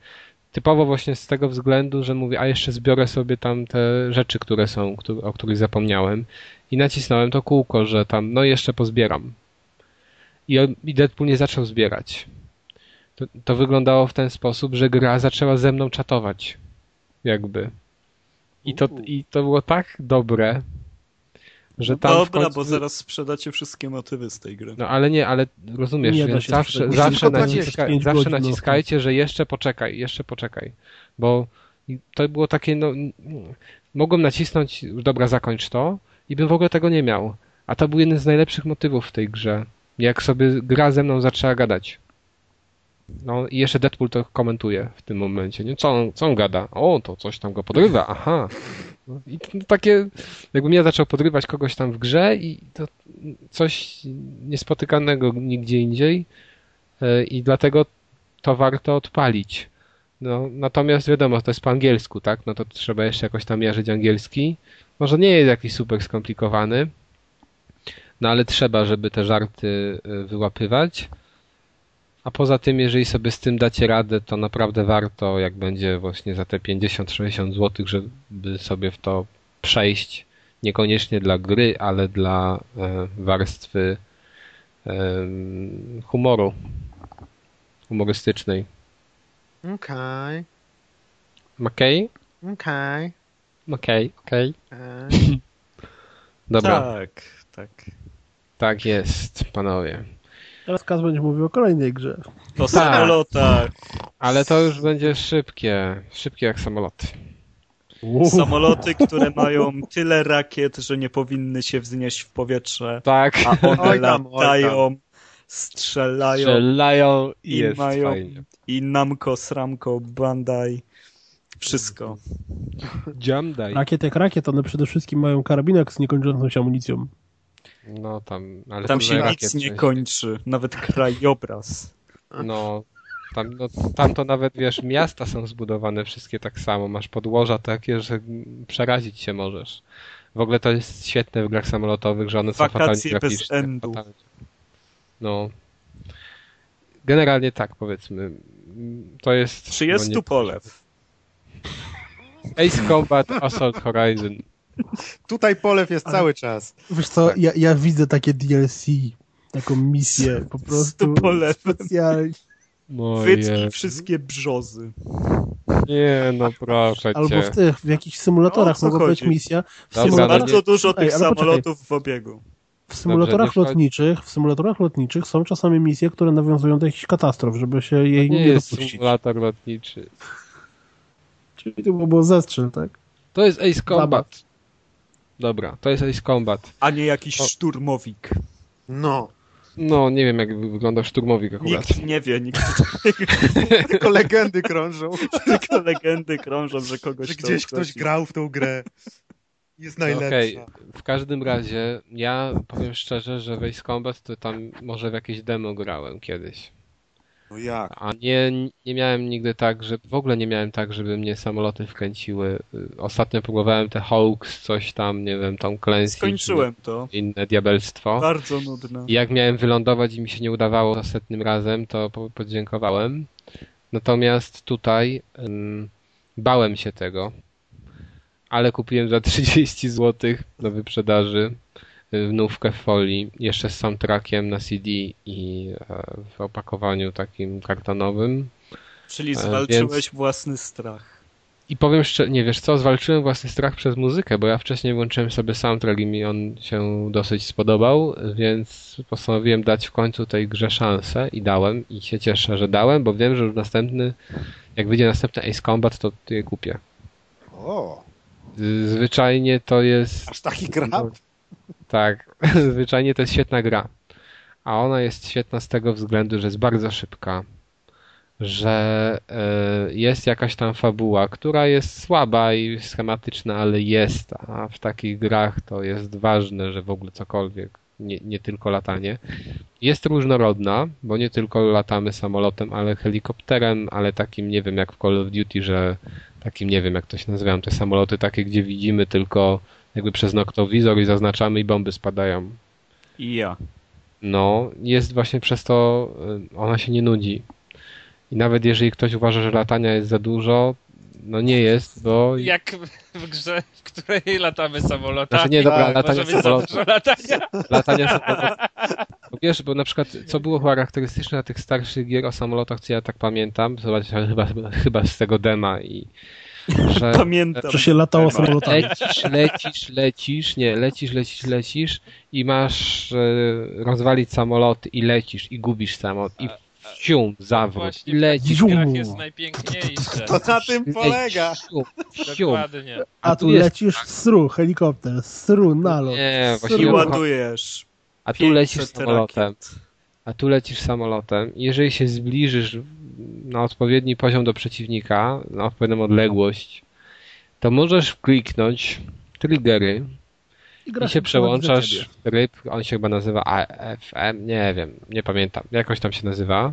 S1: typowo właśnie z tego względu, że mówię, a jeszcze zbiorę sobie tam te rzeczy, które są, któ- o których zapomniałem i nacisnąłem to kółko, że tam, no jeszcze pozbieram. I, on- i Deadpool nie zaczął zbierać. To, to wyglądało w ten sposób, że gra zaczęła ze mną czatować. Jakby. I to, i to było tak dobre, że tam. w
S2: No Dobra,
S1: końcu...
S2: bo zaraz sprzedacie wszystkie motywy z tej gry.
S1: No ale nie, ale rozumiesz,
S3: Nie da
S1: więc
S3: się
S1: zawsze,
S3: tego-
S1: zawsze,
S5: tylko
S1: naciska,
S3: 25
S1: zawsze
S3: godzin, no.
S1: naciskajcie, że jeszcze poczekaj, jeszcze poczekaj. Bo to było takie, no. mm, Mogłem nacisnąć, dobra, zakończ to, i bym w ogóle tego nie miał. A to był jeden z najlepszych motywów w tej grze. Jak sobie gra ze mną zaczęła gadać. No i jeszcze Deadpool to komentuje w tym momencie. Nie? Co, on, co on gada? O, to coś tam go podrywa, aha. No, I t- takie, jakbym ja zaczął podrywać kogoś tam w grze i to coś niespotykanego nigdzie indziej e, i dlatego to warto odpalić. No, natomiast wiadomo, to jest po angielsku, tak? No to trzeba jeszcze jakoś tam jarzyć angielski. Może nie jest jakiś super skomplikowany, no ale trzeba, żeby te żarty e, wyłapywać. A poza tym, jeżeli sobie z tym dacie radę, to naprawdę warto, jak będzie właśnie za te 50-60 zł, żeby sobie w to przejść niekoniecznie dla gry, ale dla e, warstwy em, humoru humorystycznej.
S5: Okej,
S1: Okej?
S5: okej.
S1: Okej.
S5: E,
S1: Okej.
S5: okej.
S1: Dobra, tak.
S2: Tak, tak.
S1: jest, panowie.
S3: Teraz Kaz będzie mówił o kolejnej grze.
S2: O
S1: Tak.
S2: samolotach.
S1: Ale to już będzie szybkie, szybkie jak samolot.
S2: Samoloty, które mają tyle rakiet, że nie powinny się wznieść w powietrze,
S1: Tak.
S2: a one
S5: Oj tam, oj tam.
S2: latają, strzelają
S1: Strzelają i
S2: i
S1: jest
S2: mają
S1: fajnie.
S2: i Namco, Sramco, Bandai, wszystko.
S1: Jamdaj.
S3: Rakiet jak rakiet, one przede wszystkim mają karabinek z niekończącą się amunicją.
S1: No tam, ale
S2: Tam
S1: to
S2: się
S1: rakiet
S2: nic nie
S1: część.
S2: kończy, nawet krajobraz.
S1: No, tam, no, tam to nawet wiesz, miasta są zbudowane wszystkie tak samo. Masz podłoża takie, że przerazić się możesz. W ogóle to jest świetne w grach samolotowych, że one są
S2: Wakacje
S1: fatalnie
S2: bez
S1: graficzne.
S2: endu.
S1: fatalnie. No. Generalnie tak, powiedzmy. To jest...
S2: Czy jest
S1: no,
S2: tu polew?
S1: nie, Ace Combat Assault Horizon.
S6: Tutaj polew jest cały czas.
S3: Wiesz co,
S2: Tak.
S3: ja, ja widzę takie DLC, taką misję po
S2: Z tu
S3: prostu
S2: polewem.
S3: specjalnie.
S1: No
S2: Wytki
S1: jest.
S2: wszystkie brzozy.
S1: Nie, no proszę
S3: Albo w
S1: cię.
S3: tych, w jakichś
S2: No, O
S3: symulatorach
S2: co
S3: mogła być
S2: chodzi?
S3: misja. W
S1: Dobra,
S2: Jest
S1: ale
S3: symulatorach
S1: nie-
S2: bardzo dużo tych
S3: Ej, ale poczekaj.
S2: samolotów w obiegu.
S3: W symulatorach
S1: Dobrze, nie wchodź-
S3: lotniczych, w symulatorach lotniczych są czasami misje, które nawiązują do jakichś katastrof, żeby się jej
S1: Nie
S3: nie,
S1: jest
S3: dopuścić.
S1: symulator lotniczy.
S3: Czyli to było zestrzel, tak?
S1: To jest Ace
S3: Zabaw.
S1: Combat. Dobra, to jest Ace Combat.
S2: A nie jakiś
S1: O.
S2: szturmowik.
S5: No,
S1: No, nie wiem jak wygląda szturmowik akurat.
S2: Nikt nie wie, nikt
S5: tylko legendy krążą,
S2: tylko legendy krążą, że kogoś
S5: że
S2: to
S5: gdzieś ktoś
S2: obchodzi.
S5: grał w tą grę. Jest
S1: No, Okej,
S5: najlepsza.
S1: w każdym razie ja powiem szczerze, że w Ace Combat to tam może w jakieś demo grałem kiedyś.
S5: No jak?
S1: A nie, nie miałem nigdy tak, że w ogóle nie miałem tak, żeby mnie samoloty wkręciły. Y, Ostatnio próbowałem te Hawks, coś tam, nie wiem, Tom Clancy. czy
S2: Skończyłem to.
S1: Inne diabelstwo.
S2: Bardzo nudne.
S1: I jak miałem wylądować i mi się nie udawało za setnym razem, to po- podziękowałem. Natomiast tutaj ym, bałem się tego, ale kupiłem za 30 zł do wyprzedaży y, nówkę w folii, jeszcze z soundtrackiem na CD i e, w opakowaniu takim kartonowym.
S2: Czyli
S1: E,
S2: zwalczyłeś
S1: więc-
S2: własny strach.
S1: I powiem szczerze, nie wiesz co, zwalczyłem własny strach przez muzykę, bo ja wcześniej włączyłem sobie soundtrack i mi on się dosyć spodobał, więc postanowiłem dać w końcu tej grze szansę i dałem i się cieszę, że dałem, bo wiem, że już następny, jak wyjdzie następny Ace Combat, to je kupię.
S5: O,
S1: Z- Zwyczajnie to jest,
S5: aż taki
S1: No,
S5: krab?
S1: tak, zwyczajnie to jest świetna gra. A ona jest świetna z tego względu, że jest bardzo szybka, że e, jest jakaś tam fabuła, która jest słaba i schematyczna, ale jest, a w takich grach to jest ważne, że w ogóle cokolwiek, nie, nie tylko latanie. Jest różnorodna, bo nie tylko latamy samolotem, ale helikopterem, ale takim, nie wiem, jak w Call of Duty, że takim, nie wiem, jak to się nazywają, te samoloty takie, gdzie widzimy tylko jakby przez noktowizor i zaznaczamy i bomby spadają.
S2: I ja.
S1: No, jest właśnie przez to, y, ona się nie nudzi. I nawet jeżeli ktoś uważa, że latania jest za dużo, no nie jest, bo.
S4: Jak w grze, w której latamy samolotami.
S1: Znaczy nie, dobra,
S5: tak,
S1: latania
S4: Może być za
S1: samolotu.
S4: dużo latania.
S1: Latania samolotu. Bo Wiesz, bo na przykład, co było charakterystyczne na tych starszych gier o samolotach, co ja tak pamiętam, zobaczcie, ale chyba, chyba z tego dema i. Że
S2: Pamiętam.
S3: Że się latało samolotami.
S1: lecisz, lecisz, lecisz, nie, lecisz, lecisz, lecisz i masz e, rozwalić samolot i lecisz, i gubisz samolot, i cium, zawrót, i
S4: No Właśnie w
S1: lecisz,
S4: takich grach
S3: Ziu.
S4: jest najpiękniejsze.
S5: To
S1: tak.
S5: na tym polega.
S1: Sium, sium.
S4: Dokładnie.
S3: A tu lecisz sru, helikopter, sru, nalot.
S1: Nie,
S2: I
S1: właśnie
S2: ładujesz.
S1: A tu lecisz
S2: 500
S1: samolotem. A tu lecisz samolotem. Jeżeli się zbliżysz na odpowiedni poziom do przeciwnika, na odpowiednią odległość, to możesz kliknąć triggery i
S3: gra
S1: się
S3: do
S1: przełączasz
S3: ciebie.
S1: w tryb, on się chyba nazywa AFM, nie wiem, nie pamiętam, jakoś tam się nazywa,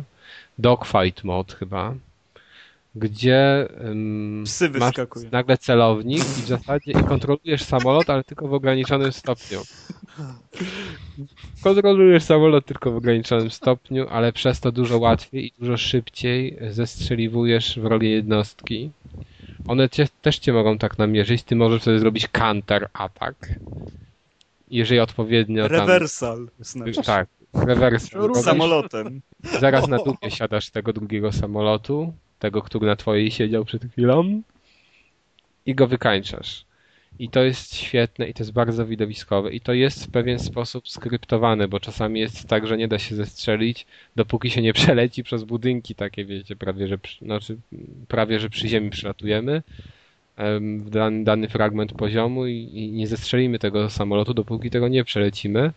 S1: Dogfight Mode chyba, gdzie ym,
S2: Psy
S1: masz
S2: wyskakują.
S1: nagle celownik i w zasadzie i kontrolujesz samolot, ale tylko w ograniczonym stopniu. Kontrolujesz samolot tylko w ograniczonym stopniu, ale przez to dużo łatwiej i dużo szybciej zestrzeliwujesz wrogie jednostki. One cię, też cię mogą tak namierzyć, ty możesz wtedy zrobić counter atak. Jeżeli odpowiednio tam...
S2: Rewersal znaczy.
S1: Tak, rewers. robisz,
S2: Samolotem.
S1: Zaraz na dupie siadasz tego drugiego samolotu, tego, który na twojej siedział przed chwilą i go wykańczasz. I to jest świetne i to jest bardzo widowiskowe i to jest w pewien sposób skryptowane, bo czasami jest tak, że nie da się zestrzelić, dopóki się nie przeleci przez budynki takie, wiecie, prawie że przy, znaczy, prawie, że przy ziemi przylatujemy em, w dany, dany fragment poziomu i, i nie zestrzelimy tego samolotu, dopóki tego nie przelecimy,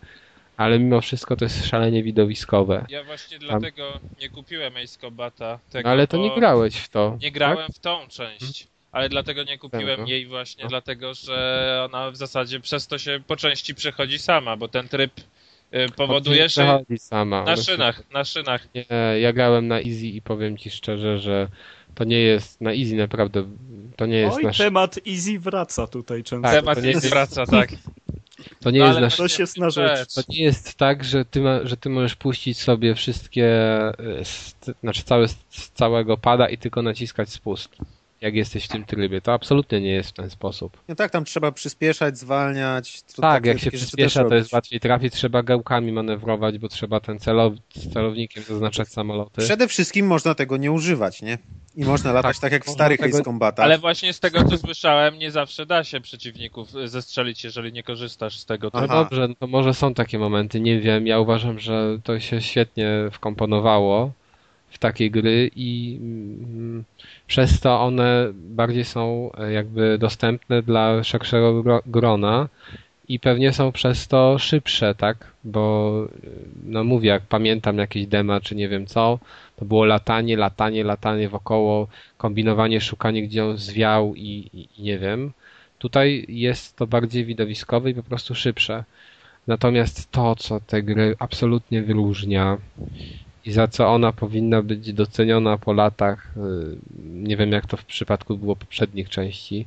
S1: ale mimo wszystko to jest szalenie widowiskowe.
S4: Ja właśnie dlatego nie kupiłem Ace Combata. Tego,
S1: No ale to
S4: Tak, bo
S1: nie grałeś w to. tak?
S4: Nie grałem w tą część. Ale dlatego nie kupiłem
S1: Mhm. Tego.
S4: jej właśnie,
S1: No.
S4: dlatego że ona w zasadzie przez to się po części przechodzi sama, bo ten tryb y, powoduje, że
S1: Przechodzi sama.
S4: na szynach, na szynach.
S1: Nie, ja grałem na Easy i powiem ci szczerze, że to nie jest na Easy naprawdę. To nie
S5: No
S1: jest
S2: Oj,
S1: nasz.
S2: temat Easy wraca tutaj często.
S1: Tak,
S4: Temat
S1: to nie jest-
S4: wraca, tak.
S1: To nie
S4: No,
S1: jest
S4: ale
S1: nasz.
S2: To się znaczy.
S1: To nie jest tak, że ty, ma, że ty możesz puścić sobie wszystkie, y, z, znaczy całe, z całego pada i tylko naciskać spust, jak jesteś w tym trybie. To absolutnie nie jest w ten sposób.
S5: No tak, tam trzeba przyspieszać, zwalniać. to
S1: Tak,
S5: takie
S1: jak się
S5: rzeczy też
S1: przyspiesza, to jest
S5: robić.
S1: łatwiej trafić. Trzeba gałkami manewrować, bo trzeba ten celow- celownikiem zaznaczać samoloty.
S5: Przede wszystkim można tego nie używać, nie? I I można latać tak, jak w starych
S1: tego-
S5: Ace Combatach.
S4: Ale właśnie z tego, co słyszałem, nie zawsze da się przeciwników e, zestrzelić, jeżeli nie korzystasz z tego.
S1: No
S5: Aha.
S1: dobrze, no to może są takie momenty, nie wiem. Ja uważam, że to się świetnie wkomponowało w takie gry i mm, przez to one bardziej są e, jakby dostępne dla szerszego gro- grona i pewnie są przez to szybsze, tak? Bo e, no mówię, jak pamiętam jakieś dema czy nie wiem co, to było latanie, latanie, latanie wokoło, kombinowanie, szukanie gdzie on zwiał i, i, i nie wiem. Tutaj jest to bardziej widowiskowe i po prostu szybsze. Natomiast to, co te gry absolutnie wyróżnia i za co ona powinna być doceniona po latach, y, nie wiem jak to w przypadku było poprzednich części,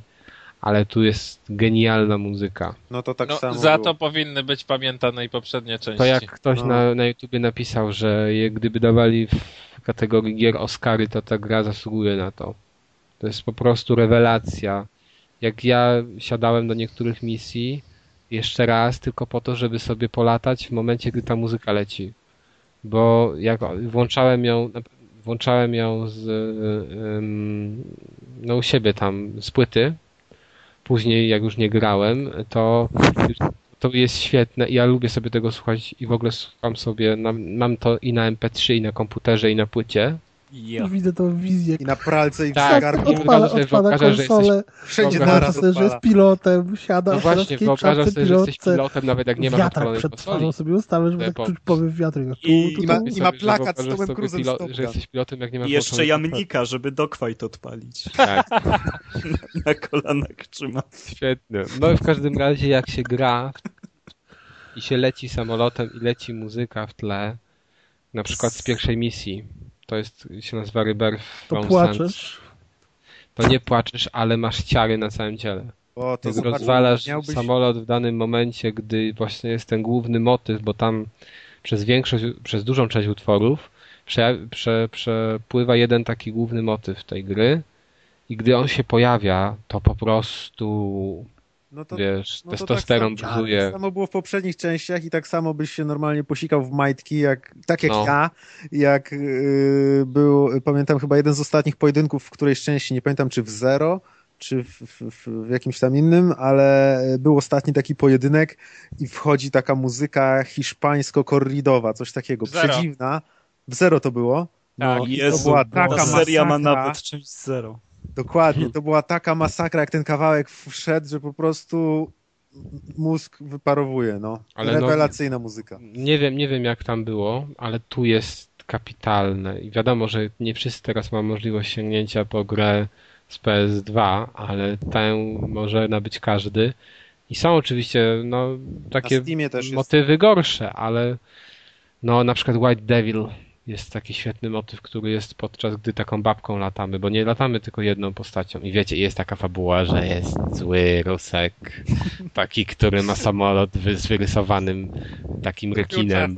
S1: ale tu jest genialna muzyka.
S5: No to tak
S4: No,
S5: samo.
S4: za
S5: było.
S4: to powinny być pamiętane i poprzednie części.
S1: To jak ktoś
S5: No.
S1: na, na YouTubie napisał, że je, gdyby dawali w kategorii gier Oscary, to ta gra zasługuje na to. To jest po prostu rewelacja. Jak ja siadałem do niektórych misji jeszcze raz tylko po to, żeby sobie polatać w momencie, gdy ta muzyka leci. Bo jak o- włączałem ją, włączałem ją z, y, ym, no u siebie tam z płyty, później jak już nie grałem, to to jest świetne i ja lubię sobie tego słuchać i w ogóle słucham sobie, na, mam to i na MP3, i na komputerze, i na płycie.
S2: Ja.
S3: Widzę tą wizję.
S5: I na pralce i w
S1: Tak.
S5: zegarku.
S1: nie
S3: Odpala,
S1: sobie
S3: odpala
S1: wyobrażasz, że jesteś-
S3: konsolę,
S5: Wszędzie
S1: Dobra.
S5: naraz
S3: wyobraża sobie, że jest
S5: odpala.
S3: pilotem, siada
S1: No
S3: w
S1: właśnie,
S3: środkiej
S1: wyobrażasz
S3: czapce
S1: sobie, że jesteś
S3: pilotce,
S1: pilotem, nawet jak nie masz
S3: wiatrak
S1: odpalonej
S3: tak przed
S1: konsoli.
S3: twarzą sobie ustawiasz, żeby
S1: Żeby
S3: tak czuć
S1: po-
S3: powiew wiatru. tak tu,
S2: I-
S3: tu,
S5: I ma,
S3: tu.
S1: Sobie,
S5: i ma
S1: że
S5: plakat z
S1: wyobrażasz
S5: Tomem
S1: sobie
S5: Cruzem
S1: pilo-
S5: z Top
S1: że
S5: Gun.
S1: jesteś pilotem, jak nie masz
S2: I jeszcze
S1: włączonej
S2: jamnika, żeby dokwajt odpalić.
S1: Tak.
S2: Na kolanach trzyma.
S1: Świetnie. No i w każdym razie jak się gra i się leci samolotem i leci muzyka w tle, na przykład z pierwszej misji, to jest, się nazywa Ryber
S3: To płaczesz.
S1: To nie płaczesz, ale masz ciary na całym ciele.
S5: O, to
S1: Ty
S5: zobacz,
S1: rozwalasz
S5: miałbyś-
S1: samolot w danym momencie, gdy właśnie jest ten główny motyw, bo tam przez większość, przez dużą część utworów prze, prze, przepływa jeden taki główny motyw tej gry i gdy on się pojawia, to po prostu,
S5: No to,
S1: wiesz,
S5: no to
S1: testosteron
S5: tak samo-
S1: buzuje.
S5: Tak samo było w poprzednich częściach i tak samo byś się normalnie posikał w majtki, jak, tak jak
S1: No.
S5: ja, jak yy, był, pamiętam chyba jeden z ostatnich pojedynków w którejś części, nie pamiętam czy w Zero, czy w, w, w- w jakimś tam innym, ale był ostatni taki pojedynek i wchodzi taka muzyka hiszpańsko-korridowa, coś takiego,
S4: Zero.
S5: przedziwna. W Zero to było. No,
S4: Tak,
S5: i to
S2: Jezu,
S5: była taka
S2: ta seria ma
S5: masakra.
S2: nawet część zero.
S5: Dokładnie, to była taka masakra, jak ten kawałek wszedł, że po prostu mózg wyparowuje, no.
S1: Ale no-
S5: Rewelacyjna muzyka.
S1: Nie wiem, nie wiem jak tam było, ale tu jest kapitalne. I wiadomo, że nie wszyscy teraz mają możliwość sięgnięcia po grę z PS2, ale tę może nabyć każdy. I są oczywiście no, takie
S5: Na Steamie też jest.
S1: motywy gorsze, ale no na przykład White Devil jest taki świetny motyw, który jest podczas gdy taką babką latamy, bo nie latamy tylko jedną postacią. I wiecie, jest taka fabuła, że jest zły Rusek, taki, który ma samolot wy- z wyrysowanym takim rekinem.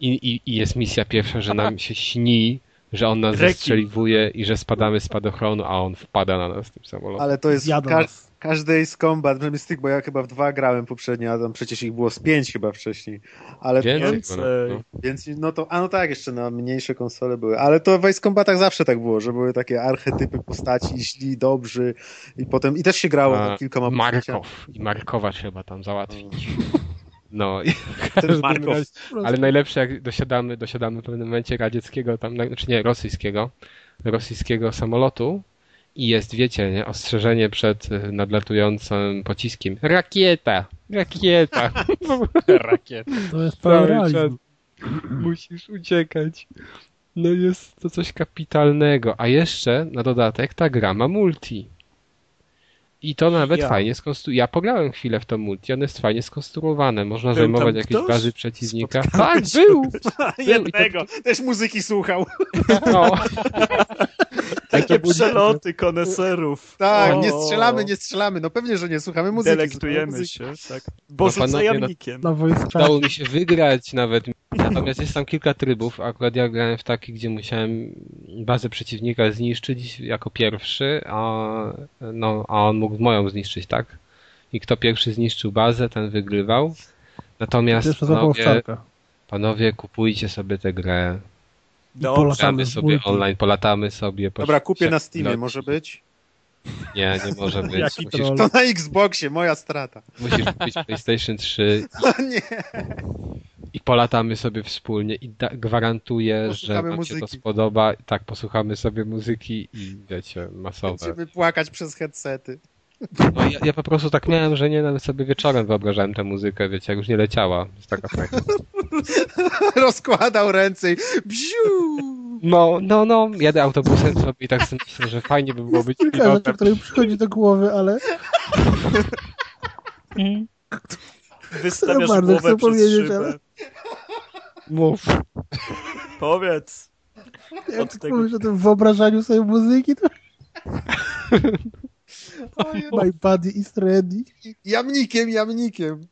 S1: I, i, I jest misja pierwsza, że nam się śni, że on nas
S2: Rekin.
S1: zastrzeliwuje i że spadamy z spadochronu, a on wpada na nas tym samolotem.
S5: Ale to jest
S3: Zjadą
S5: ka-
S3: nas.
S5: każdy Ace Combat, przynajmniej z tych, bo ja chyba w dwa grałem poprzednio, a tam przecież ich było z pięć chyba wcześniej. Ale
S1: Więcej
S5: więc,
S1: chyba nawet, no.
S5: więc no to, a no tak, jeszcze na mniejsze konsole były, ale to w Ace Combatach zawsze tak było, że były takie archetypy postaci, źli, dobrzy i potem, i też się grało
S1: A,
S5: na kilkoma postaciami.
S1: Markow. I Markowa trzeba tam załatwić. No, i
S5: Ten
S1: każdym
S5: Markow.
S1: razie- ale najlepsze jak dosiadamy, dosiadamy w pewnym momencie radzieckiego, tam, na- znaczy nie, rosyjskiego, rosyjskiego samolotu i jest, wiecie, nie, ostrzeżenie przed y, nadlatującym pociskiem. Rakieta! Rakieta!
S4: Rakiet.
S3: To jest pełen
S1: Cały
S3: realizm.
S1: czas Musisz uciekać. No jest to coś kapitalnego. A jeszcze na dodatek ta gra ma multi. I to nawet
S2: Ja.
S1: fajnie skonstruowane. Ja pograłem chwilę w to multi, ono jest fajnie skonstruowane. Można
S2: Był
S1: zajmować
S2: tam
S1: jakieś
S2: ktoś?
S1: bazy przeciwnika.
S2: Spotkałem
S1: tak,
S2: się
S1: był!
S2: Jednego.
S5: Też muzyki słuchał.
S1: No.
S2: Takie przeloty koneserów.
S5: Tak,
S2: O.
S5: nie strzelamy, nie strzelamy. No pewnie, że nie słuchamy muzyki. słuchamy
S2: Delektujemy
S5: muzyki.
S2: się, tak. Bo
S1: No,
S2: rzucę
S1: panowie, no-
S2: jamnikiem.
S3: Na wojskach.
S1: Udało mi się wygrać nawet. Natomiast jest tam kilka trybów. Akurat ja grałem w taki, gdzie musiałem bazę przeciwnika zniszczyć jako pierwszy, a, no, a on mógł moją zniszczyć, tak? I kto pierwszy zniszczył bazę, ten wygrywał. Natomiast
S3: Jeszcze zapał
S1: panowie,
S3: szczarka.
S1: panowie, kupujcie sobie tę grę.
S2: Dobrze.
S1: Polatamy
S3: z
S1: sobie
S3: bójki.
S1: online, polatamy sobie. po-
S5: Dobra, kupię na
S1: siak-
S5: Steamie,
S2: no.
S1: lot.
S5: może być?
S1: Nie, nie może być.
S3: Jaki
S1: Musisz,
S3: troll.
S5: To na Xboxie, moja strata.
S1: musisz kupić PlayStation 3
S5: O nie,
S1: i polatamy sobie wspólnie i da, gwarantuję, że
S5: Posłuchamy
S1: nam się to
S5: muzyki.
S1: spodoba. Tak, posłuchamy sobie muzyki i wiecie, masowe.
S5: będziemy płakać przez headsety.
S1: No, ja, ja po prostu tak miałem, że nie nawet sobie wieczorem wyobrażałem tę muzykę, wiecie, jak już nie leciała. Jest taka fajna.
S5: Rozkładał ręce i bziu!
S1: No, no, no, jadę autobusem sobie i tak sobie myślę, że fajnie by było być
S3: Kilka rzeczy,
S1: pilotem.
S3: które mi przychodzi do głowy, ale
S5: Mm.
S2: Wystawiasz
S3: Ja bardzo
S2: głowę
S3: chcę
S2: przez
S3: powiedzieć,
S2: szybę.
S3: ale-
S1: Mów.
S2: Powiedz.
S3: jak
S2: Od
S3: ty
S2: tego-
S3: mówisz o tym wyobrażaniu sobie muzyki, to
S5: Ojej.
S3: my body is ready.
S5: Jamnikiem, jamnikiem.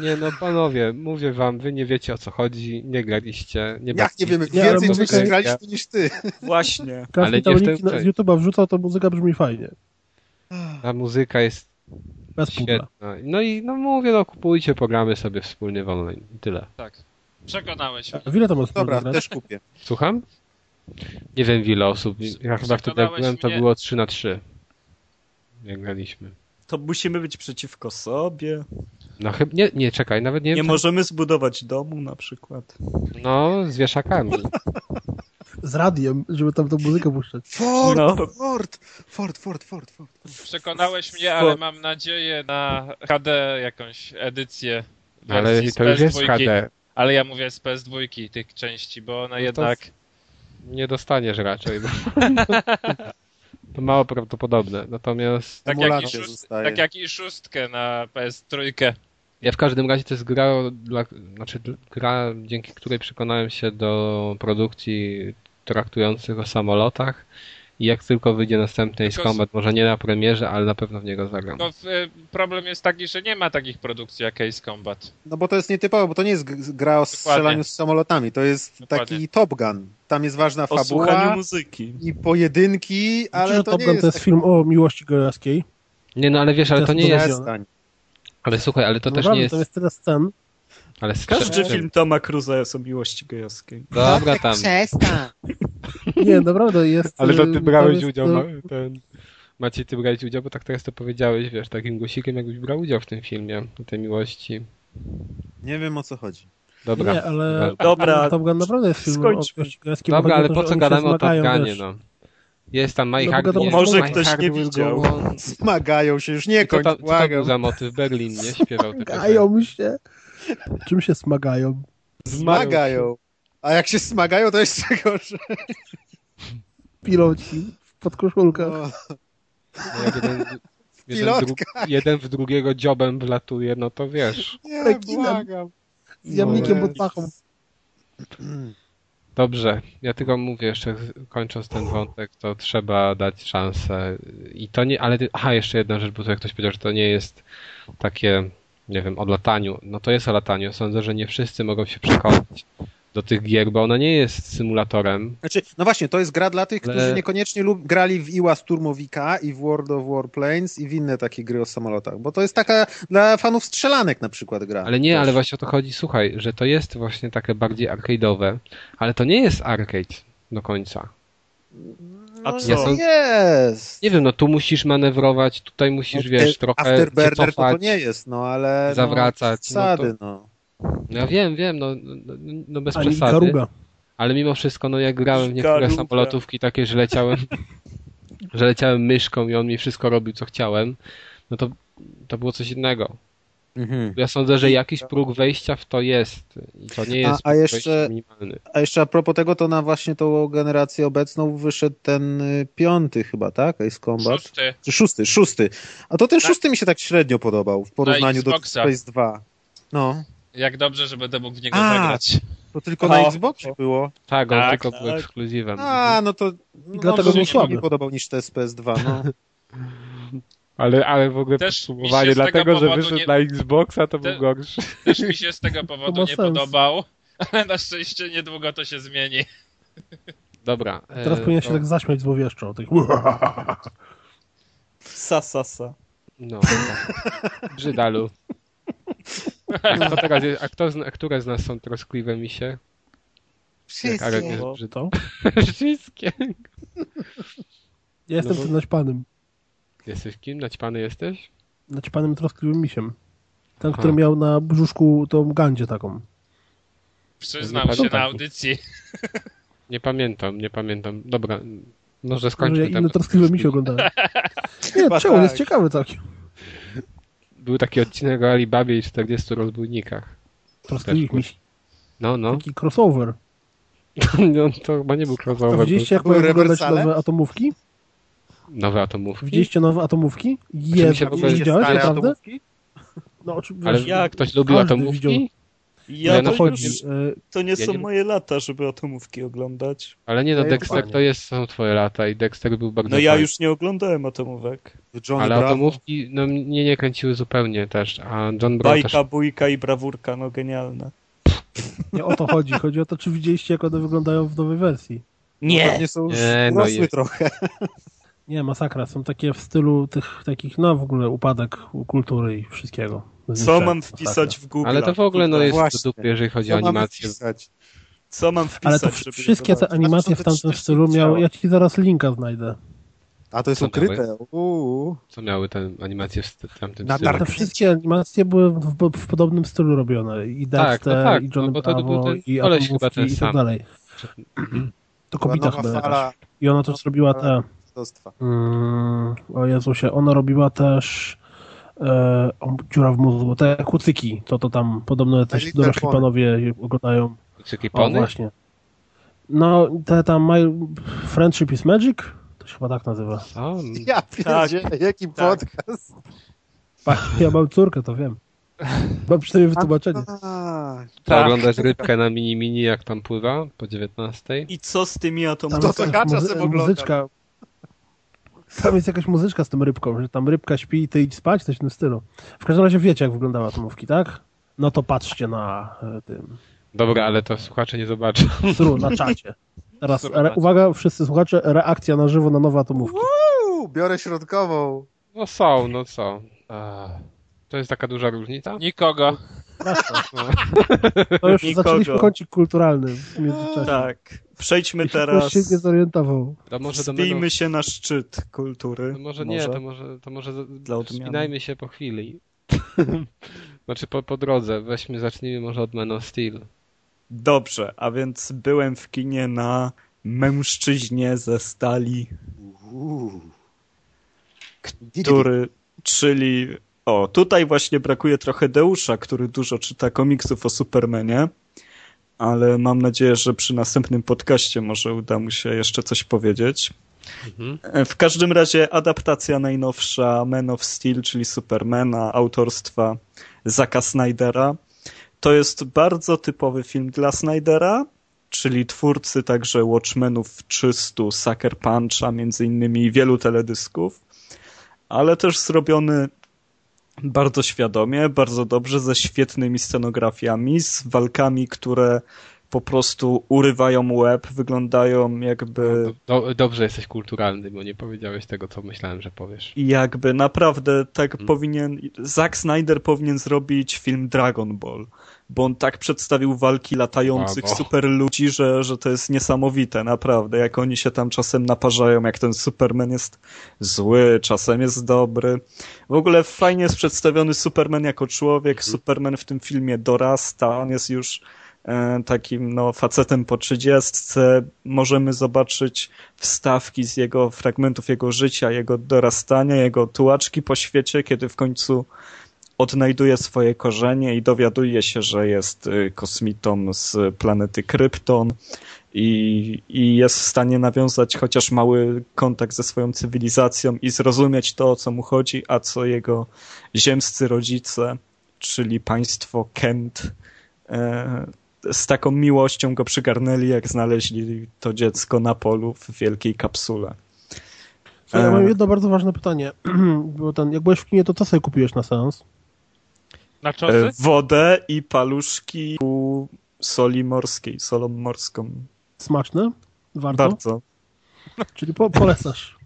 S1: Nie no, panowie, mówię wam, wy nie wiecie o co chodzi, nie graliście, nie
S5: Jak nie wiemy,
S1: bawiliście się
S5: więcej
S1: w tą
S5: czegoś
S1: grę.
S5: graliśmy niż ty.
S2: Właśnie.
S3: Każdy
S1: Ale
S3: tam
S1: nie w
S3: linki
S1: tym
S3: na- z
S1: czasie.
S3: YouTube'a wrzucał, to muzyka brzmi fajnie.
S1: Ta muzyka jest
S3: Bez pudla.
S1: świetna. No i no mówię, no kupujcie, pogramy sobie wspólnie w online i tyle.
S4: Tak. Przekonałeś mnie.
S3: A w ile to można
S5: Dobra,
S3: grać?
S5: też kupię.
S1: Słucham? Nie wiem ile osób, ja chyba wtedy jak
S4: Przekonałeś
S1: byłem, to
S4: mnie.
S1: było 3 na 3. Jak graliśmy.
S2: To musimy być przeciwko sobie.
S1: No chyba, nie, nie, czekaj, nawet nie
S2: Nie
S1: wiem.
S2: możemy zbudować domu na przykład.
S1: No, z wieszakami.
S3: Z radiem, żeby tam tą muzykę puszczać.
S5: Ford,
S2: No.
S5: Ford, Ford, Ford, Ford, Ford.
S4: Przekonałeś mnie, ale mam nadzieję na HD jakąś edycję.
S1: Ale
S4: wersji z
S1: to już jest
S4: PS2.
S1: HD.
S4: Ale ja mówię z PS2 tych części, bo ona
S1: to
S4: jednak.
S1: Nie dostaniesz raczej. bo- To mało prawdopodobne. Natomiast
S4: Tak jak, i
S5: Emulacja
S4: szóst...
S5: zostaje.
S4: tak jak i szóstkę na PS3.
S1: ja w każdym razie to jest gra, o- dla, znaczy dl- gra, dzięki której przekonałem się do produkcji traktujących o samolotach. I jak tylko wyjdzie następny Ace
S4: Tylko z-
S1: Combat, może nie na premierze, ale na pewno w niego zagram.
S4: No, w- y, problem jest taki, że nie ma takich produkcji jak Ace Combat.
S5: No bo to jest nietypowe, bo to nie jest g- gra o strzelaniu z samolotami, to jest
S4: Dokładnie.
S5: taki Top Gun. Tam jest ważna
S2: O słuchaniu
S5: fabuła
S2: muzyki.
S5: i pojedynki,
S3: Ale
S5: ale to
S3: Top
S5: nie
S3: Gun to
S1: tak.
S3: jest
S5: jest...
S3: film o miłości gejowskiej.
S1: Nie no, ale wiesz, ale
S3: Teraz
S1: to nie
S3: to
S1: jest...
S3: będzie-
S5: Przestań.
S1: Ale słuchaj, ale to
S3: No
S1: też
S3: Naprawdę,
S1: nie jest...
S3: tam jest tyle scen.
S1: Ale skrze-
S2: Każdy film Toma Cruza jest o miłości gejowskiej.
S1: No, Dobra tam.
S3: Nie, naprawdę jest...
S1: Ale to
S3: y,
S1: ty
S3: tam
S1: brałeś
S3: jest,
S1: udział, no,
S3: y,
S1: ma- ten... Maciej, ty brałeś udział, bo tak teraz to powiedziałeś, wiesz, takim głosikiem, jakbyś brał udział w tym filmie, o tej miłości.
S5: Nie wiem o co chodzi.
S1: Dobra.
S3: Nie, ale
S2: Dobra,
S3: Top Gun naprawdę jest film
S2: skończmy.
S3: o miłości gejowskiej. bo
S1: Dobra,
S3: chodzi o
S1: ale
S3: to,
S1: po
S3: że
S1: co
S3: oni się
S1: gadamy o Top
S3: zmagają,
S1: Gunie,
S3: wiesz.
S1: no. Jest tam My
S3: No, bo
S1: Hard...
S3: wiadomo,
S1: nie,
S2: może
S1: My
S2: ktoś
S1: Hard
S2: nie
S1: Will Go
S2: widział.
S1: On.
S5: Zmagają się, już nie
S1: Co
S5: kończ,
S1: to, co to był
S5: błagam.
S1: za motyw? Berlin, nie? Śpiewał tego.
S3: Smagają się. Czym się smagają?
S5: Smagają. A jak się smagają, to jeszcze gorzej.
S3: Piloci w podkoszulkach.
S5: No,
S1: No, jak jeden, jeden,
S5: Pilotka.
S1: dru... jeden w drugiego dziobem wlatuje, no to wiesz.
S5: nie,
S3: Rekinem.
S5: błagam.
S3: z jamnikiem
S1: No,
S3: pod pachą.
S1: Dobrze, ja tylko mówię jeszcze, kończąc ten wątek, to trzeba dać szansę. I to nie, ale. ty- Aha, jeszcze jedna rzecz, bo tu jak ktoś powiedział, że to nie jest takie, nie wiem, o lataniu. No to jest o lataniu. Sądzę, że nie wszyscy mogą się przekonać do tych gier, bo ona nie jest symulatorem.
S5: Znaczy, no właśnie, to jest gra dla tych,
S1: Ale-
S5: którzy niekoniecznie lub grali w Iła Sturmowika i w World of Warplanes i w inne takie gry o samolotach, bo to jest taka dla fanów strzelanek na przykład gra.
S1: Ale nie, ale właśnie o to chodzi, słuchaj, że to jest właśnie takie bardziej arcade'owe, ale to nie jest arcade do końca.
S2: a
S1: Ja
S2: co?
S1: są-
S5: No, Jest!
S1: Nie wiem, no tu musisz manewrować, tutaj musisz,
S5: No,
S1: wiesz,
S5: te-
S1: trochę się
S5: Afterburner to,
S1: cofać.
S5: to nie jest, no ale...
S1: zawracać,
S5: No, zasady, no.
S1: No ja wiem, wiem, no, no, no bez
S3: Ani
S1: przesady.
S3: Garuga.
S1: Ale mimo wszystko, no ja grałem w niektóre
S2: Żgaruga.
S1: samolotówki takie, że leciałem, że leciałem myszką i on mi wszystko robił, co chciałem, no to, to było coś innego. Ja sądzę, że jakiś próg wejścia w to jest. I to nie
S5: A-
S1: jest
S5: a
S1: próg
S5: jeszcze-
S1: wejścia minimalny.
S5: A jeszcze a propos tego, to na właśnie tą generację obecną wyszedł ten y, piąty chyba, tak? Ace Combat.
S4: Szósty.
S5: Czy szósty, szósty. A to ten
S4: Na-
S5: szósty mi się tak średnio podobał w porównaniu do
S4: Xboxa.
S5: PS2. No,
S4: Jak dobrze, że będę mógł w niego
S5: A,
S4: zagrać.
S5: to tylko
S2: O.
S5: na Xboxie było.
S1: Tak, on
S4: Tak,
S1: tylko był
S2: tak.
S1: ekskluzywem.
S5: A, no to no,
S3: dlatego
S5: może
S3: był
S5: mi się
S3: słaby.
S5: nie podobał niż te z PS2, no.
S11: Ale, ale w ogóle
S4: Też mi się
S11: podsumowanie,
S4: z tego
S11: dlatego że
S4: powodu
S11: wyszedł
S4: nie-
S11: na Xboxa, to był
S4: Te-
S11: gorszy.
S4: Też mi się z tego powodu
S3: ma
S4: nie
S3: sens.
S4: podobał, ale na szczęście niedługo to się zmieni.
S1: Dobra. e,
S3: Teraz powinien się
S1: to-
S3: tak zaśmiać złowieszczo. Tak.
S2: Sa, sa, sa.
S1: No, tak. brzydalu. A, kto teraz jest, a, kto, z- a które z nas są troskliwe misie? Jak Arek
S5: Wszystkie.
S1: jest
S2: Słowo.
S1: brzydki.
S3: To?
S1: Wszystkie.
S3: Ja jestem
S1: No bo-
S3: tym naćpanym.
S1: Jesteś kim? Naćpany jesteś?
S3: Naćpanym troskliwym misiem. Ten,
S1: Aha.
S3: który miał na brzuszku tą gandzie taką.
S1: No
S10: Przyznam się
S1: tak.
S10: na audycji.
S1: Nie pamiętam, nie pamiętam. Dobra, może
S3: Może no ja
S1: skończmy
S3: inne
S1: temat.
S3: troskliwe misie oglądałem. Nie,
S5: Chyba
S3: czemu? Jest
S5: tak.
S3: ciekawy całkiem.
S1: Był taki odcinek o Alibabie i 40 rozbójnikach.
S3: Troskliwych
S1: Też
S3: misi.
S1: No, no.
S3: Taki crossover.
S1: no to chyba nie był
S3: To
S1: crossover.
S3: widzieliście, jak
S5: Były
S3: mają wyglądać
S5: rewersale?
S3: nowe atomówki?
S1: był Nowe atomówki.
S3: Widzieliście nowe atomówki?
S1: mi
S3: Jezu,
S1: się w ogóle-
S3: widziałeś,
S5: Stare
S3: naprawdę?
S5: atomówki?
S3: No, oczywiście.
S1: Ale
S2: jak
S1: ktoś lubił
S3: każdy
S1: atomówki?
S3: widział.
S2: Ja
S1: Ile
S2: to,
S1: nachodzi?
S2: już,
S3: E,
S2: to nie
S1: Ja
S2: są
S1: nie-
S2: moje lata, żeby atomówki oglądać.
S1: Ale nie no,
S5: Daje
S1: Dexter to
S5: dokładnie.
S1: jest, są twoje lata i Dexter był bardzo
S2: No ja
S1: fajny.
S2: już nie oglądałem atomówek.
S5: Johnny
S1: Ale
S5: Bravo.
S1: atomówki no, mnie nie kręciły zupełnie też, a John Brown też...
S2: Bajka, bójka No i brawurka, no genialne.
S3: nie o to chodzi. Chodzi o to, czy widzieliście, jak one wyglądają w nowej wersji.
S2: Nie!
S5: Nie są już
S1: Nie, no
S5: urosły
S1: jest.
S5: trochę.
S3: Nie, masakra. Są takie w stylu tych takich, no w ogóle upadek kultury i wszystkiego.
S2: Co
S3: Zniszczenie.
S2: mam
S3: Masakra.
S2: wpisać w Google?
S1: Ale to w ogóle no, jest
S5: Właśnie. No,
S1: w dupie, jeżeli chodzi o
S5: Co mamy
S1: animację.
S5: wpisać?
S2: Co mam
S3: Ale
S2: wpisać,
S3: to
S2: żeby Znaczy,
S3: w- wszystkie te
S2: zobaczyć?
S3: animacje w
S5: Patrz, co ty
S3: tamtym
S5: też
S3: stylu
S5: nie
S3: miały.
S5: widziałeś.
S3: Ja ci zaraz linka znajdę.
S5: A to jest
S1: Co
S5: ukryte. Uuu.
S1: Co miały te animacje w st- tamtym
S5: Na
S1: stylu?
S5: targ-
S3: Te wszystkie animacje były w, w, w podobnym stylu robione. I
S1: Tak,
S3: Dexter,
S1: no tak,
S3: i
S1: no
S3: Johnny
S1: bo to był
S3: Bravo,
S1: ten
S3: i
S1: koleś chyba
S3: Atomówki
S1: ten
S3: i tak
S1: sam.
S3: dalej. To
S5: Była
S3: kobieta
S5: nowa
S3: chyba
S5: fala
S3: jakaś. I ona też zrobiła te...
S5: dostwa.
S3: Mm, o Jezusie, ona robiła też e, o, dziura w mózgu, te kucyki, to to tam podobno też
S5: Little
S3: dorośli
S5: Pony.
S3: panowie je oglądają.
S1: Kucyki
S3: O,
S1: Pony?
S3: właśnie. No, te tam My Friendship is Magic? To się chyba tak nazywa.
S1: Co?
S5: Ja pierdzie, jaki
S2: Tak.
S5: podcast.
S3: Patrz, Ja mam córkę, to wiem. Mam przynajmniej wytłumaczenie.
S5: A,
S1: To oglądasz rybkę na mini mini jak tam pływa po 19.
S2: I co z tymi
S5: No
S3: Tam
S5: to
S2: atomówkami?
S3: jest
S5: co
S3: jakaś
S5: Kacza sobie ogląda.
S3: muzyczka. Tam jest jakaś muzyczka z tą rybką, że tam rybka śpi i ty idź spać, coś w tym stylu. W każdym razie wiecie, jak wyglądały atomówki, tak? No to patrzcie na e, tym
S1: Dobra, ale to słuchacze nie zobaczą.
S3: Sru na czacie. Teraz,
S1: Sru na
S3: re,
S1: czacie.
S3: uwaga, wszyscy słuchacze, reakcja na żywo na nowe atomówki.
S5: uuu, biorę środkową.
S1: No są, no co. A, To jest taka duża różnica?
S4: Nikogo.
S3: To już
S2: Nikogo.
S3: zaczęliśmy kącik kulturalny w międzyczasie.
S2: Tak. Przejdźmy
S3: Jeśli ktoś
S2: teraz.
S3: się nie zorientował.
S1: To może do mego...
S2: Zbijmy się na szczyt kultury.
S1: To może nie, to może, to może
S2: Dla odmiany.
S1: wspinajmy się po chwili. znaczy po, po drodze. Weźmy, zacznijmy może od Man of Steel.
S2: Dobrze, a więc byłem w kinie na mężczyźnie ze stali,
S5: Uuu.
S2: który, czyli o, tutaj właśnie brakuje trochę Deusza, który dużo czyta komiksów o Supermanie, ale mam nadzieję, że przy następnym podcaście może uda mu się jeszcze coś powiedzieć. E, W każdym razie adaptacja najnowsza Man of Steel, czyli Supermana, autorstwa Zacka Snydera. To jest bardzo typowy film dla Snydera, czyli twórcy także Watchmenów 300, Sucker Puncha między innymi i wielu teledysków, ale też zrobiony bardzo świadomie, bardzo dobrze, ze świetnymi scenografiami, z walkami, które po prostu urywają łeb, wyglądają jakby...
S1: Do, dobrze jesteś kulturalny, bo nie powiedziałeś tego, co myślałem, że powiesz.
S2: I jakby naprawdę tak powinien, Zack Snyder powinien zrobić film Dragon Ball, bo on tak przedstawił walki latających
S1: Brawo.
S2: super ludzi, że, że to jest niesamowite, naprawdę. Jak oni się tam czasem naparzają, jak ten Superman jest zły, czasem jest dobry. W ogóle fajnie jest przedstawiony Superman jako człowiek. Superman w tym filmie dorasta, on jest już e, takim no, facetem po trzydziestce. Możemy zobaczyć wstawki z jego fragmentów jego życia, jego dorastania, jego tułaczki po świecie, kiedy w końcu odnajduje swoje korzenie i dowiaduje się, że jest y, kosmitą z planety Krypton i, i jest w stanie nawiązać chociaż mały kontakt ze swoją cywilizacją i zrozumieć to, o co mu chodzi, a co jego ziemscy rodzice, czyli państwo Kent, e, z taką miłością go przygarnęli, jak znaleźli to dziecko na polu w wielkiej kapsule.
S3: Słuchaj, ja
S2: E.
S3: mam jedno bardzo ważne pytanie. Bo ten, jak byłeś w kinie, to co sobie kupiłeś na seans?
S4: Na
S2: E,
S4: czosy?
S2: wodę i paluszki ku soli morskiej, solą morską.
S3: Smaczne? Warto?
S2: Bardzo.
S3: Czyli po, polecasz.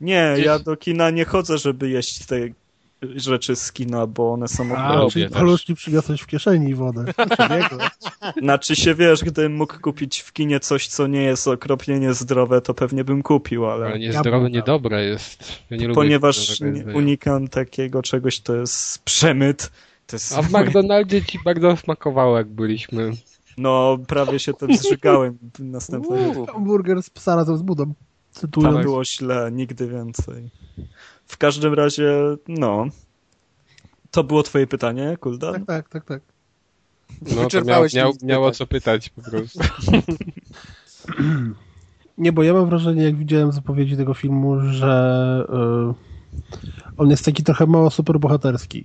S2: Nie,
S4: Gdzieś-
S2: ja do kina nie chodzę, żeby jeść te rzeczy z kina, bo one są
S3: A,
S2: ogromne.
S3: czyli
S4: też.
S3: paluszki przyniosłeś w kieszeni wodę. Przebiegłeś.
S2: Znaczy się wiesz, gdybym mógł kupić w kinie coś, co nie jest okropnie niezdrowe, to pewnie bym kupił,
S1: Ale
S2: ale
S1: niezdrowe, niedobre jest. Ja nie lubię
S2: Tak. ponieważ
S1: niezdrowego
S2: nie,
S1: jedzenia.
S2: unikam takiego czegoś, to jest przemyt. To jest,
S1: A w McDonaldzie ci bardzo smakowało, jak byliśmy.
S2: no, prawie się tym zżygałem następnego
S3: Hamburger z psa razem z budą.
S2: Tam
S3: Cytując.
S2: było źle, nigdy więcej. W każdym razie, no. To było twoje pytanie, Kulda?
S3: Tak, tak, tak, tak.
S1: No, to miał,
S6: Wyczerpałeś
S1: miał,
S6: listę,
S1: miało
S6: tak.
S1: co pytać po prostu.
S2: Tak.
S3: Nie, bo ja mam wrażenie, jak widziałem zapowiedzi tego filmu, że y, on jest taki trochę mało superbohaterski.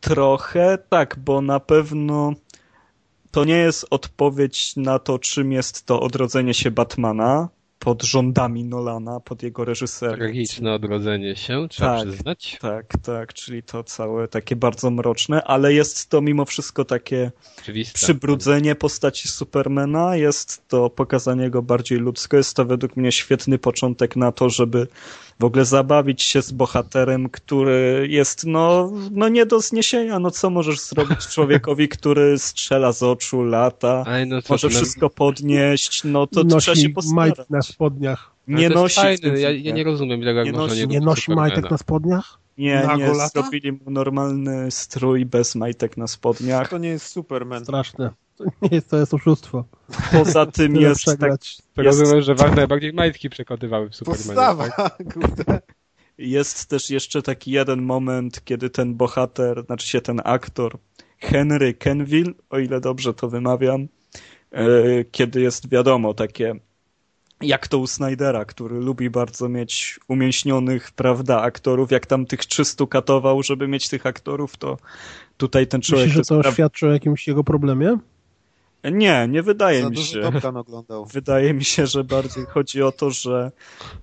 S2: Trochę tak, bo na pewno to nie jest odpowiedź na to, czym jest to odrodzenie się Batmana pod rządami Nolana, pod jego reżyserem.
S1: Tragiczne odrodzenie się, trzeba
S2: Tak.
S1: przyznać.
S2: Tak, tak, czyli to całe takie bardzo mroczne, ale jest to mimo wszystko takie
S1: Oczywiste.
S2: przybrudzenie postaci Supermana, jest to pokazanie go bardziej ludzko, jest to według mnie świetny początek na to, żeby w ogóle zabawić się z bohaterem, który jest no, no nie do zniesienia, no co możesz zrobić człowiekowi, który strzela z oczu, lata,
S1: Aj, no co,
S2: może
S1: no,
S2: wszystko podnieść, no to trzeba się
S3: nosi
S2: postarać.
S3: majtek na spodniach.
S1: ale
S2: Nie
S1: to jest
S2: nosi. w tym
S1: Fajne. Ja,
S2: filmie.
S1: ja nie rozumiem, dlaczego
S2: Nie
S1: nie można
S2: nosi-
S1: nie
S3: Nie
S1: lubić
S3: nosi
S1: Supermana.
S3: majtek no- na spodniach?
S2: Nie,
S6: Na
S2: nie,
S6: golata?
S2: zrobili mu normalny strój bez majtek na spodniach.
S6: Tak. To nie jest Superman.
S3: Straszne. To nie jest, to jest oszustwo.
S2: Poza tym
S3: Tyle
S2: jest tak,
S3: przegrać.
S1: To
S2: jest-
S1: rozumiem, że was najbardziej majtki przekonywały w Supermanie.
S6: Podstawa, kurde.
S2: Jest też jeszcze taki jeden moment, kiedy ten bohater, znaczy się ten aktor Henry Kenville, o ile dobrze to wymawiam, e, kiedy jest wiadomo takie jak to u Snydera, który lubi bardzo mieć umięśnionych, prawda, aktorów, jak tam tych 300 katował, żeby mieć tych aktorów, to tutaj ten człowiek
S3: Myślisz, że
S2: jest
S3: to
S2: praw-
S3: świadczy o jakimś jego problemie?
S2: Nie, nie wydaje
S6: Za
S2: mi się.
S6: dużo Topkan oglądał.
S2: Wydaje mi się, że bardziej chodzi o to, że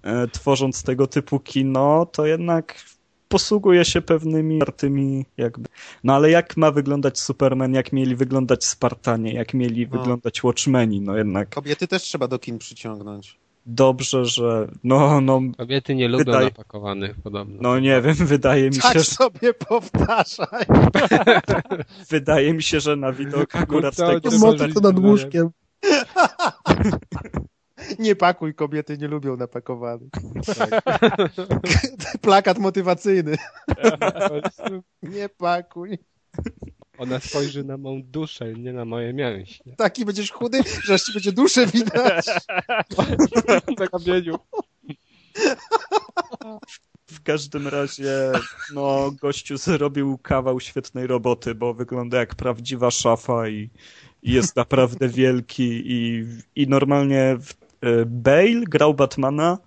S2: e, tworząc tego typu kino, to jednak posługuje się pewnymi artymi jakby. No ale jak ma wyglądać Superman, jak mieli wyglądać Spartanie, jak mieli
S6: No.
S2: wyglądać Watchmeni, no jednak
S6: Kobiety też trzeba do kin przyciągnąć.
S2: dobrze, że no, no,
S1: Kobiety nie lubią
S2: Wydaje-
S1: napakowanych podobno.
S2: no nie wiem, wydaje mi się,
S6: Tak
S2: że,
S6: sobie powtarzaj.
S2: wydaje mi się, że na widok akurat
S1: co,
S2: tego
S1: nie
S3: Motek
S1: możesz-
S3: No, to nad łóżkiem.
S6: Nie pakuj, kobiety nie lubią napakowanych.
S1: Tak.
S6: Plakat motywacyjny. Nie pakuj.
S1: Ona spojrzy na mą duszę, nie na moje mięśnie.
S6: Taki będziesz chudy, że aż ci będzie duszę widać.
S1: Na kamieniu.
S2: W każdym razie, no, gościu zrobił kawał świetnej roboty, bo wygląda jak prawdziwa szafa i, i jest naprawdę wielki i, i normalnie w, e, Bale grał Batmana.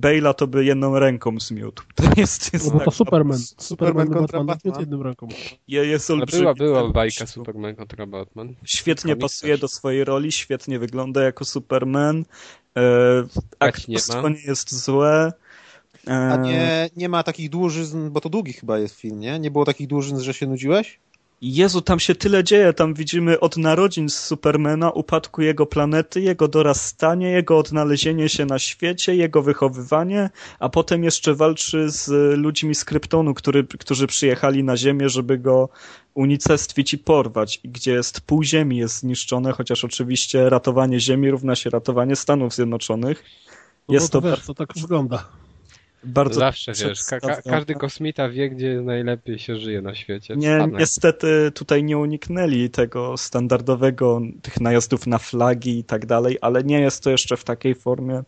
S2: Bale'a to by jedną ręką zmiótł. To jest, jest,
S3: No bo to
S2: tak-
S3: Superman.
S6: Superman
S3: Superman
S6: kontra
S3: kontra Batman.
S6: Batman.
S3: jest jednym ręką.
S2: je- jest
S1: No
S2: olbrzymi.
S1: była, była bajka
S2: Zresztą
S1: Superman kontra Batman.
S2: Świetnie
S1: komiks
S2: pasuje
S1: też.
S2: do swojej roli, świetnie wygląda jako Superman. E,
S1: Pać nie
S2: aktorstwo
S1: ma.
S2: nie jest złe. E,
S6: A nie, nie ma takich dłużyzn, bo to długi chyba jest film, nie? Nie było takich dłużyzn, że się nudziłeś?
S2: Jezu, tam się tyle dzieje. Tam widzimy od narodzin Supermana, upadku jego planety, jego dorastanie, jego odnalezienie się na świecie, jego wychowywanie, a potem jeszcze walczy z y, ludźmi z Kryptonu, który, którzy przyjechali na Ziemię, żeby go unicestwić i porwać. I gdzie jest pół Ziemi jest zniszczone, chociaż oczywiście ratowanie Ziemi równa się ratowanie Stanów Zjednoczonych.
S3: No
S2: Jest
S3: bo
S2: to
S3: wiesz, to tak wygląda.
S2: bardzo
S1: Zawsze wiesz, ka- ka-
S2: przedstawia-
S1: każdy kosmita wie, gdzie najlepiej się żyje na świecie.
S2: Nie,
S1: Stanach.
S2: niestety tutaj nie uniknęli tego standardowego, tych najazdów na flagi i tak dalej, ale nie jest to jeszcze w takiej formie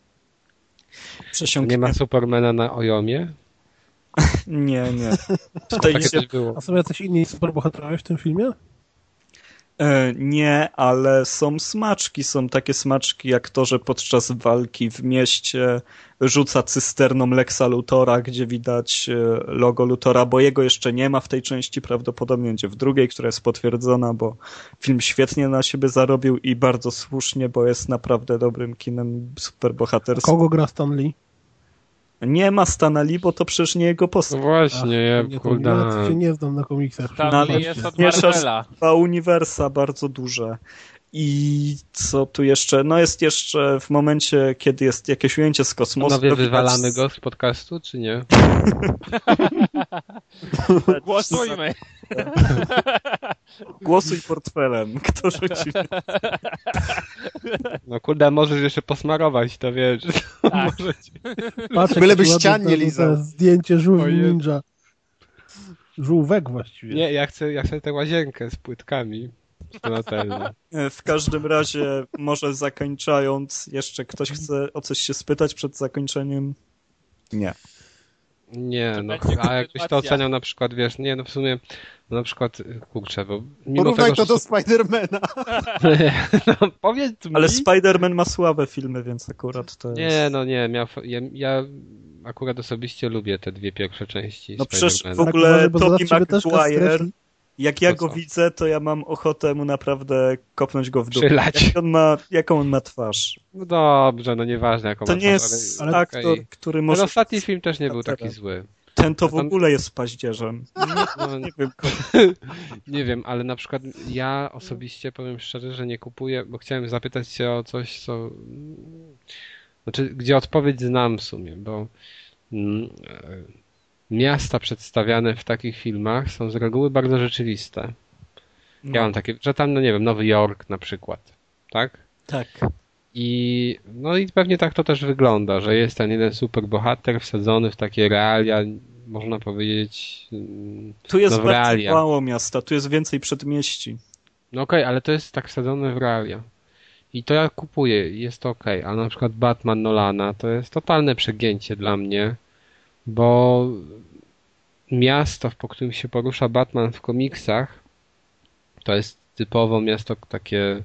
S1: nie
S2: przesiąknięte.
S1: ma Supermana na Ojomie?
S2: Nie, nie. Tutaj
S1: Takie
S2: się,
S1: coś było.
S3: A są jacyś inni superbohaterowie w tym filmie?
S2: e, nie, ale są smaczki, są takie smaczki jak to, że podczas walki w mieście rzuca cysterną Lexa Lutora, gdzie widać e, logo Lutora, bo jego jeszcze nie ma w tej części, prawdopodobnie będzie w drugiej, która jest potwierdzona, bo film świetnie na siebie zarobił i bardzo słusznie, bo jest naprawdę dobrym kinem
S3: A
S2: superbohaterskim.
S3: Kogo gra Stan Lee?
S2: Nie ma Stanali, bo to przecież nie jego
S1: No
S2: postać.
S1: właśnie,
S3: nie,
S1: ja
S3: to nie, ja
S1: kurde.
S3: się nie znam na komiksach.
S2: No,
S4: Tam
S2: ale
S4: jest od
S2: mieszasz-
S4: Marvela.
S2: Dwa uniwersa bardzo duże. I co tu jeszcze? No jest jeszcze w momencie, kiedy jest jakieś ujęcie z kosmosu.
S1: Panowie,
S2: to widać
S1: wywalamy go z podcastu, czy nie?
S4: Głosujmy.
S2: Głosuj portfelem, kto rzuci.
S1: No kurde, możesz jeszcze posmarować, to wiesz.
S4: Tak.
S3: Patrz,
S5: Byleby
S3: jakie ładne
S5: ścian nie
S3: to- to
S5: lizał.
S3: Zdjęcie żółwi
S1: Ojej.
S3: ninja. Żółwek właściwie.
S1: Nie, ja chcę, ja chcę tę łazienkę z płytkami. Tonatelne.
S2: W każdym razie, może zakończając, jeszcze ktoś chce o coś się spytać przed zakończeniem? Nie.
S1: Nie,
S4: To
S1: no,
S4: będzie
S1: a jakbyś to
S4: kontynuacja.
S1: oceniał na przykład, wiesz, nie, no w sumie, no na przykład, kurczę, bo mimo
S5: Porównaj
S1: tego,
S5: to
S1: że...
S5: do Spidermana.
S1: no, powiedz mi...
S2: Ale Spider-Man ma słabe filmy, więc akurat to jest...
S1: Nie, no nie, miał, ja, ja akurat osobiście lubię te dwie pierwsze części
S2: No przecież
S1: Spidermana.
S2: w ogóle
S3: uważaj, Tak bo zaraz
S2: Tobey
S3: ciebie też
S2: Maguire-
S3: kastrefi.
S2: Jak ja
S1: To
S2: go
S1: co?
S2: widzę, to ja mam ochotę mu naprawdę kopnąć go w dupę.
S1: Przylać.
S2: Jak on ma, jaką on ma twarz?
S1: No dobrze, no nieważne jaką
S2: To
S1: masz
S2: nie
S1: nazwę,
S2: jest
S1: ale-
S2: aktor,
S1: okej.
S2: który
S1: Ten
S2: może...
S1: ostatni film też nie był taki zły.
S2: Ten to w
S1: Tam-
S2: ogóle jest paździerzem.
S1: No,
S2: Nie wiem,
S1: nie wiem, ale na przykład ja osobiście powiem szczerze, że nie kupuję, bo chciałem zapytać się o coś, co. Znaczy, gdzie odpowiedź znam w sumie, bo mm, e, miasta przedstawiane w takich filmach są z reguły bardzo rzeczywiste. Ja mam takie, że tam, no nie wiem, Nowy Jork na przykład, tak?
S2: Tak.
S1: I no i pewnie tak to też wygląda, że jest ten jeden super bohater wsadzony w takie realia, można powiedzieć. mm,
S2: Tu jest
S1: No w
S2: bardzo
S1: realiach.
S2: mało miasta, tu jest więcej przedmieści.
S1: No okej, ale to jest tak wsadzone w realia. I to ja kupuję, jest to okej. A na przykład Batman Nolana to jest totalne przegięcie dla mnie, bo miasto, po którym się porusza Batman w komiksach, to jest typowo miasto takie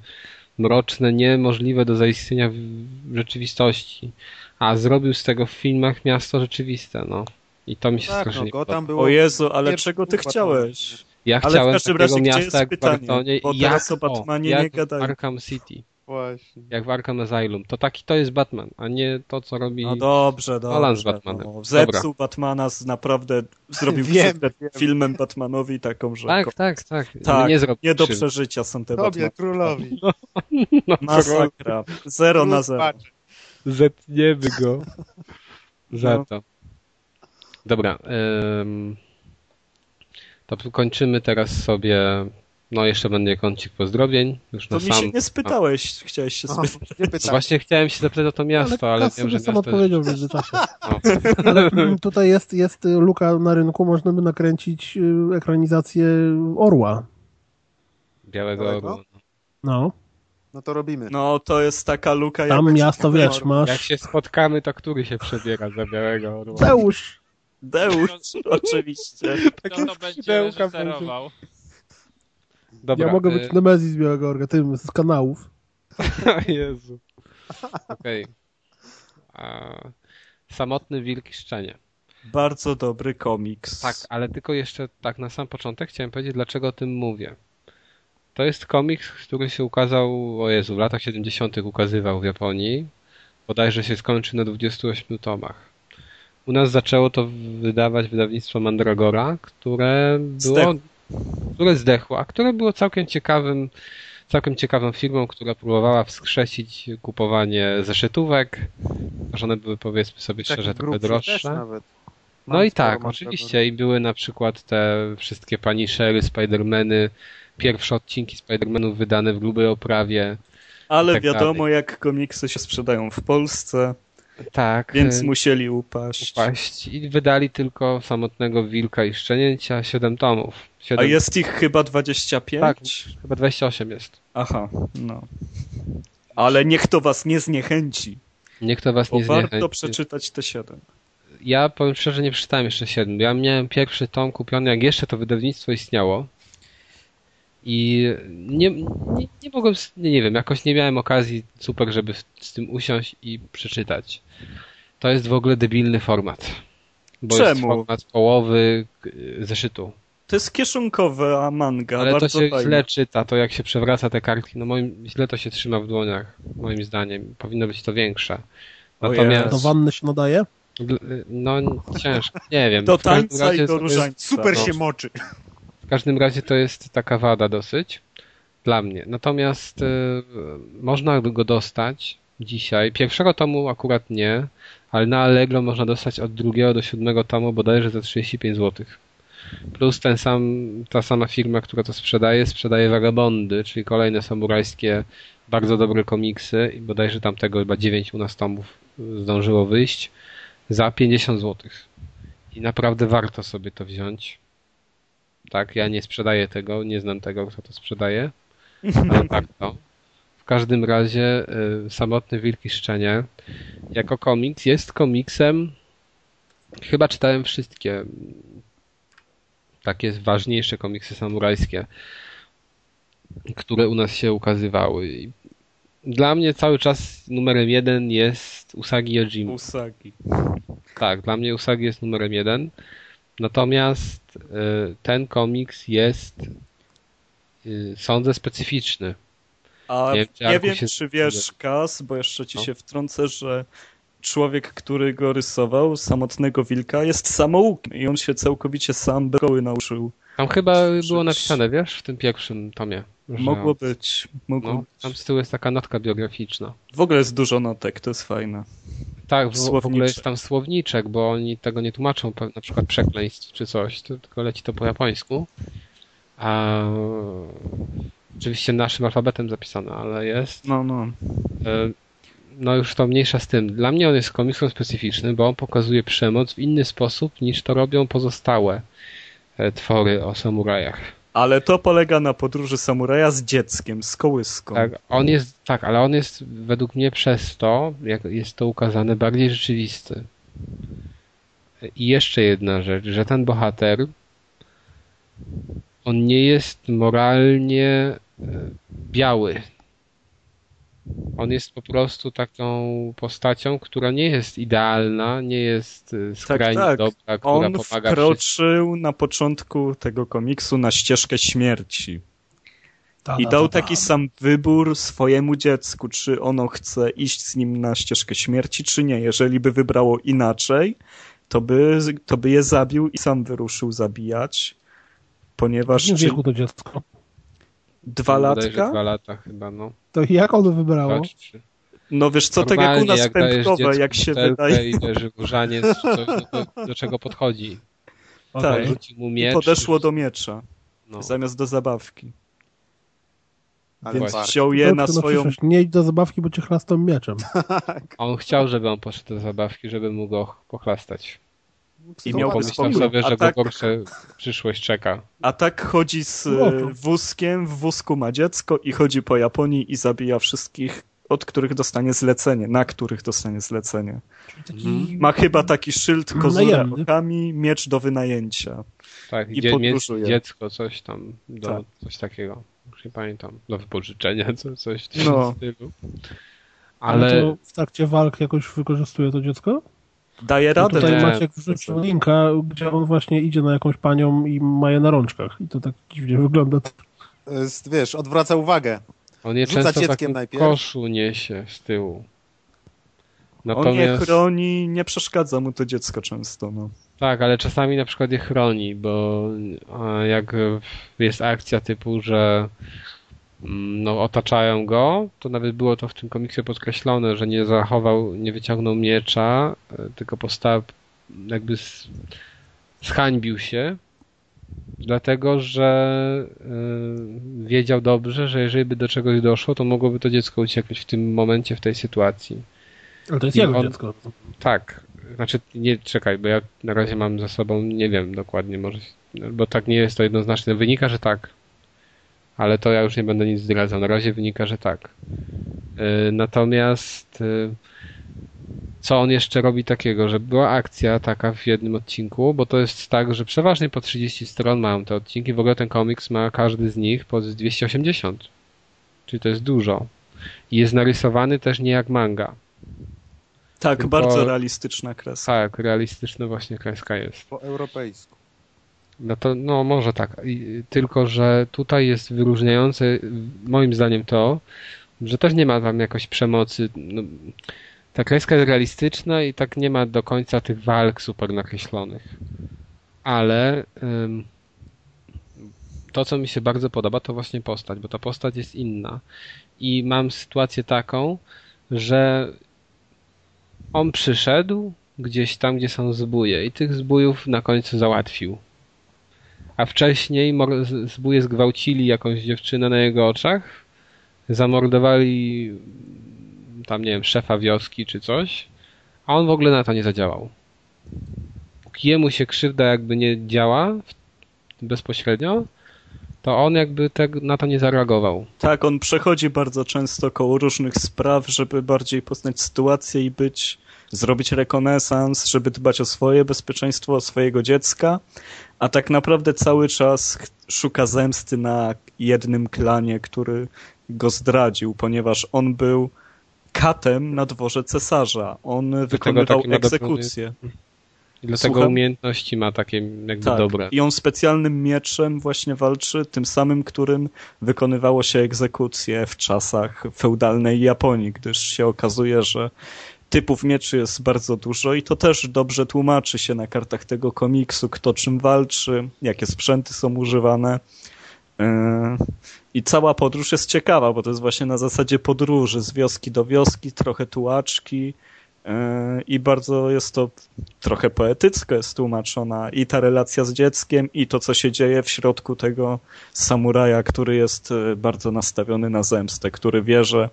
S1: mroczne, niemożliwe do zaistnienia w rzeczywistości. A zrobił z tego w filmach miasto rzeczywiste, no. I to mi się
S5: Tak,
S1: strasznie
S5: no,
S1: podoba.
S5: Gotham było...
S2: O Jezu, ale
S5: Pierwszy
S2: czego ty
S5: Batman.
S2: chciałeś?
S1: Ja
S2: Ale w
S1: chciałem
S2: każdym
S1: takiego
S2: razie, gdzie
S1: miasta
S2: jest
S1: jak w
S2: pytanie?
S1: Bartonie
S2: Bo
S1: i
S2: teraz
S1: jak,
S2: o Batmanie
S1: jak
S2: nie
S1: w
S2: gadajmy.
S1: Arkham City.
S5: Właśnie.
S1: jak w Arkham Asylum. To taki to jest Batman, a nie to, co robi.
S2: No dobrze,
S1: Nolan z
S2: dobrze.
S1: Batmanem.
S2: No, zepsuł Batmana z naprawdę, zrobił
S5: Wiem,
S2: krzywdę
S5: wiem.
S2: filmem Batmanowi taką, że
S1: tak,
S2: ko-
S1: tak, tak,
S2: Tak,
S1: Nie zrobił
S2: nie do
S1: krzywdy.
S2: przeżycia są te Batmany.
S5: Tobie, królowi.
S1: No,
S2: Masakra. Zero na zero.
S1: Zetniemy go. Za
S2: No.
S1: to. Dobra. em, to kończymy teraz sobie. No, jeszcze będzie kącik pozdrowień. Już
S2: To
S1: na
S2: mi
S1: sam.
S2: się nie spytałeś, chciałeś się
S5: No,
S2: spytać.
S5: nie
S1: No
S5: pytam.
S1: właśnie chciałem się zapytać o to miasto, ale,
S3: Ale
S1: wiem,
S3: sobie
S1: że
S3: sam
S1: miasto jest...
S3: odpowiedział w międzyczasie.
S1: no.
S3: Ale mm, tutaj jest, jest y, luka na rynku, można by nakręcić y, ekranizację Orła.
S1: Białego
S5: Białego?
S1: Orła.
S3: No,
S5: No to robimy.
S2: No to jest taka luka jak
S3: tam miasto, wiesz,
S1: Jak
S3: masz
S1: się spotkamy, to który się przebiera za Białego Orła?
S3: Zeus.
S2: Deusz, oczywiście.
S1: Takie
S4: Kto to będzie
S1: skrzydełka
S4: reżyserował?
S1: Dobra,
S3: Ja mogę być
S1: y,
S3: Nemezis z Białego Orga, tym z kanałów.
S1: O Jezu. Okej. A, Samotny wilk i szczenie.
S2: Bardzo dobry komiks.
S1: Tak, ale tylko jeszcze tak na sam początek chciałem powiedzieć, dlaczego o tym mówię. To jest komiks, który się ukazał, o Jezu, w latach 70. ukazywał w Japonii. Bodajże się skończy na 28 tomach. U nas zaczęło to wydawać wydawnictwo Mandragora, które było
S2: Zdechło.
S1: które zdechło, a które było całkiem ciekawym, całkiem ciekawą firmą, która próbowała wskrzesić kupowanie zeszytówek, że one były powiedzmy sobie
S5: Takich
S1: szczerze trochę
S5: grubszych też
S1: droższe.
S5: nawet.
S1: No
S5: Mam
S1: i
S5: sporo
S1: tak,
S5: mam
S1: oczywiście. I były na przykład te wszystkie Punishery, Spidermany, pierwsze odcinki Spidermanów wydane w grubej oprawie.
S2: Ale
S1: tak
S2: wiadomo, jak komiksy się sprzedają w Polsce,
S1: Tak.
S2: więc
S5: Y,
S1: e,
S2: musieli upaść.
S1: upaść. I wydali tylko Samotnego Wilka i Szczenięcia, 7 tomów.
S2: A
S1: 7,
S2: jest ich chyba 25?
S1: Tak. Chyba 28 jest.
S2: Aha, no. Ale niech to was nie zniechęci,
S1: Niech to was
S2: bo
S1: nie
S2: warto
S1: zniechęci.
S2: przeczytać te siedem.
S1: Ja powiem szczerze, nie przeczytałem jeszcze 7. Ja miałem pierwszy tom kupiony, jak jeszcze to wydawnictwo istniało. I nie, nie, nie mogłem, s- nie, nie wiem, jakoś nie miałem okazji super, żeby w- z tym usiąść i przeczytać. To jest w ogóle debilny format. Bo jest
S2: Czemu?
S1: format połowy k- zeszytu.
S2: To jest kieszonkowa manga,
S1: Ale to
S2: bardzo
S1: się
S2: fajna.
S1: źle czyta, to jak się przewraca te kartki, no moim, źle to się trzyma w dłoniach, moim zdaniem. Powinno być to większe.
S2: O
S1: Natomiast,
S3: Do
S2: Jezu.
S3: wanny się nadaje?
S1: Dl- No ciężko, nie wiem.
S2: Do
S1: W każdym
S2: tańca
S1: razie
S2: i do
S1: to jest-
S2: różańca.
S5: Super
S1: No.
S5: się moczy.
S1: W każdym razie to jest taka wada dosyć. Dla mnie. Natomiast e, można go dostać dzisiaj. Pierwszego tomu akurat nie, ale na Allegro można dostać od drugiego do siódmego tomu bodajże za 35 zł. Plus ten sam, ta sama firma, która to sprzedaje, sprzedaje Vagabondy, czyli kolejne samurajskie bardzo dobre komiksy i bodajże tam tego chyba 9 u nas tomów zdążyło wyjść za 50 zł. I naprawdę warto sobie to wziąć. Tak, ja nie sprzedaję tego, nie znam tego, kto to sprzedaje, ale warto. W każdym razie y, Samotny Wilki Szczenie jako komiks jest komiksem chyba czytałem wszystkie takie ważniejsze komiksy samurajskie, które u nas się ukazywały. I Dla mnie cały czas numerem jeden jest Usagi Yojimbo.
S2: Usagi.
S1: Tak, dla mnie Usagi jest numerem jeden. Natomiast y, ten komiks jest, y, sądzę, specyficzny.
S2: A
S1: Nie
S2: nie,
S1: wiem, czy Arku
S2: wiem,
S1: się
S2: czy wiesz, Kas, bo jeszcze ci
S1: No.
S2: się wtrącę, że człowiek, który go rysował, samotnego wilka, jest samoukiem i on się całkowicie sam szkoły nauczył.
S1: Tam chyba
S2: Czy-
S1: było napisane, wiesz, w tym pierwszym tomie. że-
S2: Mogło być. Mogło
S1: No,
S2: być.
S1: tam z tyłu jest taka notka biograficzna.
S2: W ogóle jest dużo notek, to jest fajne.
S1: Tak, w, w ogóle jest
S2: Słowniczek.
S1: tam słowniczek, bo oni tego nie tłumaczą, pe- na przykład przekleństw czy coś, to, tylko leci to po japońsku. A, oczywiście naszym alfabetem zapisane, ale jest.
S2: No, no.
S1: E, No już to mniejsza z tym. Dla mnie on jest komiksem specyficznym, bo on pokazuje przemoc w inny sposób niż to robią pozostałe e, twory o samurajach.
S2: Ale to polega na podróży samuraja z dzieckiem, z kołyską.
S1: Tak, on jest, tak, ale on jest według mnie przez to, jak jest to ukazane, bardziej rzeczywisty. I jeszcze jedna rzecz, że ten bohater on nie jest moralnie e, biały. On jest po prostu taką postacią, która nie jest idealna, nie jest e, skrajnie
S2: tak.
S1: dobra, która
S2: On
S1: pomaga wszystkim.
S2: wkroczył na początku tego komiksu na ścieżkę śmierci.
S3: Ta,
S2: I
S3: ta,
S2: dał
S3: ta, ta.
S2: taki sam wybór swojemu dziecku, czy ono chce iść z nim na ścieżkę śmierci, czy nie. Jeżeli by wybrało inaczej, to by, to by je zabił i sam wyruszył zabijać,
S3: W
S2: ponieważ
S3: jakim
S2: czy
S3: wieku to dziecko?
S2: dwa
S1: Bodajże
S2: latka?
S1: Dwa lata chyba, no.
S3: To jak ono wybrało?
S1: Dwa, czy trzy.
S2: No wiesz co, tak jak u
S1: Normalnie,
S2: nas
S1: dajesz
S2: pępkowe,
S1: dziecku
S2: jak się
S1: butelkę
S2: wydaje.
S1: I też różaniec, czy coś, no to, do czego podchodzi.
S2: Tak.
S3: Okej.
S1: Rzucił mu miecz.
S2: Podeszło do miecza,
S1: No.
S2: zamiast do zabawki.
S5: Ale
S1: Więc-
S5: warto.
S2: Wziął je
S3: Dobrze,
S2: na
S3: no
S2: swoją...
S3: przecież Nie idź do zabawki, bo cię chlastą mieczem.
S1: On chciał, żeby on poszedł do zabawki, żeby mu go pochlastać.
S2: I
S5: To
S2: miał
S5: ładny
S1: Pomyślał
S2: spokój.
S1: sobie,
S2: A
S1: że
S2: tak-
S1: go gorsza przyszłość czeka.
S2: A tak chodzi z
S3: No to-
S2: e, wózkiem, w wózku ma dziecko i chodzi po Japonii i zabija wszystkich, od których dostanie zlecenie, na których dostanie zlecenie.
S1: Mhm.
S2: Ma chyba taki szyld kozura
S3: Mm, Najemny.
S2: okami, miecz do wynajęcia.
S1: Tak,
S2: I
S1: gdzie mieć
S2: podróżuje.
S1: dziecko, coś tam, do,
S2: Tak.
S1: coś takiego. Już nie pamiętam. Do wypożyczenia, co, coś w
S2: No.
S1: tym stylu. Ale
S3: To w trakcie walk jakoś wykorzystuje to dziecko?
S2: Daje
S3: No
S2: radę.
S3: tutaj
S1: nie.
S3: Maciek wrzucił linka, gdzie on właśnie idzie na jakąś panią i ma je na rączkach. I to tak dziwnie wygląda.
S5: Jest, wiesz, odwraca uwagę.
S1: on je
S5: Rzuca
S1: często w
S5: dzieckiem
S1: takim
S5: najpierw.
S1: koszu niesie z tyłu.
S2: On je
S1: Natomiast...
S2: chroni, nie przeszkadza mu to dziecko często. No.
S1: Tak, ale czasami na przykład je chroni, bo e, jak e, jest akcja typu, że mm, no, otaczają go, to nawet było to w tym komiksie podkreślone, że nie zachował, nie wyciągnął miecza, e, tylko postał jakby z, zhańbił się, dlatego że e, wiedział dobrze, że jeżeli by do czegoś doszło, to mogłoby to dziecko uciekać w tym momencie, w tej sytuacji.
S3: Ale to jest
S1: I
S3: jego
S1: on-
S3: dziecko.
S1: Tak. Znaczy, nie czekaj, bo ja na razie mam za sobą, nie wiem dokładnie, może, się- bo tak nie jest to jednoznaczne. Wynika, że tak. Ale to ja już nie będę nic zdradzał. Na razie wynika, że tak. Y, Natomiast y, co on jeszcze robi takiego, że była akcja taka w jednym odcinku, bo to jest tak, że przeważnie po 30 stron mają te odcinki. W ogóle ten komiks ma każdy z nich po 280. Czyli to jest dużo. I jest narysowany też nie jak manga.
S2: Tak,
S1: Tylko-
S2: bardzo realistyczna kreska.
S1: Tak, realistyczna właśnie kreska jest.
S5: Po europejsku.
S1: No to, no może tak. I- Tylko, że tutaj jest wyróżniające y, moim zdaniem to, że też nie ma tam jakoś przemocy. No, ta kreska jest realistyczna i tak nie ma do końca tych walk super nakreślonych. Ale ym, to, co mi się bardzo podoba, to właśnie postać, bo ta postać jest inna. I mam sytuację taką, że on przyszedł gdzieś tam, gdzie są zbóje i tych zbójów na końcu załatwił. A wcześniej mor- z- zbóje zgwałcili jakąś dziewczynę na jego oczach, zamordowali tam, nie wiem, szefa wioski czy coś, a on w ogóle na to nie zadziałał. Póki jemu się krzywda jakby nie działa w- bezpośrednio, to on jakby te, na to nie zareagował.
S2: Tak, on przechodzi bardzo często koło różnych spraw, żeby bardziej poznać sytuację i być, zrobić rekonesans, żeby dbać o swoje bezpieczeństwo, o swojego dziecka, a tak naprawdę cały czas ch- szuka zemsty na jednym klanie, który go zdradził, ponieważ on był katem na dworze cesarza. On wykonywał
S1: taki ma dobrą-
S2: egzekucję.
S1: I dlatego
S2: Słucham?
S1: umiejętności ma takie jakby
S2: Tak.
S1: dobre.
S2: I on specjalnym mieczem właśnie walczy, tym samym, którym wykonywało się egzekucje w czasach feudalnej Japonii, gdyż się okazuje, że typów mieczy jest bardzo dużo i to też dobrze tłumaczy się na kartach tego komiksu, kto czym walczy, jakie sprzęty są używane. Yy, I cała podróż jest ciekawa, bo to jest właśnie na zasadzie podróży z wioski do wioski, trochę tułaczki yy, i bardzo jest to trochę poetycko jest tłumaczona i ta relacja z dzieckiem, i to, co się dzieje w środku tego samuraja, który jest e, bardzo nastawiony na zemstę, który wie, że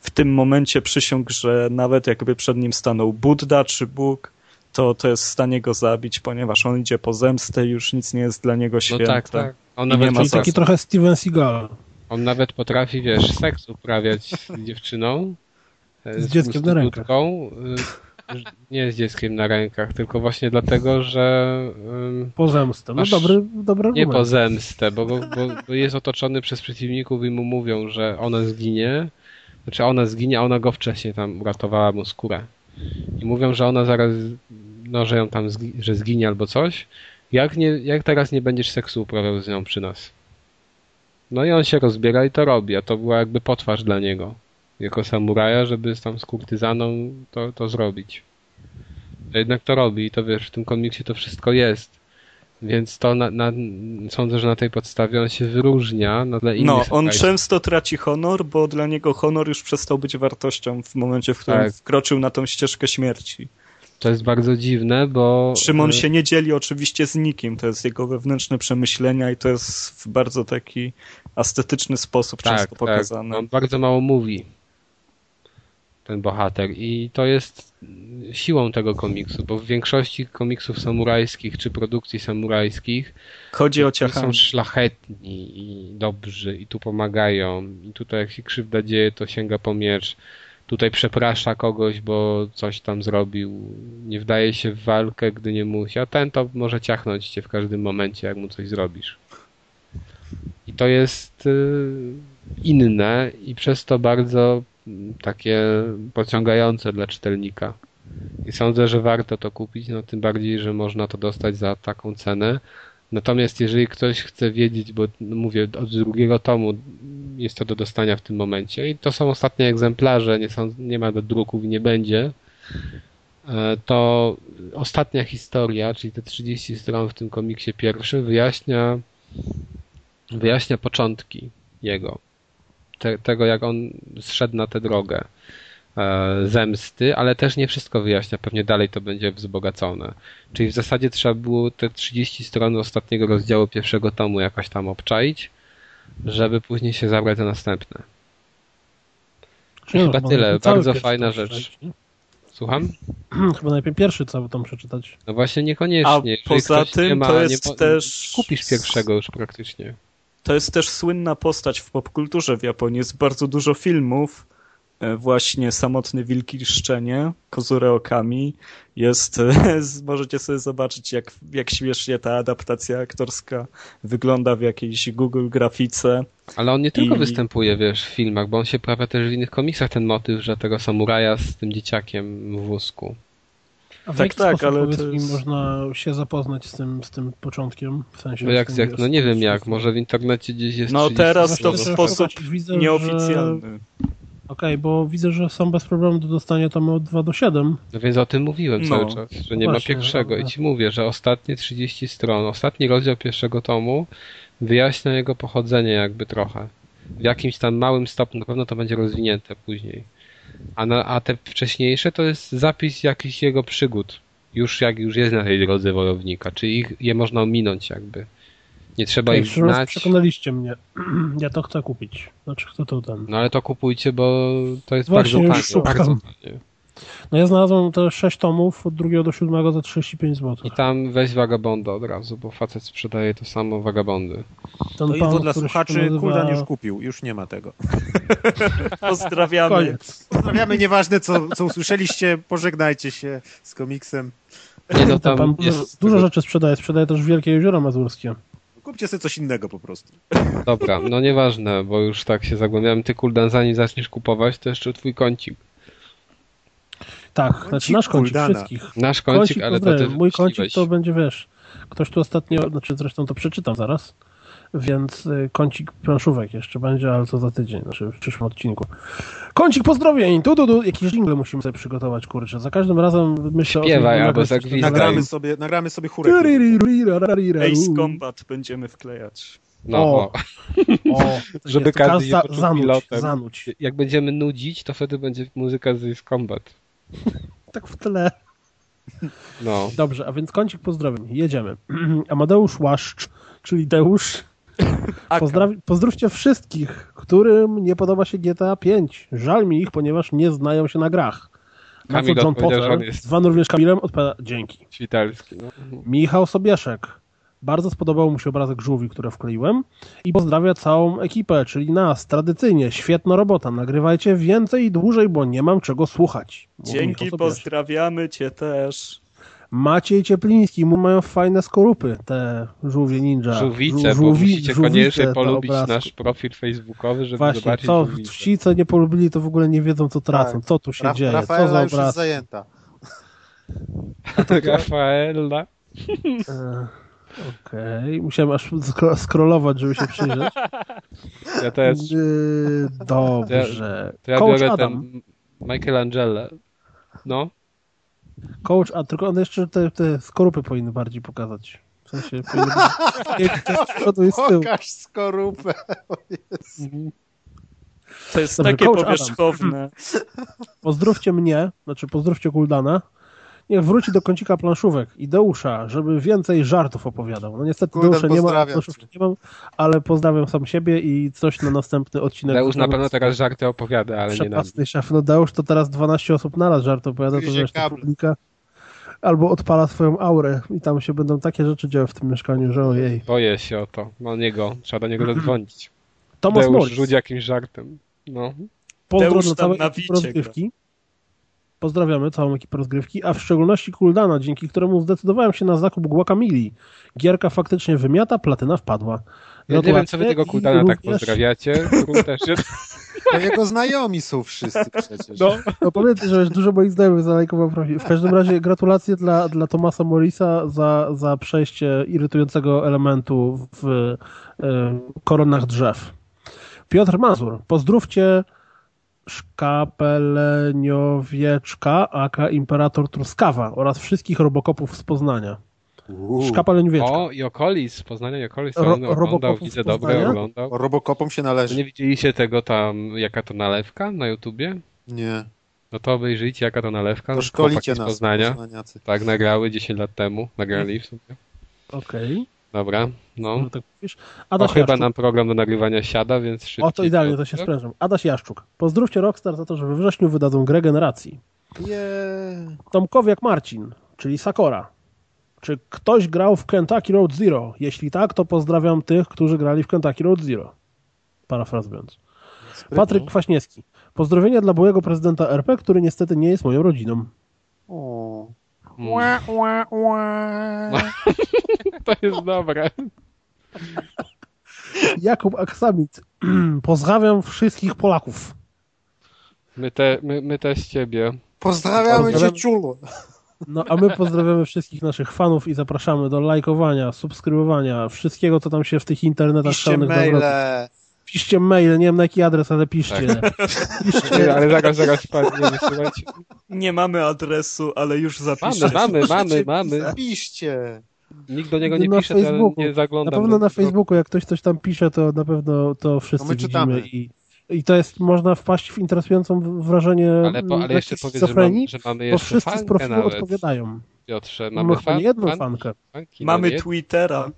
S2: w tym momencie przysiągł, że nawet jakby przed nim stanął Budda czy Bóg, to, to jest w stanie go zabić, ponieważ on idzie po zemstę i już nic nie jest dla niego
S1: No
S2: święte.
S1: tak, tak. On
S2: I
S1: nawet,
S2: nie ma
S1: potrafi,
S3: Czyli taki trochę Steven Seagal
S1: on nawet potrafi, wiesz, seks uprawiać z dziewczyną. e,
S3: Z dzieckiem na rękach.
S1: prostytutką, y, Nie z dzieckiem na rękach, tylko właśnie dlatego, że ym,
S3: po zemstę. No
S1: Aż
S3: dobry, dobry
S1: nie po
S3: argument.
S1: zemstę, bo, bo, bo, bo jest otoczony przez przeciwników i mu mówią, że ona zginie. Znaczy ona zginie, a ona go wcześniej tam uratowała mu skórę. I mówią, że ona zaraz, no że ją tam zgi, że zginie albo coś. Jak, nie, jak teraz nie będziesz seksu uprawiał z nią przy nas? No i on się rozbiera i to robi, a to była jakby potwarz dla niego. Jako samuraja, żeby z tam z kurtyzaną to, to zrobić. A jednak to robi i to wiesz, w tym komiksie to wszystko jest. Więc to na, na, sądzę, że na tej podstawie on się wyróżnia na tle innych.
S2: No, on
S1: samurajów.
S2: często traci honor, bo dla niego honor już przestał być wartością w momencie, w którym
S1: Tak.
S2: wkroczył na tą ścieżkę śmierci.
S1: To jest bardzo dziwne, bo.
S2: Szymon
S1: y,
S2: się nie dzieli oczywiście z nikim, to jest jego wewnętrzne przemyślenia i to jest w bardzo taki estetyczny sposób
S1: tak,
S2: często
S1: tak,
S2: pokazane.
S1: on bardzo mało mówi. Ten bohater. I to jest mm, siłą tego komiksu, bo w większości komiksów samurajskich czy produkcji samurajskich
S2: Chodzi o
S1: są
S2: ciachami.
S1: szlachetni i dobrzy i tu pomagają. I tutaj jak się krzywda dzieje, to sięga po miecz. Tutaj przeprasza kogoś, bo coś tam zrobił. Nie wdaje się w walkę, gdy nie musi. A ten to może ciachnąć cię w każdym momencie, jak mu coś zrobisz. I to jest y, inne i przez to bardzo mm, takie pociągające dla czytelnika. I sądzę, że warto to kupić, no tym bardziej, że można to dostać za taką cenę. Natomiast jeżeli ktoś chce wiedzieć, bo no, mówię, od drugiego tomu jest to do dostania w tym momencie i to są ostatnie egzemplarze, nie, są, nie ma do druków i nie będzie, e, to ostatnia historia, czyli te 30 stron w tym komiksie pierwszy, wyjaśnia, wyjaśnia początki jego, te, tego jak on zszedł na tę drogę e, zemsty, ale też nie wszystko wyjaśnia, pewnie dalej to będzie wzbogacone. Czyli w zasadzie trzeba było te 30 stron ostatniego rozdziału pierwszego tomu jakoś tam obczaić, żeby później się zabrać za następne.
S3: Czyli
S1: Chyba
S3: można
S1: tyle,
S3: najpierw cały
S1: bardzo
S3: pierwszy
S1: fajna
S3: tom
S1: rzecz.
S3: przeczytać, nie?
S1: Słucham?
S3: Chyba najpierw pierwszy cały tom przeczytać.
S1: No właśnie niekoniecznie.
S2: A
S1: Jeżeli
S2: poza
S1: ktoś nie
S2: tym
S1: ma,
S2: to
S1: nie
S2: jest
S1: po-
S2: też...
S1: Kupisz pierwszego już praktycznie.
S2: To jest też słynna postać w popkulturze w Japonii. Jest bardzo dużo filmów. E, Właśnie Samotny Wilki i Szczenie, Kozure Okami. Jest, e, z- możecie sobie zobaczyć, jak, jak śmiesznie ta adaptacja aktorska wygląda w jakiejś Google grafice.
S1: Ale on nie tylko
S2: I-
S1: występuje, wiesz, w filmach, bo on się pojawia też w innych komiksach, ten motyw, że tego samuraja z tym dzieciakiem w wózku.
S3: A w
S2: Tak,
S3: jaki
S2: tak,
S3: sposób,
S2: ale to
S3: powiedz mi,
S2: jest-
S3: można się zapoznać z tym, z tym początkiem? W sensie,
S1: No
S3: z
S1: jak,
S3: tym
S1: jak, no nie wiem
S3: wioską?
S1: jak, może w internecie gdzieś jest
S2: No
S1: 30
S2: teraz
S1: stron.
S2: to w sposób
S3: Widzę, że
S2: Nieoficjalny.
S3: bo widzę, że są bez problemu do dostania tam od 2 do 7.
S1: No więc o tym mówiłem
S2: No.
S1: cały czas, że nie ma
S3: Właśnie,
S1: pierwszego. I
S3: dobra.
S1: ci mówię, że ostatnie 30 stron, ostatni rozdział pierwszego tomu wyjaśnia jego pochodzenie jakby trochę. W jakimś tam małym stopniu, na pewno to będzie rozwinięte później. A, na, a te wcześniejsze to jest zapis jakichś jego przygód. Już jak już jest na tej drodze wojownika, czy ich, je można ominąć jakby. Nie trzeba ich
S3: Pierwszy raz
S1: znać.
S3: przekonaliście mnie. Ja to chcę kupić. Znaczy, chcę to ten.
S1: No ale to kupujcie, bo to jest
S3: Właśnie, już
S1: bardzo tanie.
S3: szukam.
S1: Bardzo tanie.
S3: No ja znalazłem te 6 tomów od drugiego do siódmego za 35 zł.
S1: I tam weź Vagabonda od razu, bo facet sprzedaje to samo Vagabondy.
S3: Ten
S6: To info dla
S3: który się
S6: słuchaczy,
S3: nazywa-
S6: Kuldan już kupił, już nie ma tego.
S2: Pozdrawiamy.
S3: Koniec.
S6: Pozdrawiamy, nieważne co, co usłyszeliście, pożegnajcie się z komiksem.
S1: Nie no, tam
S3: Pan
S1: jest
S3: dużo rzeczy sprzedaje. Sprzedaje też Wielkie Jezioro Mazurskie.
S6: Kupcie sobie coś innego po prostu.
S1: Dobra, no nieważne, bo już tak się zagłębiałem. Ty, Kuldan, zanim zaczniesz kupować, to jeszcze twój kącik.
S3: Tak, znaczy nasz kącik
S6: No Kuldana.
S3: wszystkich.
S1: Nasz kącik, ale to
S3: dobry.
S1: ty
S3: Mój kącik
S1: wymyśliłeś.
S3: to będzie, wiesz, ktoś tu ostatnio, znaczy zresztą to przeczytam zaraz, więc y, kącik planszówek jeszcze będzie, ale to za tydzień, znaczy w przyszłym odcinku. Kącik pozdrowień! Tu, tu, tu. Jakiś jingle musimy sobie przygotować, kurczę. Za każdym razem myślę o
S1: Śpiewaj
S3: tym,
S1: albo
S3: nagrać coś
S1: zagwizdaj.
S3: takiego.
S6: Nagramy
S1: Witaj.
S6: sobie, nagramy sobie chórek.
S3: Tyryririrarirariru.
S2: Ace Combat będziemy wklejać.
S1: No, o.
S3: O. O,
S9: Żeby
S3: to
S9: każdy
S3: za-
S9: się poczuł
S3: zanudź,
S9: pilotem.
S3: Zanudź.
S1: Jak będziemy nudzić, to wtedy będzie muzyka z Ace Combat.
S3: Tak w tle.
S1: No.
S3: Dobrze, a więc kącik pozdrowień. Jedziemy. Amadeusz Łaszcz, czyli Deusz. Pozdrawi- pozdrówcie wszystkich, którym nie podoba się GTA 5. Żal mi ich, ponieważ nie znają się na grach. Na co
S1: Kamil
S3: John
S1: odpowiedział, że on
S3: Potter,
S1: jest-
S3: zwany również Kamilem, odpowiada dzięki.
S1: Świtalski. No.
S3: Michał Sobieszek. Bardzo spodobał mu się obrazek żółwi, które wkleiłem i pozdrawia całą ekipę, czyli nas, tradycyjnie. Świetna robota, nagrywajcie więcej i dłużej, bo nie mam czego słuchać. Mówi Michał
S2: Dzięki,
S3: Sobieszek.
S2: pozdrawiamy cię też.
S3: Maciej Ciepliński, mu mają fajne skorupy, te żółwie ninja.
S1: Żółwice,
S3: Żu-
S1: bo
S3: Tak. żółwi-
S1: musicie
S3: żółwice
S1: koniecznie
S3: na
S1: polubić
S3: obrazku.
S1: nasz profil facebookowy, żeby
S3: Właśnie,
S1: zobaczyć
S3: co,
S1: żółwice.
S3: ci, co nie polubili, to w ogóle nie wiedzą, co tracą,
S5: Tak.
S3: co tu się
S5: Ra-
S3: dzieje, co za
S5: Rafaela już jest
S3: obraz.
S5: zajęta.
S1: Rafaela.
S3: E, Okej, musiałem aż skro- scrollować, żeby się przyjrzeć.
S1: Ja też.
S3: E, Dobrze.
S1: To ja
S3: Coach
S1: biorę
S3: Adam.
S1: ten Michelangelo. No.
S3: Coach, a tylko one jeszcze te, te skorupy powinny bardziej pokazać. W sensie powinny być- nie, to jest z przodu i z tyłu.
S5: Pokaż skorupę.
S2: To jest
S3: Dobrze,
S2: takie
S3: coach Adam.
S2: powierzchowne.
S3: Pozdrówcie mnie, znaczy pozdrówcie Guldana. Niech wróci do kącika planszówek i Deusza, żeby więcej żartów opowiadał. No niestety
S5: Guldan,
S3: Deusza nie ma,
S5: pozdrawiam
S3: planszówki nie mam, ale pozdrawiam sam siebie i coś na następny odcinek.
S1: Deusz na pewno teraz żarty opowiada, ale nie nam.
S3: Przepasny szef. No Deusz to teraz 12 osób naraz żart opowiada, to
S5: Gryzie
S3: wiesz, ta
S5: kable.
S3: publika albo odpala swoją aurę i tam się będą takie rzeczy działy w tym mieszkaniu, że ojej.
S1: Boję się o to. No niego. Trzeba do niego zadzwonić.
S3: Tomasz
S1: Deusz
S3: Morris.
S1: rzuć jakimś żartem. No.
S3: Pozdro
S2: Deusz
S3: dla
S2: tam
S3: całej
S2: na
S3: ekipy
S2: wicie
S3: rozgrywki. Pozdrawiamy całą ekipę rozgrywki, a w szczególności Kuldana, dzięki któremu zdecydowałem się na zakup Guacamili. Gierka faktycznie wymiata, platyna wpadła.
S1: Ja nie wiem, co wy
S3: Gratulacje
S1: tego
S3: i
S1: Kuldana tak
S3: również-
S1: pozdrawiacie. Kul też jest.
S5: To jego znajomi są wszyscy przecież.
S1: No.
S3: No pamiętaj, że już dużo moich znajomych zalajkował profil. W każdym razie gratulacje dla, dla Tomasa Morrisa za, za przejście irytującego elementu w e, koronach drzew. Piotr Mazur, pozdrówcie Szkapeleniowieczka, aka Imperator Truskawa oraz wszystkich robokopów z Poznania.
S5: Uuu.
S3: Szkapeleniowieczka.
S1: O, i okolic, Poznania i okolic.
S3: Ro-
S1: Ro- oglądał,
S3: Robocopów
S1: widzę,
S3: z Poznania?
S1: dobre oglądał.
S5: O Robocopom się należy.
S1: Nie widzieliście tego tam, jaka to nalewka na YouTubie?
S5: Nie.
S1: No to obejrzyjcie, jaka to nalewka.
S5: To szkolicie
S1: Chłopaki
S5: nas.
S1: z Poznania.
S5: poznaniacy.
S1: Tak, nagrały 10 lat temu. Nagrali w sumie.
S3: Okej,
S1: Dobra, no.
S3: no tak mówisz.
S1: O,
S3: Adaś
S1: chyba
S3: Jaszczuk.
S1: nam program do nagrywania siada, więc szybciej.
S3: O, to idealnie, to się
S1: Tak?
S3: sprężam. Adaś Jaszczuk, pozdrówcie Rockstar za to, że we wrześniu wydadzą grę generacji.
S5: Yeah.
S3: Tomkowiak Marcin, czyli Sakora. Czy ktoś grał w Kentucky Road Zero? Jeśli tak, to pozdrawiam tych, którzy grali w Kentucky Road Zero. Parafrazując. Patryk Kwaśniewski. Pozdrowienia dla byłego prezydenta RP, który niestety nie jest moją rodziną.
S5: O.
S1: Mm. To jest dobre.
S3: Jakub Aksamit. Pozdrawiam wszystkich Polaków.
S1: My, te, my, my też ciebie.
S5: Pozdrawiamy cię,
S3: Pozdrawiam.
S5: ciulu.
S3: No a my pozdrawiamy wszystkich naszych fanów i zapraszamy do lajkowania, subskrybowania, wszystkiego, co tam się w tych internetach
S6: Piszcie
S3: szalonych nawrotu.
S6: maile.
S3: Piszcie maile, nie wiem na jaki adres, ale piszcie.
S1: Nie, ale zaraz, zaraz padnie, wysyłajcie.
S2: Nie mamy adresu, ale już zapiszę.
S1: Mamy, mamy, mamy, mamy.
S5: Piszcie.
S1: Nikt do niego
S3: Na
S1: nie pisze, to ja
S3: Facebooku.
S1: nie
S3: Na
S1: zaglądam. no,
S3: pewno na Facebooku, jak ktoś coś tam pisze, to na pewno to wszyscy
S5: No my czytamy.
S3: widzimy i, i to jest, można wpaść w interesującą w- wrażenie
S1: Ale, po, ale
S3: lekkiej
S1: jeszcze powiedz, że,
S3: schizofrenii,
S1: mam, że mamy
S3: bo
S1: jeszcze
S3: wszyscy z
S1: fankę
S3: profilu
S1: nawet,
S3: odpowiadają.
S1: Piotrze.
S3: Mamy
S1: Mamy
S3: chyba
S1: fan,
S3: nie jedną
S1: fan-
S3: fankę.
S1: fanki, no
S2: Mamy
S1: nie?
S2: Twittera.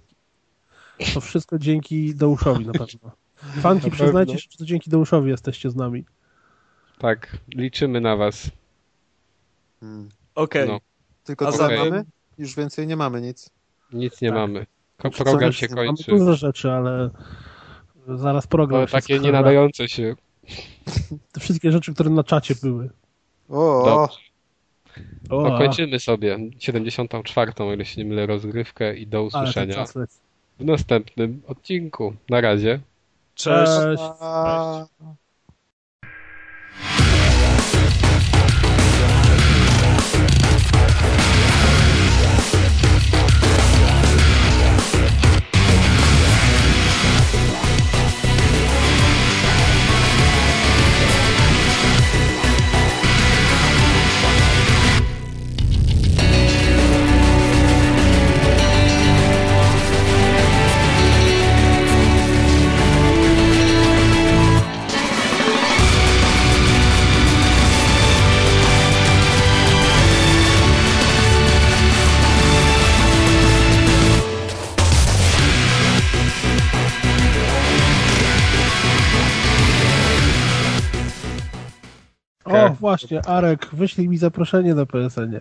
S3: To wszystko dzięki Deuszowi na pewno. Fanki,
S1: pewno.
S3: przyznajcie się, że to dzięki Deuszowi jesteście z nami.
S1: Tak, liczymy na was.
S5: Hmm.
S2: Okej.
S1: No.
S5: Tylko
S2: A
S5: to
S1: za-
S5: mamy? Już więcej nie mamy nic.
S1: Nic nie
S3: Tak.
S1: mamy. Ko-
S3: Znaczy,
S1: Program
S3: zaraz
S1: się
S3: Mamy
S1: kończy.
S3: dużo rzeczy, ale zaraz program
S1: Ale
S3: się
S1: takie
S3: skrada.
S1: nie nadające się.
S3: Te wszystkie rzeczy, które na czacie były.
S5: O, o
S1: Dobrze.
S3: O,
S1: No, kończymy sobie 74. o ile się nie mylę, rozgrywkę i do
S3: ale ten
S1: usłyszenia
S3: czas leci.
S1: w następnym odcinku. Na razie.
S2: Cześć.
S3: Cześć.
S5: a...
S3: O, właśnie, Arek, wyślij mi zaproszenie na PSN. ie.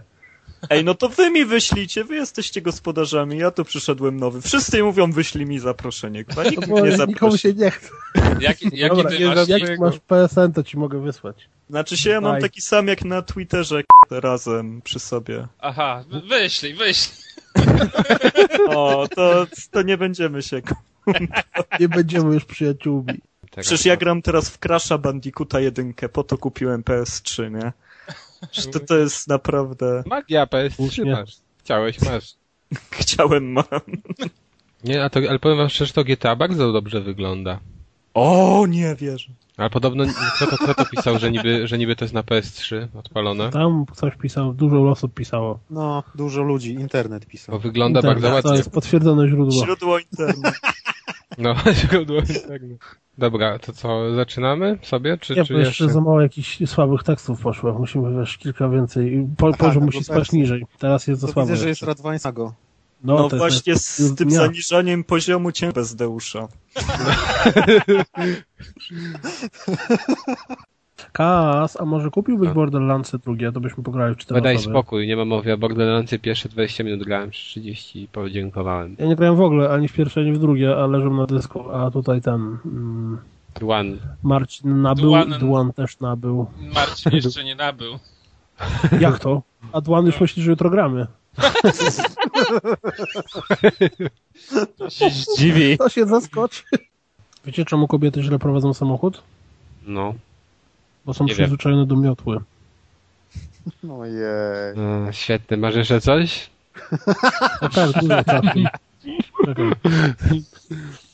S2: Ej, no to wy mi wyślijcie, wy jesteście gospodarzami, ja tu przyszedłem nowy. Wszyscy mówią, wyślij mi zaproszenie. Chyba nikt mnie nie
S3: Bo nikomu
S2: zaprosi.
S3: się nie chce.
S10: Jaki, jaki
S3: Dobra,
S10: wy
S3: nie,
S10: masz...
S3: jak masz PSN, to ci mogę wysłać.
S2: Znaczy się, ja mam
S3: Daj.
S2: taki sam jak na Twitterze, k***, razem przy sobie.
S10: Aha, wy- wyślij, wyślij.
S2: O, to, to nie będziemy się... k-
S3: Nie będziemy już przyjaciółmi.
S1: Teraz
S2: Przecież ja gram teraz w Crasha Bandicoota 1, po to kupiłem PS3, nie? Przecież to, to jest naprawdę...
S1: Magia PS3
S3: Uśmiech.
S1: masz. Chciałeś, masz.
S2: Chciałem, mam.
S1: Nie, a to, ale powiem wam szczerze, to GTA bardzo dobrze wygląda.
S2: O, nie wierzę.
S1: Ale podobno, kto to, kto to pisał, że niby, że niby to jest na PS3 odpalone?
S3: Tam ktoś pisał, dużo osób pisało.
S5: No, dużo ludzi, internet
S1: Bo
S5: pisał.
S1: wygląda bardzo
S3: Internet, Tak, To
S1: ładnie.
S3: jest potwierdzone źródło.
S2: Źródło internet.
S1: No, źródło internetu. tak. Dobra, to co, zaczynamy sobie? Czy,
S3: Nie,
S1: czy
S3: bo jeszcze za mało jakichś słabych tekstów poszło. Musimy wiesz, kilka więcej. Po,
S5: Aha,
S3: poziom
S5: no
S3: musi
S5: bo
S3: spaść
S5: wersy.
S3: niżej. Teraz jest za
S5: To
S3: słabo.
S5: widzę, że jest
S3: jeszcze.
S5: Radwańskiego.
S2: No
S3: to jest-
S2: właśnie z tym
S3: dnia.
S2: zaniżaniem poziomu cię bez Deusza.
S3: Kas, a może kupiłbyś Borderlandsy drugie, to byśmy pograli w cztery
S1: No Daj
S3: osoby.
S1: spokój, nie mam mowy. Ja Borderlandsy pierwsze 20 minut grałem, czy 30 i podziękowałem.
S3: Ja nie grałem w ogóle, ani w pierwsze, ani w drugie, a leżą na dysku, a tutaj ten mm,
S1: One.
S3: Marcin nabył
S10: Dwan-
S3: i Dwan też nabył.
S10: Marcin jeszcze nie nabył.
S3: Jak to? A Dwan już myśli, że jutro gramy.
S10: To się
S2: Dziwi.
S3: To się zaskoczy. Wiecie, czemu kobiety źle prowadzą samochód?
S1: No.
S3: Bo są
S1: Nie wiem.
S3: przyzwyczajone do miotły.
S5: No Ojej.
S1: E, świetny. Masz jeszcze coś?
S3: tak, A tak, dużo czasu. Czekaj.